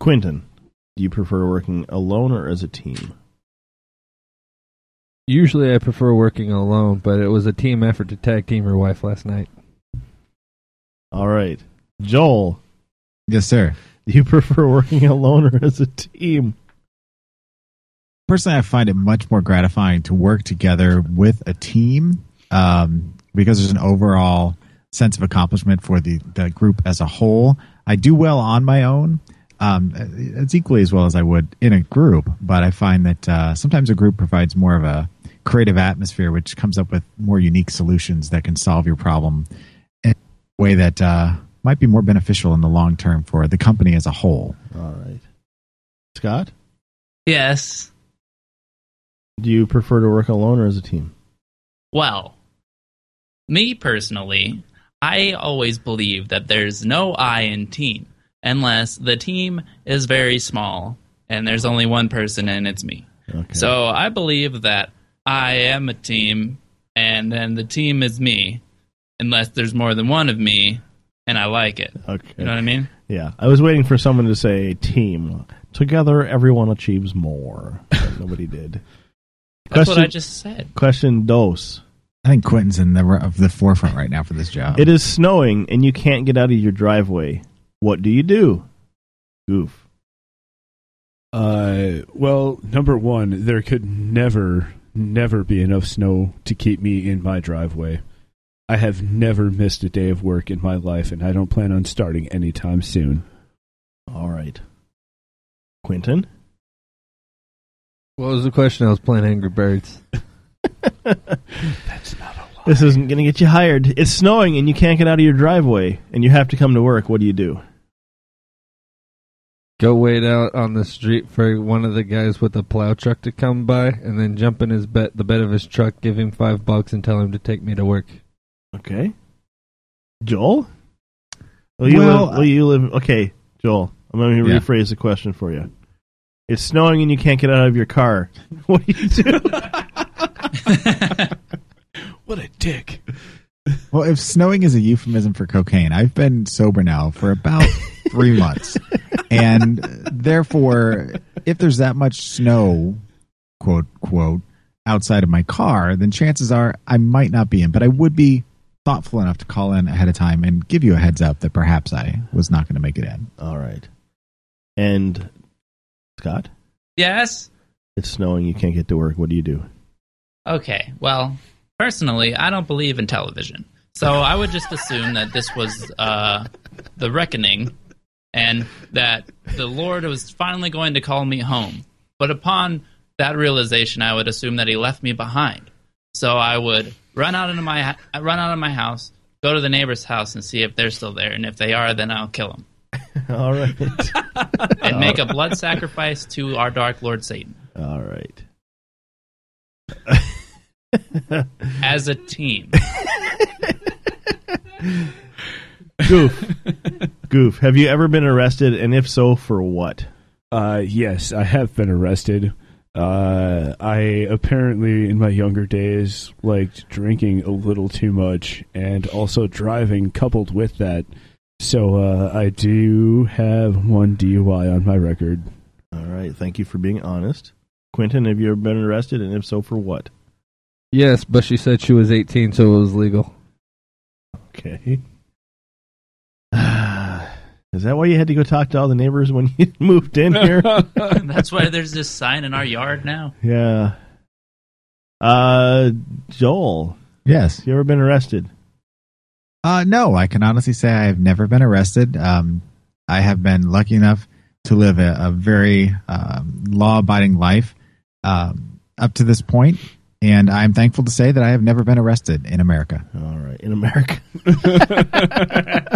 S5: Quentin, do you prefer working alone or as a team?
S10: Usually, I prefer working alone, but it was a team effort to tag team your wife last night.
S5: All right. Joel.
S6: Yes, sir.
S5: Do you prefer working alone or as a team?
S6: personally, I find it much more gratifying to work together with a team um, because there's an overall sense of accomplishment for the, the group as a whole. I do well on my own. Um, it's equally as well as I would in a group, but I find that uh, sometimes a group provides more of a creative atmosphere, which comes up with more unique solutions that can solve your problem in a way that uh, might be more beneficial in the long term for the company as a whole.
S5: All right. Scott,
S11: Yes.
S5: do you prefer to work alone or as a team?
S11: Well, me personally, I always believe that there's no I in team unless the team is very small and there's only one person and it's me. So I believe that I am a team and then the team is me unless there's more than one of me and I like it.
S5: Okay.
S11: You know what I mean?
S5: Yeah, I was waiting for someone to say team. Together, everyone achieves more. But nobody did.
S11: That's what I just said.
S5: Question dos.
S6: I think Quentin's in the of the forefront right now for this job.
S5: It is snowing and you can't get out of your driveway. What do you do? Goof.
S7: Uh, well, number one, there could never, never be enough snow to keep me in my driveway. I have never missed a day of work in my life, and I don't plan on starting anytime soon.
S5: All right. Quentin?
S10: What was the question? I was playing Angry Birds.
S5: This isn't going to get you hired. It's snowing and you can't get out of your driveway and you have to come to work. What do you do?
S10: Go wait out on the street for one of the guys with a plow truck to come by, and then jump in his bed, the bed of his truck, give him five bucks, and tell him to take me to work.
S5: Okay. Joel? Well, you
S10: Well,
S5: live, well, you live. Okay, Joel, I'm going to
S10: Yeah.
S5: rephrase the question for you. It's snowing and you can't get out of your car. What do you do?
S7: What a dick.
S6: Well, if snowing is a euphemism for cocaine, I've been sober now for about three months. And therefore, if there's that much snow, quote, quote, outside of my car, then chances are I might not be in, but I would be thoughtful enough to call in ahead of time and give you a heads up that perhaps I was not going to make it in.
S5: All right. And Scott,
S8: Yes.
S5: it's snowing. You can't get to work. What do you do?
S8: Okay. Well, personally, I don't believe in television, so I would just assume that this was uh, the reckoning, and that the Lord was finally going to call me home. But upon that realization, I would assume that He left me behind. So I would run out into my run out of my house, go to the neighbor's house, and see if they're still there. And if they are, then I'll kill them
S5: All right.
S7: Uh,
S5: Uh,
S8: and make a blood sacrifice to our dark Lord Satan
S5: All right.
S8: as a team.
S5: Goof. Goof. Have you ever been arrested? And if so, for what?
S7: Uh, yes, I have been arrested. Uh, I apparently, in my younger days, liked drinking a little too much and also driving coupled with that. So uh, I do have one DUI on my record.
S5: All right. Thank you for being honest. Quentin, have you ever been arrested? And if so, for what?
S10: Yes, but she said she was 18, so it was legal.
S5: Okay. Is that why you had to go talk to all the neighbors when you moved in here?
S8: That's why there's this sign in our yard now.
S5: yeah. Uh, Joel.
S6: Yes.
S5: You ever been arrested?
S6: Uh, no, I can honestly say I have never been arrested. Um, I have been lucky enough to live a, a very um, law abiding life um, up to this point, and I'm thankful to say that I have never been arrested in America.
S5: All right, in America.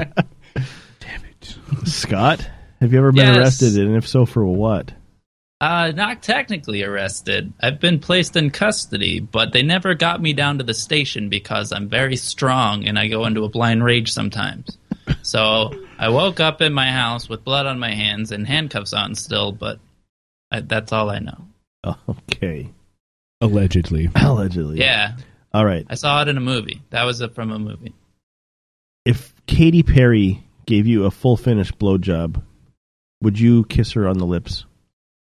S8: Uh,
S5: Scott, have you ever been
S8: Yes.
S5: arrested? And if so, for what?
S8: Uh, not technically arrested. I've been placed in custody, but they never got me down to the station because I'm very strong and I go into a blind rage sometimes. So I woke up in my house with blood on my hands and handcuffs on still, but I, that's all I know.
S5: Okay.
S7: Allegedly.
S5: Allegedly.
S8: Yeah,
S5: All right.
S8: I saw it in a movie. That was a, from a movie.
S5: If Katy Perry gave you a full finished blowjob, would you kiss her on the lips?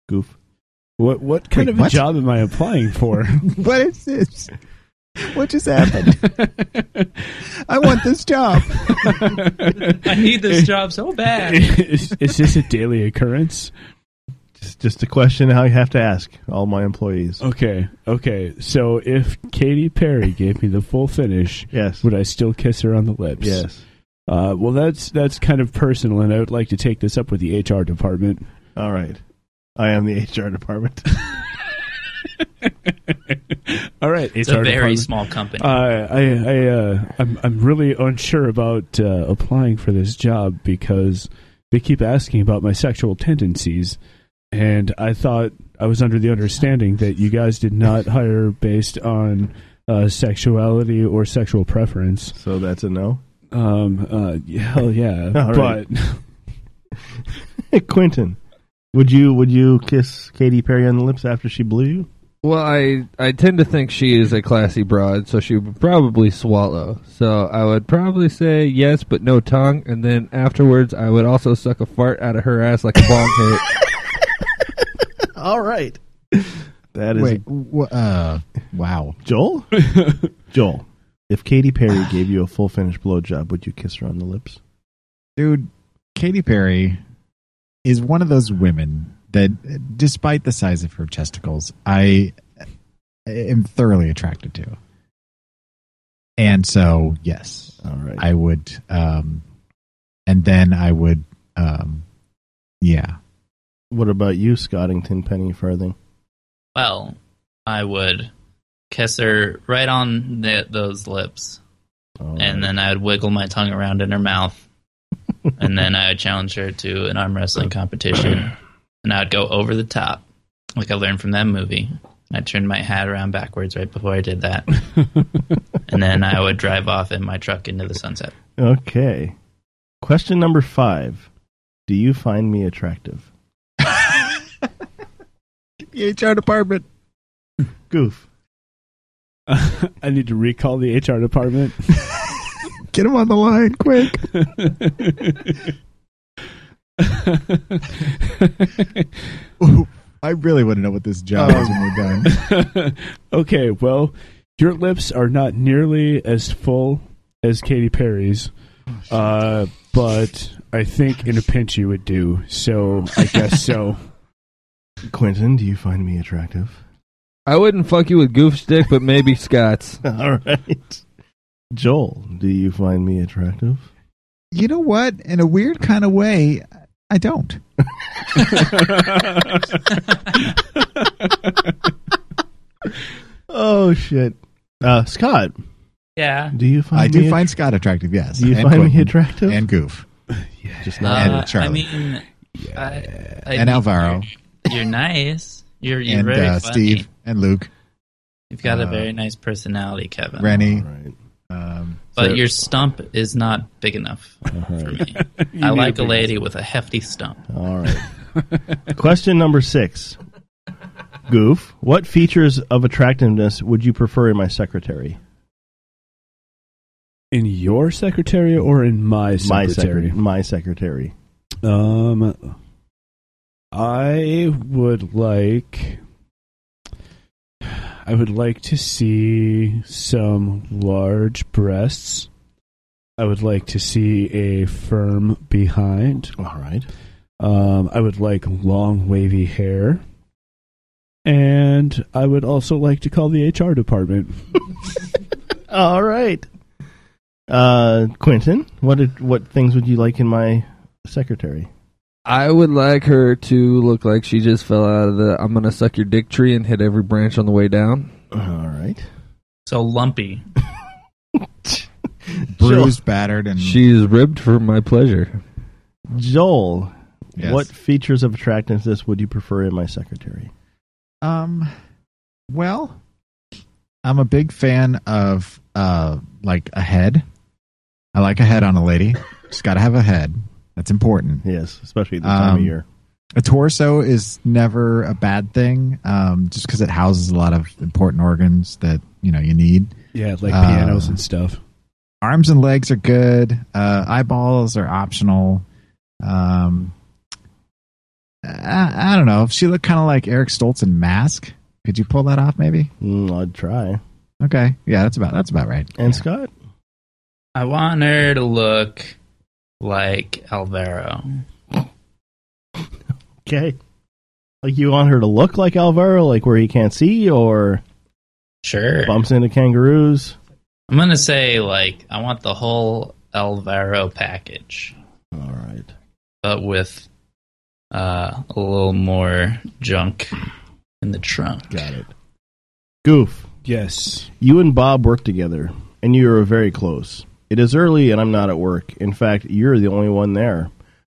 S5: Goof.
S7: What what kind
S5: Wait,
S7: of
S5: what?
S7: a job am I applying for?
S6: What is this? What just happened? I want this job.
S8: I need this job so bad.
S7: is, is this a daily occurrence?
S5: It's just a question I have to ask all my employees.
S7: Okay, okay. So if Katy Perry gave me the full finish,
S5: yes,
S7: would I still kiss her on the lips?
S5: Yes.
S7: Uh, well, that's that's kind of personal, and I would like to take this up with the HR department.
S5: All right, I am the HR department.
S7: All right,
S8: It's
S7: HR
S8: a very
S7: department.
S8: small company.
S7: Uh, I, I, uh, I'm, I'm really unsure about uh, applying for this job because they keep asking about my sexual tendencies, and I thought I was under the understanding that you guys did not hire based on uh, sexuality or sexual preference.
S5: So that's a no.
S7: Um, uh, yeah, hell yeah,
S5: All right.
S7: but
S5: Quentin, would you would you kiss Katy Perry on the lips after she blew you?
S10: Well, I I tend to think she is a classy broad, so she would probably swallow. So I would probably say yes, but no tongue. And then afterwards, I would also suck a fart out of her ass like a bomb hit.
S5: All right. That is
S6: Wait, wh- uh, wow.
S5: Joel. Joel, if Katy Perry gave you a full finished blowjob, would you kiss her on the lips?
S6: Dude, Katy Perry is one of those women that, despite the size of her testicles, I am thoroughly attracted to. And so, yes,
S5: All right.
S6: I would. Um, and then I would. Um, yeah.
S5: what about you, Scottington Penny Farthing?
S8: Well, I would kiss her right on the, those lips,
S5: All
S8: and then I would wiggle my tongue around in her mouth, and then I would challenge her to an arm wrestling competition, and I would go over the top, like I learned from that movie. I turned my hat around backwards right before I did that, and then I would drive off in my truck into the sunset.
S5: Okay. Question number five. Do you find me attractive?
S6: The HR department.
S5: Goof.
S7: I need to recall the HR department.
S6: Get him on the line quick. Ooh, I really want to know what this job is when we're done.
S7: okay, well, your lips are not nearly as full as Katy Perry's,
S6: Oh,
S7: uh, but I think in a pinch you would do. So I guess so.
S5: Quentin, do you find me attractive?
S10: I wouldn't fuck you with goof stick, but maybe Scott's.
S5: All right. Joel, do you find me attractive?
S6: You know what? In a weird kind of way, I don't.
S5: oh shit, uh, Scott.
S8: Yeah.
S5: Do you find
S6: I do
S5: me
S6: find Scott attractive? Yes.
S5: Do you
S6: And
S5: find
S6: Quentin
S5: me attractive?
S6: And Goof.
S5: Just
S6: not-
S8: Uh,
S6: Charlie.
S8: I mean, I- I
S6: and
S8: mean,
S6: Alvaro
S8: You're, you're nice. You're, you're
S6: and
S8: very
S6: uh,
S8: funny.
S6: Steve and Luke,
S8: You've got a
S6: uh,
S8: very nice personality, Kevin.
S6: Rennie.
S5: Um,
S8: But
S6: so- Uh-huh.
S8: your stump is not big enough for me. I
S7: need
S8: like
S7: a
S8: a
S7: big
S8: lady with a hefty stump.
S5: All right. Question number six. Goof, what features of attractiveness would you prefer in my secretary?
S7: In your secretary or in my
S5: My
S7: secretary?
S5: secretary. My secretary.
S7: Um, I would like, I would like to see some large breasts. I would like to see a firm behind.
S5: All right.
S7: Um, I would like long wavy hair. And I would also like to call the HR department.
S5: All right. Uh, Quentin, what did, what things would you like in my secretary?
S10: I would like her to look like she just fell out of the I'm gonna suck your dick tree and hit every branch on the way down.
S5: All right.
S8: So lumpy.
S6: bruised, battered, and
S10: She's ribbed for my pleasure.
S5: Joel,
S6: Yes.
S5: what features of attractiveness would you prefer in my secretary?
S6: Um, well, I'm a big fan of uh, like a head. I like a head on a lady. She's got to have a head. That's important.
S5: Yes, especially this time of
S6: Um,
S5: year.
S6: A torso is never a bad thing, um, just because it houses a lot of important organs that you know you need.
S7: Yeah, like
S6: Uh,
S7: pianos and stuff.
S6: Arms and legs are good. Uh, eyeballs are optional. Um, I, I don't know. If she looked kind of like Eric Stoltz in Mask, could you pull that off? Maybe.
S5: Mm, I'd try.
S6: Okay. Yeah, that's about that's about right.
S5: And Scott,
S8: I want her to look like Alvaro.
S5: okay. Like you want her to look like Alvaro, like where he can't see, or
S8: Sure.
S5: bumps into kangaroos.
S8: I'm going to say, like, I want the whole Alvaro package.
S5: All right.
S8: But with uh, a little more junk in the trunk.
S5: Got it. Goof.
S7: Yes.
S5: You and Bob work together, and you are very close. It is early, and I'm not at work. In fact, you're the only one there.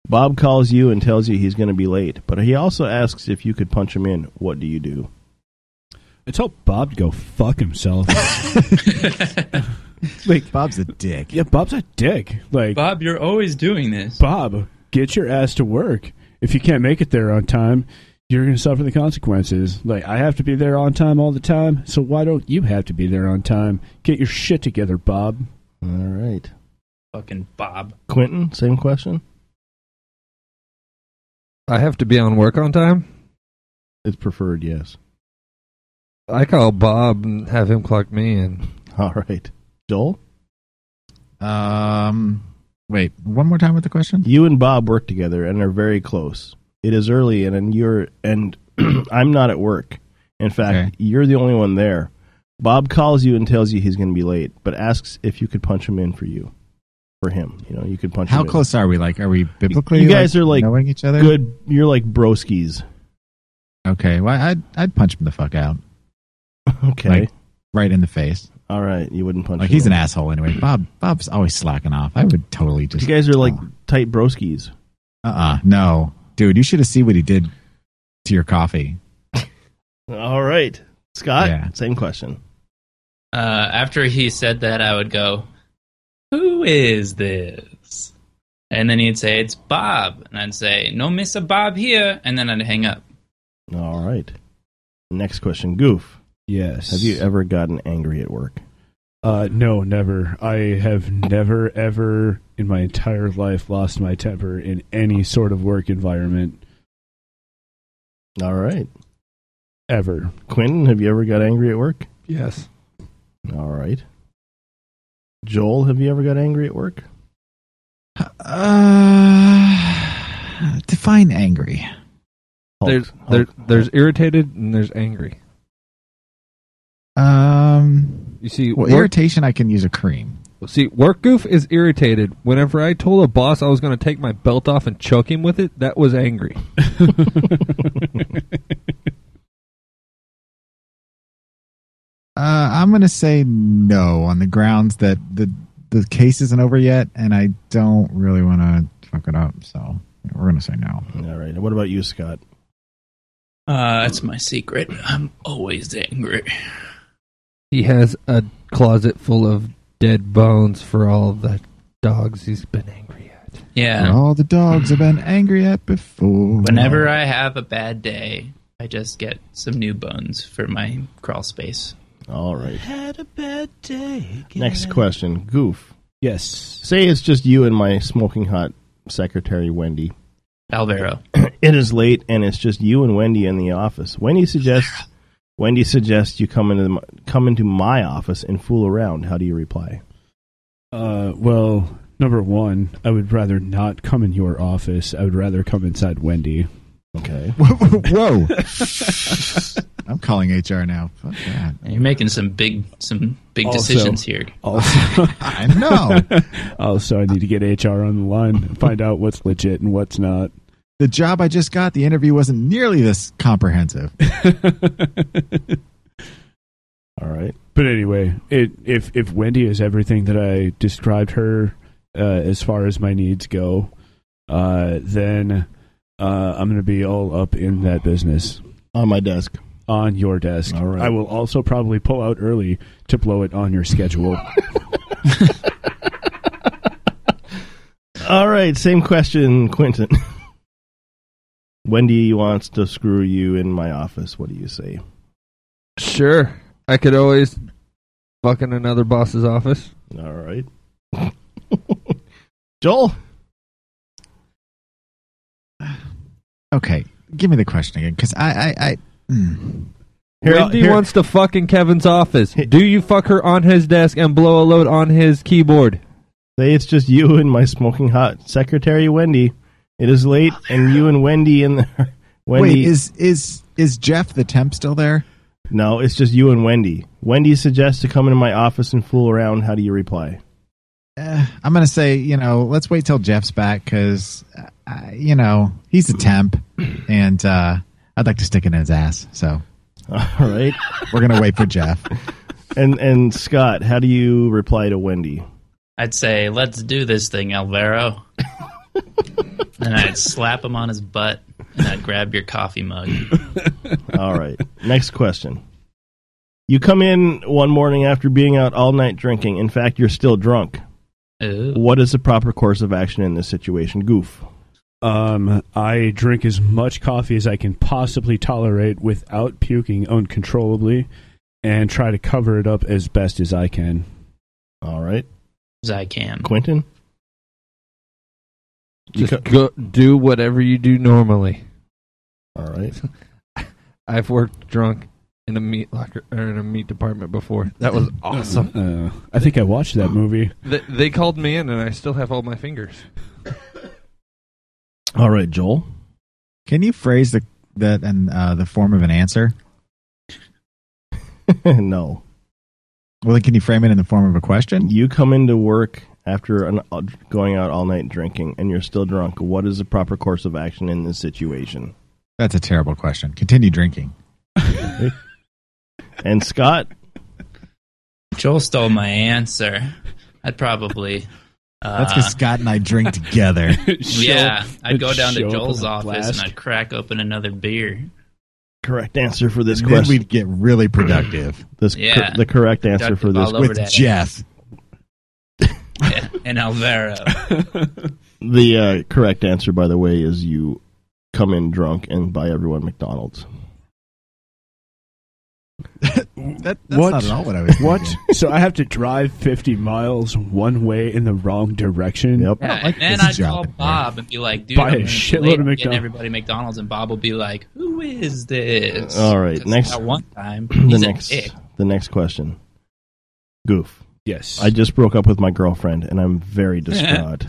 S5: Bob calls you and tells you he's going to be late, but he also asks if you could punch him in. What do you do?
S7: I tell Bob to go fuck himself. like
S6: Bob's a dick.
S7: Yeah, Bob's a dick. Like
S8: Bob, you're always doing this.
S7: Bob, get your ass to work. If you can't make it there on time, you're going to suffer the consequences. Like I have to be there on time all the time, so why don't you have to be there on time? Get your shit together, Bob.
S5: All right.
S8: Fucking Bob.
S5: Quentin, Hmm, same question.
S10: I have to be on work on time.
S5: It's preferred, yes.
S10: I call Bob and have him clock me in.
S5: All right. Joel?
S6: Um, wait, one more time with the question.
S5: You and Bob work together and are very close. It is early, and, and you're and I'm not at work. In fact, you're the only one there. Bob calls you and tells you he's going to be late, but asks if you could punch him in for you, for him. You know, you could punch.
S6: How
S5: him in.
S6: close are we? Like, are we biblically?
S5: You guys are like
S6: knowing each other.
S5: Good. You're like broskies.
S6: Okay, well, I'd I'd punch him the fuck out.
S5: Okay.
S6: Like, right in the face.
S5: All right. You wouldn't punch.
S6: Like
S5: him
S6: he's an
S5: in.
S6: asshole anyway. Bob Bob's always slacking off. I would totally
S5: You
S6: just.
S5: guys are like tight broskies.
S6: Uh uh No, dude, you should have seen what he did to your coffee.
S5: All right, Scott.
S6: Yeah.
S5: Same question.
S8: Uh, after he said that, I would go, Who is this? And then he'd say, It's Bob. And I'd say, No, Mr. Bob here. And then I'd hang up.
S5: All right. Next question, Goof.
S7: Yes.
S5: Have you ever gotten angry at work?
S7: Uh, no, never. I have never, ever in my entire life lost my temper in any sort of work environment
S5: All right.
S7: ever.
S5: Quentin, have you ever got angry at work?
S10: Yes.
S5: All right. Joel, have you ever got angry at work?
S6: Uh, define angry.
S10: There's there, there's irritated and there's angry.
S6: Um,
S10: you see,
S6: well,
S10: work-
S6: irritation. I can use a cream.
S10: See, work goof is irritated. Whenever I told a boss I was going to take my belt off and choke him with it, that was angry.
S6: Uh, I'm gonna say no on the grounds that the the case isn't over yet, and I don't really want to fuck it up. So we're gonna say no.
S5: All right. What about you, Scott?
S11: Uh, that's my secret. I'm always angry.
S10: he has a closet full of dead bones for all the dogs he's been angry at.
S11: Yeah.
S6: All the dogs have been angry at before.
S11: Whenever I have a bad day, I just get some new bones for my crawl space.
S5: All right.
S3: Had a bad day.
S5: Next question, Goof.
S7: Yes.
S5: Say it's just you and my smoking hot secretary, Wendy.
S11: Alvaro.
S5: It is late, and it's just you and Wendy in the office. Wendy suggests Wendy suggests you come into the, come into my office and fool around. How do you reply?
S7: Uh, well, number one, I would rather not come in your office. I would rather come inside Wendy.
S5: Okay.
S6: Whoa. I'm calling HR now. Fuck that.
S11: You're making some big some big decisions here.
S7: Also, I
S6: know.
S7: also, I need to get HR on the line and find out what's legit and what's not.
S6: The job I just got, the interview wasn't nearly this comprehensive.
S5: All right.
S7: But anyway, it, if if Wendy is everything that I described her uh, as far as my needs go, uh, then uh, I'm going to be all up in that business
S5: on my desk,
S7: on your desk. All right. I will also probably pull out early to blow it on your schedule.
S5: All right. Same question, Quentin. Wendy wants to screw you in my office. What do you say?
S10: Sure, I could always fuck in another boss's office.
S5: All right. Joel.
S6: Okay, give me the question again, because I, I, I mm.
S10: Wendy wants to fuck in Kevin's office. Do you fuck her on his desk and blow a load on his keyboard?
S5: Say it's just you and my smoking hot secretary, Wendy. It is late, and you and Wendy in the Wendy
S6: Wait, is is is Jeff the temp still there?
S5: No, it's just you and Wendy. Wendy suggests to come into my office and fool around. How do you reply?
S6: Eh, I'm gonna say, you know, let's wait till Jeff's back because, uh, you know, he's a temp, and uh, I'd like to stick it in his ass. So,
S5: all right,
S6: we're gonna wait for Jeff.
S5: And and Scott, how do you reply to Wendy?
S11: I'd say, "Let's do this thing, Alvaro." and I'd slap him on his butt, and I'd grab your coffee mug.
S5: All right. Next question. You come in one morning after being out all night drinking. In fact, you're still drunk. What is the proper course of action in this situation? Goof.
S6: Uh,
S7: Um, I drink as much coffee as I can possibly tolerate without puking uncontrollably, and try to cover it up as best as I can.
S5: All right,
S11: as I can.
S5: Quentin.
S10: Just go, do whatever you do normally.
S5: All right.
S10: I've worked drunk in a meat locker Uh, or in a meat department before. That was awesome.
S7: Uh, I think I watched that movie.
S10: They, they called me in, and I still have all my fingers.
S5: All right, Joel.
S6: Can you phrase the that in uh, the form of an answer?
S5: no.
S6: Well, then can you frame it in the form of a question?
S5: You come into work after an, uh, going out all night drinking, and you're still drunk. What is the proper course of action in this situation?
S6: That's a terrible question. Continue drinking.
S5: and Scott,
S11: Joel stole my answer. I'd probably. Uh,
S6: That's because Scott and I drink together.
S11: Yeah, I'd go down to
S6: Show up
S11: Joel's
S6: with a
S11: office
S6: blast.
S11: and I'd crack open another beer.
S5: Correct answer for this
S6: And
S5: question.
S6: Then we'd get really productive.
S5: This cor-
S11: Yeah.
S5: the correct answer for
S11: Productive
S5: this
S11: all over With that.
S6: Jeff.
S11: And Alvaro.
S5: The uh, correct answer, by the way, is you come in drunk and buy everyone McDonald's.
S6: That, that's not at all what I was.
S7: What? so I have to drive 50 miles one way in the wrong direction. Yep.
S11: Yeah, and then I'd call Bob and be like, dude,
S7: Buy
S11: I'm
S7: a
S11: gonna be late
S7: shitload of
S11: getting
S7: McDonald's.
S11: everybody McDonald's, and Bob will be like, who is this?
S5: All right,
S11: 'Cause
S5: next
S11: that one time,
S5: the
S11: he's a
S5: next
S11: dick.
S5: the next question. Goof.
S7: Yes.
S5: I just broke up with my girlfriend, and I'm very distraught.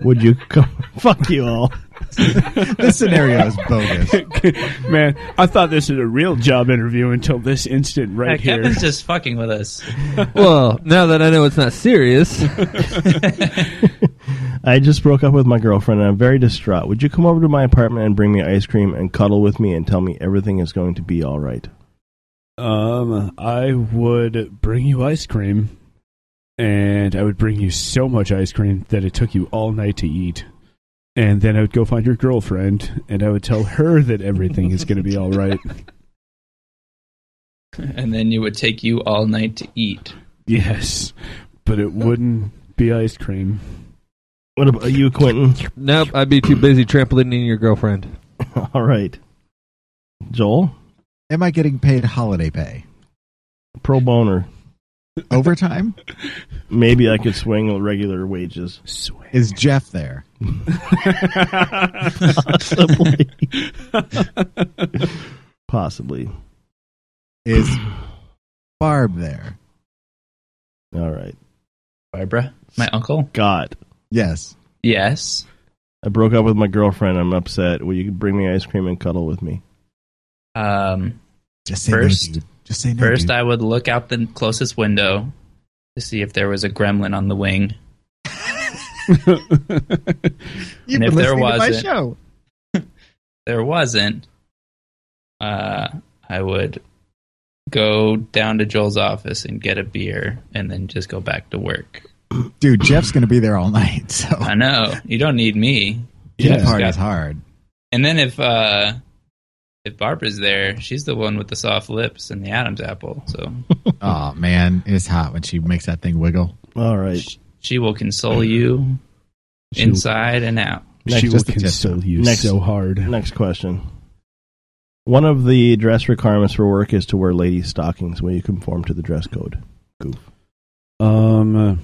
S5: Would you come? Fuck you all.
S6: this scenario is bogus.
S7: Man, I thought this was a real job interview until this instant right
S8: Heck,
S7: here.
S8: Kevin's just fucking with us.
S10: well, now that I know it's not serious,
S5: I just broke up with my girlfriend, and I'm very distraught. Would you come over to my apartment and bring me ice cream and cuddle with me and tell me everything is going to be all right?
S7: Um, I would bring you ice cream, and I would bring you so much ice cream that it took you all night to eat. And then I would go find your girlfriend, and I would tell her that everything is going to be all right.
S8: And then you would take you all night to eat.
S7: Yes, but it wouldn't be ice cream.
S5: What about you, Quentin?
S10: nope. I'd be too busy trampolining your girlfriend.
S5: All right, Joel.
S6: Am I getting paid holiday pay?
S5: Pro boner.
S6: Overtime?
S5: Maybe I could swing regular wages.
S6: Is Jeff there?
S5: Possibly. Possibly.
S6: Is Barb there?
S5: All right.
S8: Barbara, my uncle.
S5: God.
S6: Yes.
S8: Yes.
S5: I broke up with my girlfriend. I'm upset. Will you bring me ice cream and cuddle with me?
S8: Um,
S6: Just
S5: say no,
S8: first,
S5: dude. Just say no,
S8: First,
S5: dude.
S8: I would look out the closest window to see if there was a gremlin on the wing.
S6: You've
S8: and if
S6: been
S8: there
S6: listening to my
S8: wasn't,
S6: show.
S8: there wasn't, uh, I would go down to Joel's office and get a beer, and then just go back to work.
S6: Dude, Jeff's going to be there all night. So
S5: Oh.
S8: I know you don't need me. You
S6: yeah,
S8: just
S6: part
S8: got-
S6: is hard.
S8: And then if uh, if Barbara's there, she's the one with the soft lips and the Adam's apple, so
S6: Oh man, it's hot when she makes that thing wiggle.
S5: All right.
S8: she will console you
S6: She-
S8: inside and out.
S5: Next- just the tip. Next- Next question. One of the dress requirements for work is to wear ladies' stockings. Will you conform to the dress code? Goof.
S7: Um,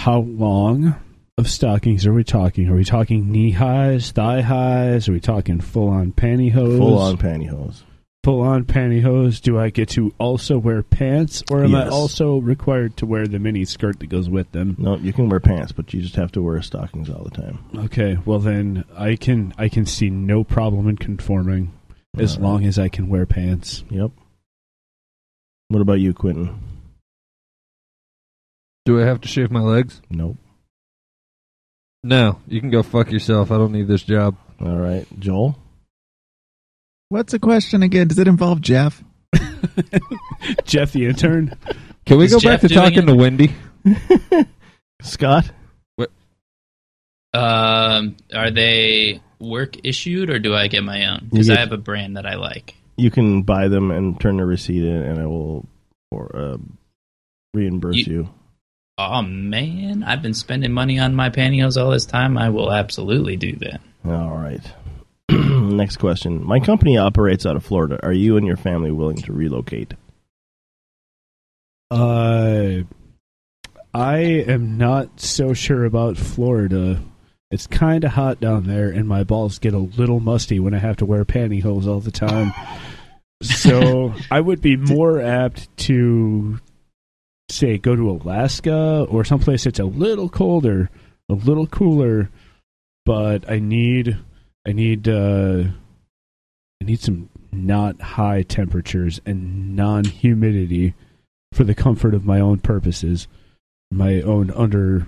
S7: how long of stockings are we talking? Are we talking knee highs, thigh highs? Are we talking full on pantyhose?
S5: Full on pantyhose.
S7: Full on pantyhose. Do I get to also wear pants, or am I
S5: Yes.
S7: also required to wear the mini skirt that goes with them?
S5: No, you can wear pants, but you just have to wear stockings all the time.
S7: Okay, well then I can I can see no problem in conforming as long as I can wear pants.
S5: Yep. What about you, Quentin?
S10: Do I have to shave my legs?
S5: Nope.
S10: No, you can go fuck yourself. I don't need this job.
S5: All right, Joel.
S6: What's the question again? Does it involve Jeff?
S7: Jeff the intern.
S10: Can we
S7: Is
S10: go
S7: Jeff
S10: back to
S7: doing
S10: talking
S7: it?
S10: to Wendy?
S5: Scott.
S8: Um, are they work issued or do I get my own?
S5: You
S8: Because I
S5: get-
S8: have a brand that I like.
S5: You can buy them and turn the receipt in, and I will or uh, reimburse
S8: You-
S5: you.
S8: Oh man, I've been spending money on my pantyhose all this time. I will absolutely do that.
S5: All right. Next question. My company operates out of Florida. Are you and your family willing to relocate?
S7: Uh, I am not so sure about Florida. It's kind of hot down there, and my balls get a little musty when I have to wear pantyhose all the time. so I would be more apt to say go to Alaska or someplace that's a little colder, a little cooler. But I need, I need, uh, I need some not high temperatures and non humidity for the comfort of my own purposes, my own under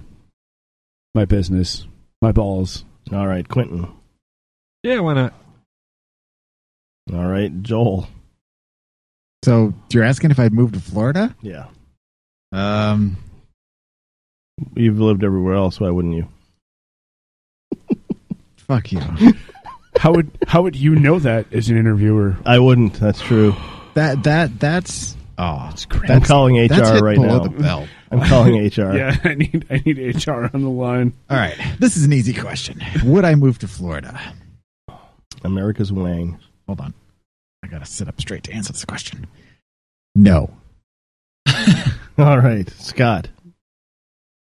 S7: my business, my balls.
S5: All right, Quentin.
S10: Yeah, why not?
S5: All right, Joel.
S6: So you're asking if I'd moved to Florida?
S5: Yeah.
S6: Um,
S5: You've lived everywhere else. Why wouldn't you?
S6: Fuck you.
S7: How would how would you know that as an interviewer?
S5: I wouldn't. That's true.
S6: That that that's oh, that's
S7: crazy.
S5: I'm calling HR
S6: that's hit
S5: right
S6: below
S5: now.
S6: The belt.
S5: I'm calling HR.
S7: yeah, I need I need HR on the line.
S6: All right, this is an easy question. Would I move to Florida?
S5: America's Wang.
S6: Hold on, I gotta sit up straight to answer this question. No.
S5: All right, Scott.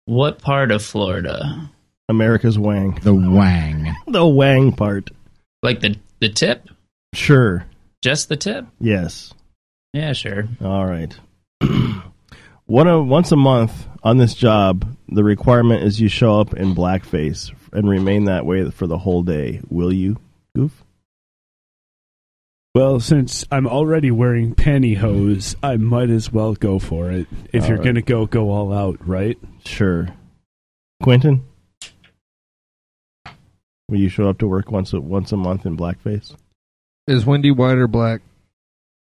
S8: What part of Florida?
S5: America's Wang.
S6: The Wang.
S5: the Wang part.
S8: Like the the tip?
S5: Sure.
S8: Just the tip?
S5: Yes.
S8: Yeah, sure.
S5: All right. One a, once a month on this job, the requirement is you show up in blackface and remain that way for the whole day. Will you, Goof?
S7: Well, since I'm already wearing pantyhose, I might as well go for it. If
S5: All
S7: you're
S5: right.
S7: going to go, go all out, right?
S5: Sure. Quentin, will you show up to work once a, once a month in blackface?
S10: Is Wendy white or black?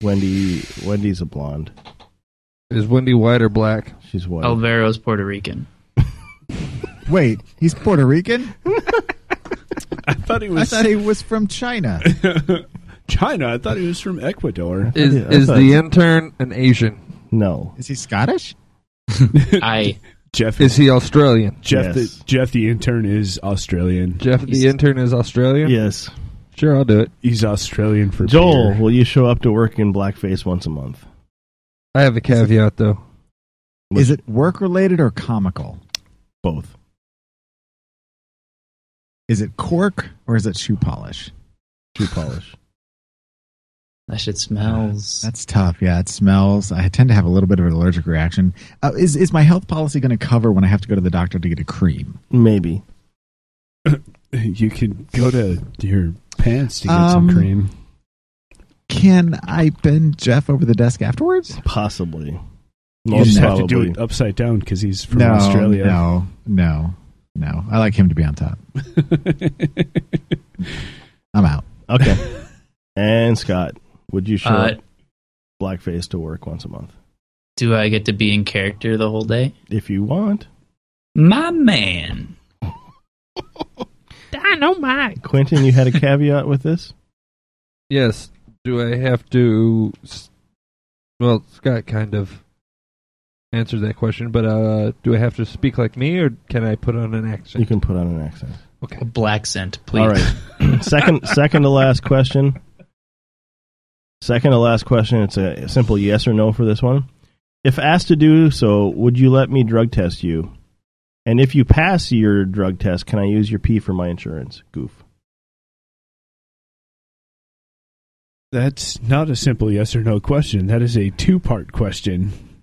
S5: Wendy Wendy's a blonde.
S10: Is Wendy white or black?
S5: She's
S8: Oh,
S5: white.
S8: Alvaro's Puerto Rican.
S6: Wait, he's Puerto Rican?
S7: I thought he
S6: I
S7: was.
S6: thought he was from China.
S7: China. I thought he was from Ecuador.
S10: Is is the intern an Asian?
S5: No.
S6: Is he Scottish?
S8: I
S7: Jeff
S10: Is he Australian?
S7: Jeff the Jeff the intern is Australian.
S10: Jeff the intern is Australian.
S5: Yes.
S10: Sure, I'll do it.
S7: He's Australian for
S5: Joel,
S7: beer.
S5: will you show up to work in blackface once a month?
S10: I have a caveat though.
S6: Is it work related or comical?
S5: Both.
S6: Is it cork or is it shoe polish?
S5: Shoe polish.
S8: That shit smells.
S6: Uh, That's tough. Yeah, it smells. I tend to have a little bit of an allergic reaction. Uh, is is my health policy going to cover when I have to go to the doctor to get a cream?
S5: Maybe.
S7: you can go to your pants to get
S6: Um,
S7: some cream.
S6: Can I bend Jeff over the desk afterwards?
S5: Possibly.
S7: You
S5: Most
S7: just have to do
S5: probably.
S7: it upside down because he's from
S6: no,
S7: Australia.
S6: no, no, no. I like him to be on top. I'm out.
S5: Okay. and Scott, would you show
S8: Uh,
S5: up blackface to work once a month?
S8: Do I get to be in character the whole day?
S5: If you want.
S8: My man. Dynamite.
S5: Quentin, you had a caveat with this?
S10: Yes. Do I have to? s- Well, Scott kind of answered that question, but uh, do I have to speak like me, or can I put on an accent?
S5: You can put on an accent.
S10: Okay.
S8: A black scent, please.
S5: All right. second second to last question. Second to last question. It's a simple yes or no for this one. If asked to do so, would you let me drug test you? And if you pass your drug test, can I use your pee for my insurance? Goof.
S7: That's not a simple yes or no question. That is a two part question.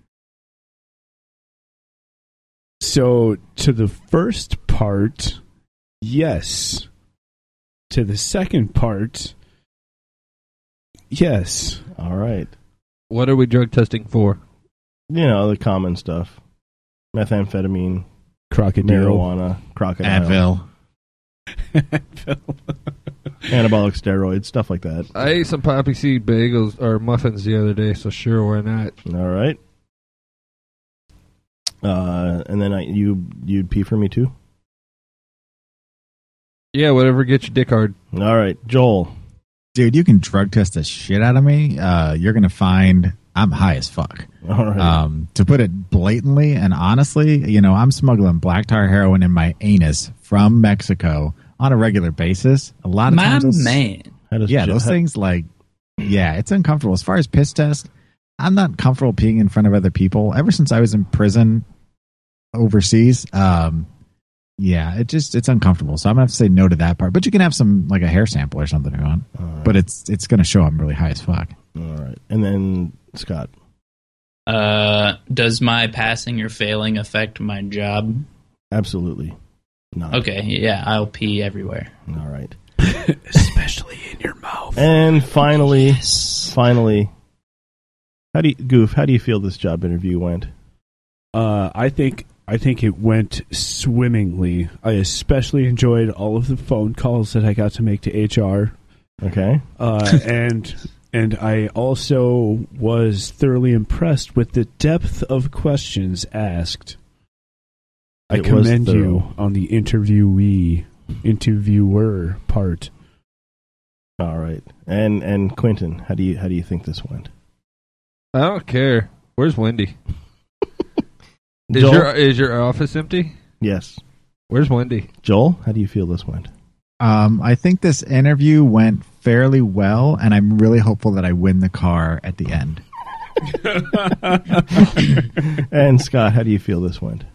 S7: So, to the first part, yes. To the second part, yes.
S5: All right.
S10: What are we drug testing for?
S5: You know, the common stuff. Methamphetamine,
S7: Crocodile.
S5: marijuana, crocodile, anabolic steroids, stuff like that.
S10: I ate some poppy seed bagels or muffins the other day, so sure, why not?
S5: All right. Uh, and then I, you you'd pee for me too.
S10: Yeah, whatever gets your dick hard.
S5: All right, Joel.
S6: Dude, you can drug test the shit out of me. Uh, you're going to find I'm high as fuck.
S5: All right.
S6: Um, to put it blatantly and honestly, you know, I'm smuggling black tar heroin in my anus from Mexico on a regular basis. A lot of
S8: My
S6: times, those-
S8: man.
S5: How does
S6: yeah,
S5: Jo-
S6: those
S5: how-
S6: things like, yeah, it's uncomfortable. As far as piss test, I'm not comfortable peeing in front of other people. Ever since I was in prison overseas, um, yeah, it just it's uncomfortable. So I'm gonna have to say no to that part. But you can have some like a hair sample or something if you want.
S5: All right.
S6: But it's it's gonna show I'm really high as fuck.
S5: All right. And then Scott.
S8: Uh, does my passing or failing affect my job?
S5: Absolutely. Not.
S8: Okay, yeah, I'll pee everywhere.
S5: All right.
S7: Especially in your mouth.
S5: And finally, finally, how do you, Goof? How do you feel this job interview went?
S7: Uh, I think I think it went swimmingly. I especially enjoyed all of the phone calls that I got to make to HR,
S5: Okay.
S7: uh, and and I also was thoroughly impressed with the depth of questions asked. I
S5: It was
S7: commend you
S5: thorough.
S7: on the interviewee interviewer part.
S5: All right. And and Quentin, how do you how do you think this went?
S10: I don't care. Where's Wendy? Is
S5: Joel?
S10: your is your office empty?
S5: Yes.
S10: Where's Wendy?
S5: Joel, how do you feel this went?
S6: Um, I think this interview went fairly well, and I'm really hopeful that I win the car at the end.
S5: and Scott, how do you feel this went?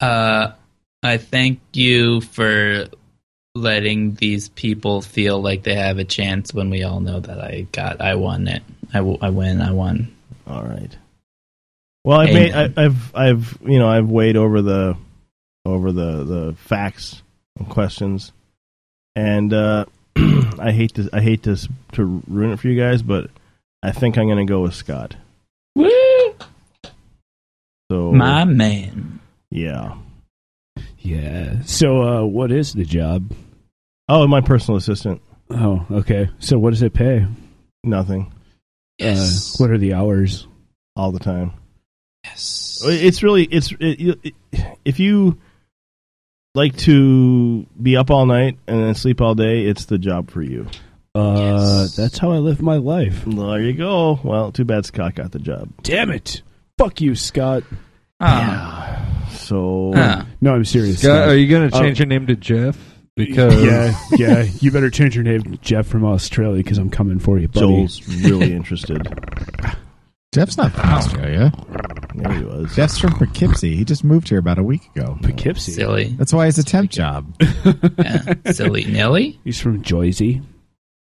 S8: Uh, I thank you for letting these people feel like they have a chance when we all know that I got, I won it. I, w- I win, I won.
S5: All right. Well, I've
S17: Hey.
S5: made, I, I've I've you know I've weighed over the over the the facts and questions, and uh, I hate to I hate to s- to ruin it for you guys, but I think I'm going to go with Scott.
S8: Woo!
S5: So
S8: My man.
S5: Yeah.
S7: Yeah. So, uh, what is the job?
S5: Oh, my personal assistant.
S7: Oh, okay. So, what does it pay?
S5: Nothing.
S7: Yes. what are the hours?
S5: All the time. Yes. It's really it's it, you- it, if you like to be up all night and then sleep all day, it's the job for you.
S7: Uh, that's how I live my life.
S5: There you go. Well, too bad Scott got the job.
S7: Damn it! Fuck you, Scott.
S8: Ah.
S5: Yeah. So
S7: No, I'm serious.
S10: Scott, are you going to
S7: Oh.
S10: change your name to Jeff? Because
S7: yeah, yeah, you better change your name, Jeff from Australia, because I'm coming for you, buddy.
S5: Joel's really interested.
S6: Jeff's not from Australia.
S5: Yeah, he was.
S6: Jeff's from Poughkeepsie. He just moved here about a week ago.
S7: Poughkeepsie.
S8: Silly.
S6: That's why it's a temp job.
S8: Silly Nelly.
S7: He's from Jersey.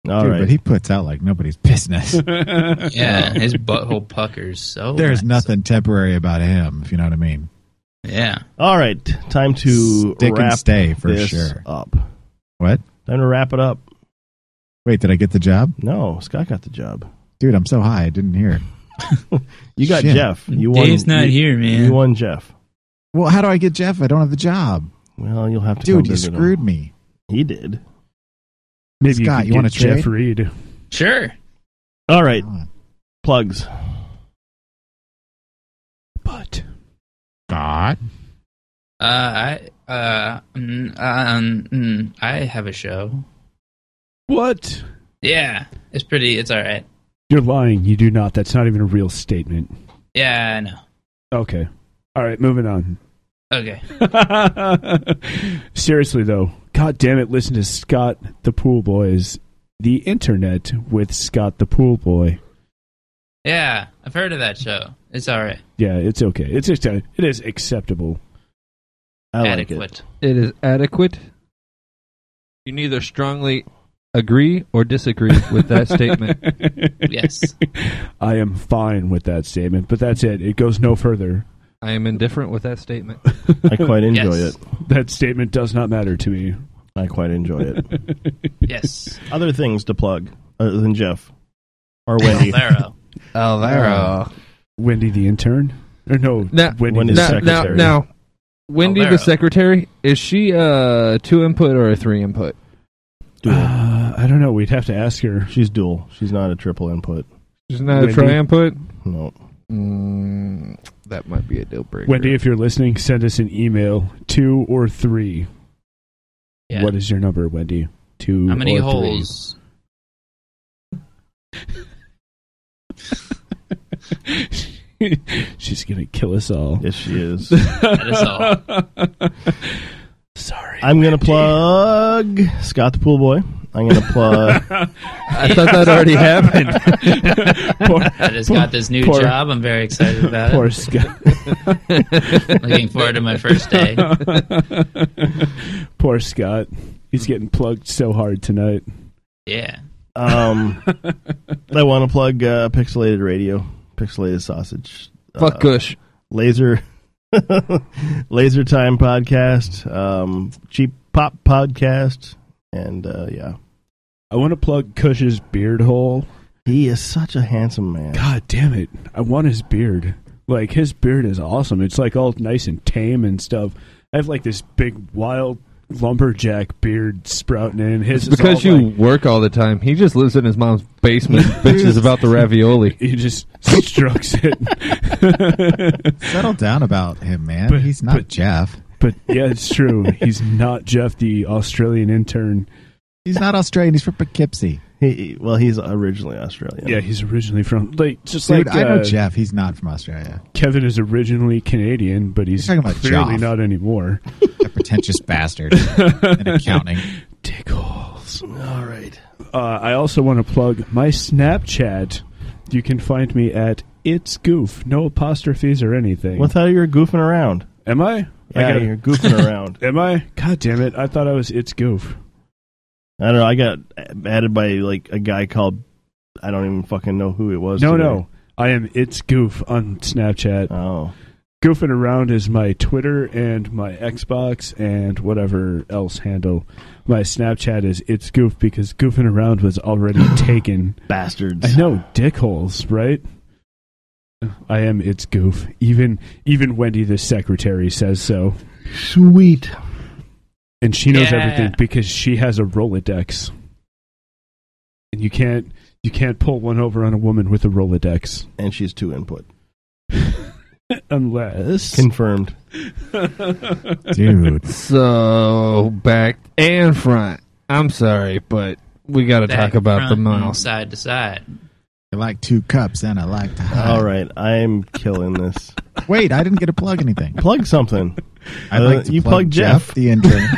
S5: All
S6: Dude,
S5: right.
S6: But he puts out like nobody's business.
S8: Yeah, his butthole puckers so.
S6: There's
S8: nice.
S6: nothing temporary about him, if you know what I mean.
S8: Yeah.
S5: All right, time to
S6: Stick and
S5: wrap
S6: stay for
S5: this
S6: sure.
S5: up.
S6: What?
S5: Time to wrap it up.
S6: Wait, did I get the job?
S5: No, Scott got the job.
S6: Dude, I'm so high. I didn't hear.
S5: You got
S6: Shit.
S5: Jeff. You won.
S8: Dave's not
S5: you-
S8: here, man.
S5: You won Jeff.
S6: Well, how do I get Jeff? I don't have the job.
S5: Well, you'll have to.
S6: Dude,
S5: come
S6: you
S5: visit him.
S6: screwed me.
S5: He did.
S7: Maybe
S6: Scott,
S7: you,
S6: you
S7: could
S6: wanna
S7: get Jeff
S6: trade?
S7: Reed.
S8: Sure.
S5: All right, plugs.
S7: But
S6: God.
S8: Uh, I uh, mm, um, mm, I have a show.
S7: What?
S8: Yeah, it's pretty. It's all right.
S7: You're lying. You do not. That's not even a real statement.
S8: Yeah, I know.
S7: Okay. All right, moving on.
S8: Okay.
S7: Seriously though, god damn it, listen to Scott the Pool Boys. The internet with Scott the Pool Boy.
S8: Yeah, I've heard of that show. It's all right.
S7: Yeah, it's okay. It's just uh, it is acceptable.
S8: Adequate.
S10: it is adequate. You neither strongly agree or disagree with that statement.
S8: Yes.
S7: I am fine with that statement, but that's it. It goes no further.
S10: I am indifferent with that statement.
S5: I quite enjoy it.
S7: That statement does not matter to me.
S5: I quite enjoy it.
S8: Yes.
S5: Other things to plug other than Jeff or Wendy.
S8: Alvaro.
S10: Alvaro.
S7: Uh, Wendy the intern? Or no,
S10: Now,
S7: Wendy
S5: Wendy's
S7: the
S10: now, now,
S5: secretary.
S10: now, Wendy
S8: Alvaro.
S10: the secretary, is she a two input or a three input?
S7: Uh, I don't know. We'd have to ask her.
S5: She's dual. She's not a triple input.
S10: She's not
S7: Wendy.
S10: a tri input?
S5: No.
S10: Mm, that might be a deal breaker.
S7: Wendy, if you're listening, send us an email two or three.
S8: Yeah.
S7: What is your number, Wendy? Two.
S8: How many
S7: or
S8: holes?
S7: Three. She's gonna kill us all.
S5: Yes, she is.
S8: That is all.
S7: Sorry.
S5: I'm gonna plug Scott the Pool Boy. I'm gonna plug.
S10: I thought that already happened.
S7: Poor-
S8: That has got this new
S7: poor-
S8: job. I'm very excited about
S7: Poor
S8: it.
S7: Scott.
S8: Looking forward to my first day.
S7: Poor Scott. He's getting plugged so hard tonight.
S8: Yeah.
S5: Um, I want to plug uh, Pixelated Radio, Pixelated Sausage,
S10: Fuck
S5: uh,
S10: Kush.
S5: Laser, Laser Time Podcast, um, Cheap Pop Podcast, and uh, yeah,
S7: I want to plug Cush's beard hole.
S5: he is such a handsome man.
S7: God damn it. I want his beard. Like his beard is awesome. It's like all nice and tame and stuff. I have like this big wild lumberjack beard sprouting in. His
S10: It's
S7: is
S10: because
S7: all,
S10: you
S7: like,
S10: work all the time. He just lives in his mom's basement, bitches about the ravioli.
S7: he just strokes it.
S6: Settle down about him, man.
S7: But-
S6: He's not
S7: but-
S6: Jeff.
S7: but yeah, it's true. He's not Jeff the Australian intern.
S6: He's not Australian. He's from Poughkeepsie.
S5: He, he- well, he's originally Australian.
S7: Yeah, he's originally from like just
S6: Dude,
S7: like
S6: I know
S7: uh,
S6: Jeff. He's not from Australia.
S7: Kevin is originally Canadian, but he's
S6: You're talking about
S7: clearly
S6: Joff.
S7: not anymore.
S6: A pretentious bastard in accounting.
S7: Tickles.
S5: All right.
S7: Uh, I also want to plug my Snapchat. You can find me at it's goof, no apostrophes or anything.
S5: Well, I thought you were goofing around.
S7: am I? I
S5: Yeah,
S7: got-
S5: you're goofing around.
S7: am I? God damn it! I thought I was it's goof.
S5: I don't know. I got added by like a guy called. I don't even fucking know who it was.
S7: No,
S5: today.
S7: no. I am it's goof on Snapchat.
S5: Oh,
S7: goofing around is my Twitter and my Xbox and whatever else handle. My Snapchat is it's goof because goofing around was already taken.
S5: Bastards.
S7: I know dickholes, right? I am it's goof. Even even Wendy the secretary says so.
S5: Sweet.
S7: And she knows
S5: Yeah.
S7: everything because she has a Rolodex. And you can't you can't pull one over on a woman with a Rolodex.
S5: And she's two input.
S7: Unless
S5: confirmed.
S6: Dude.
S10: So back and front. I'm sorry, but we got to
S8: Back,
S10: talk about the
S8: front,
S10: mouse.
S8: Side to side.
S6: I like two cups and I like to hide.
S5: All right, I'm killing this.
S6: Wait, I didn't get to plug anything.
S5: Plug something.
S6: I'd
S5: Uh,
S6: like to
S5: you
S6: plug
S5: plug Jeff.
S6: the intern. Um,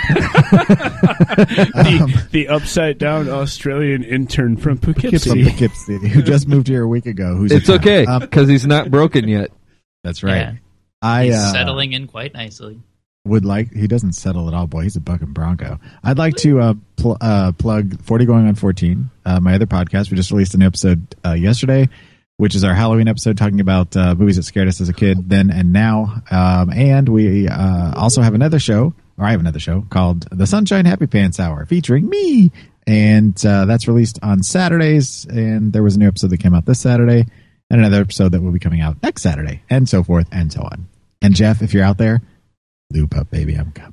S7: the, the upside down Australian intern from
S6: Poughkeepsie.
S7: Poughkeepsie.
S6: Poughkeepsie, who just moved here a week ago. Who's a
S10: It's
S6: cunt.
S10: okay
S6: Um,
S10: because he's not broken yet.
S6: that's right.
S8: Yeah.
S6: I
S8: He's
S6: uh,
S8: settling in quite nicely.
S6: would like he doesn't settle at all boy he's a bucking bronco i'd like to uh, pl- uh plug 40 going on 14 uh, my other podcast we just released an episode uh, yesterday which is our halloween episode talking about uh, movies that scared us as a kid then and now um, and we uh, also have another show or i have another show called the sunshine happy pants hour featuring me and uh, that's released on saturdays and there was a new episode that came out this saturday and another episode that will be coming out next saturday and so forth and so on and jeff if you're out there Loop up, baby. I'm coming.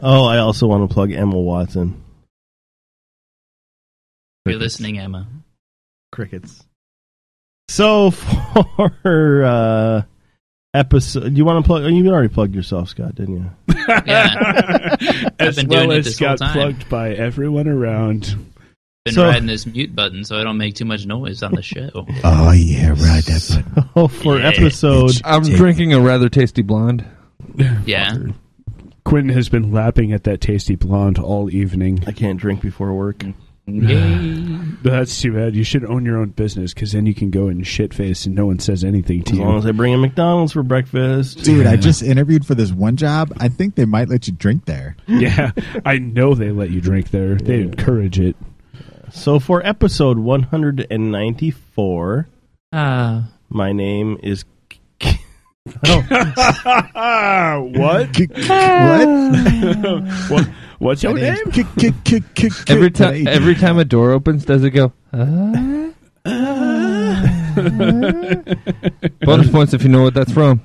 S5: Oh, I also want to plug Emma Watson.
S8: You're listening, Emma.
S5: Crickets. So for uh, episode, you want to plug? You already plugged yourself, Scott, didn't you?
S7: as
S8: been doing
S7: well
S8: it
S7: as
S8: this whole
S7: got
S8: time.
S7: plugged by everyone around.
S8: Been
S7: So-
S8: riding this mute button so I don't make too much noise on the show.
S6: Oh yeah, right. That's
S5: Oh, for episode,
S10: I'm drinking a rather tasty blonde.
S8: Yeah.
S7: Quinn has been lapping at that tasty blonde all evening.
S5: I can't drink before work.
S7: That's too bad. You should own your own business because then you can go and shit face and no one says anything to
S5: As
S7: you.
S5: long as I bring in McDonald's for breakfast,
S6: Dude, I just interviewed for this one job. I think they might let you drink there.
S7: yeah, I know they let you drink there. They encourage it.
S5: So for episode 194,
S8: Ah.
S5: my name is
S10: Uh,
S7: what?
S6: what?
S7: what? What's your name?
S6: Kick, kick, kick, kick, kick.
S10: Every time, every time a door opens, does it go? "Ah?" Bonus points if you know what that's from.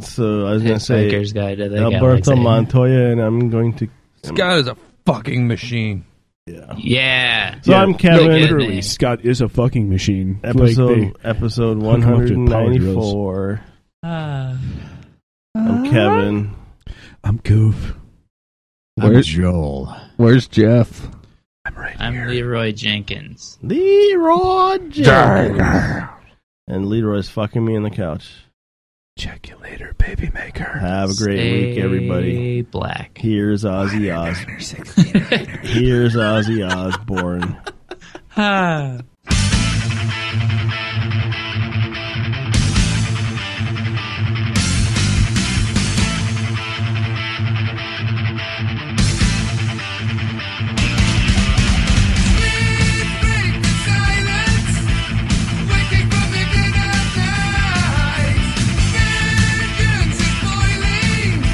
S5: So I was going to say
S10: Hitchhiker's Guide to the
S5: Alberto
S10: Galaxy.
S5: Montoya, and I'm going to
S10: Scott is a fucking machine.
S5: Yeah.
S8: Yeah.
S5: So I'm Kevin.
S7: literally, Scott is a fucking machine. Like,
S5: episode
S7: they-
S5: episode
S7: hook 'em up to power drills.
S5: 194.
S10: uh,
S5: I'm Kevin.
S7: I'm Goof.
S8: I'm
S6: Joel?
S10: Where's Jeff?
S8: I'm Leroy Jenkins.
S5: Leroy Jenkins. And Leroy's fucking me in the couch.
S7: Check you later, baby maker.
S5: Have a great week,
S8: Stay
S5: everybody.
S8: Black.
S5: Here's Ozzy Osbourne. Here's Ozzy Osbourne.
S8: Ah.
S3: Thank you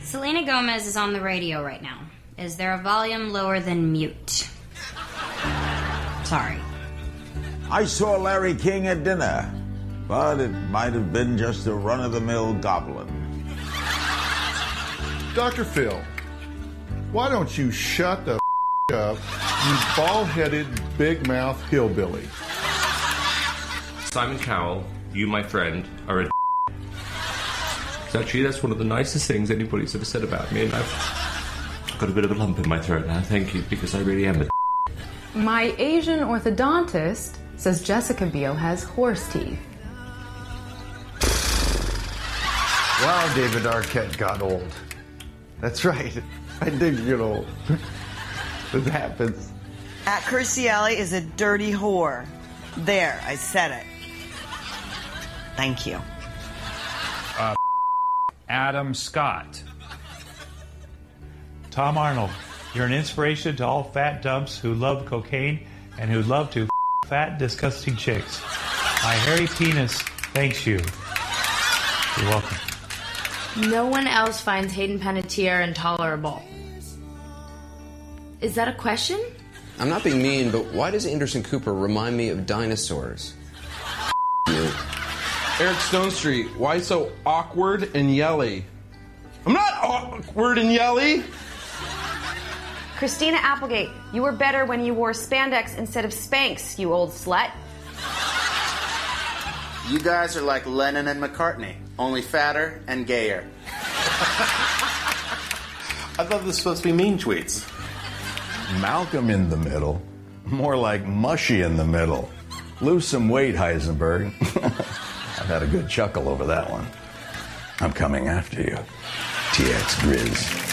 S17: Selena Gomez is on the radio right now. Is there a volume lower than mute? Sorry.
S5: I saw Larry King at dinner, but it might have been just a run of the mill goblin.
S18: Dr. Phil, why don't you shut the f- up, you bald headed, big mouth hillbilly?
S10: Simon Cowell, you, my friend, are a. It's actually that's one of the nicest things anybody's ever said about me, and I've got a bit of a lump in my throat now. Thank you, because I really am a.
S19: My Asian orthodontist says Jessica Biel has horse teeth.
S18: Wow, David Arquette got old. That's right. I did get old. it happens.
S7: At Kirstie Alley is a dirty whore. There, I said it. Thank you.
S2: Uh, Adam Scott. Tom Arnold, you're an inspiration to all fat dumps who love cocaine and who love to fat, disgusting chicks. My hairy penis thanks you. You're welcome.
S20: No one else finds Hayden Panettiere intolerable. Is that a question?
S21: I'm not being mean, but why does Anderson Cooper remind me of dinosaurs?
S3: You. Eric Stone Street, why so awkward and yelly? I'm not awkward and yelly.
S22: Christina Applegate, you were better when you wore spandex instead of Spanx, you old slut.
S6: You guys are like Lennon and McCartney, only fatter and gayer.
S5: I thought this was supposed to be mean tweets. Malcolm in the middle? More like mushy in the middle. Lose some weight, Heisenberg. I've had a good chuckle over that one. I'm coming after you. TX Grizz.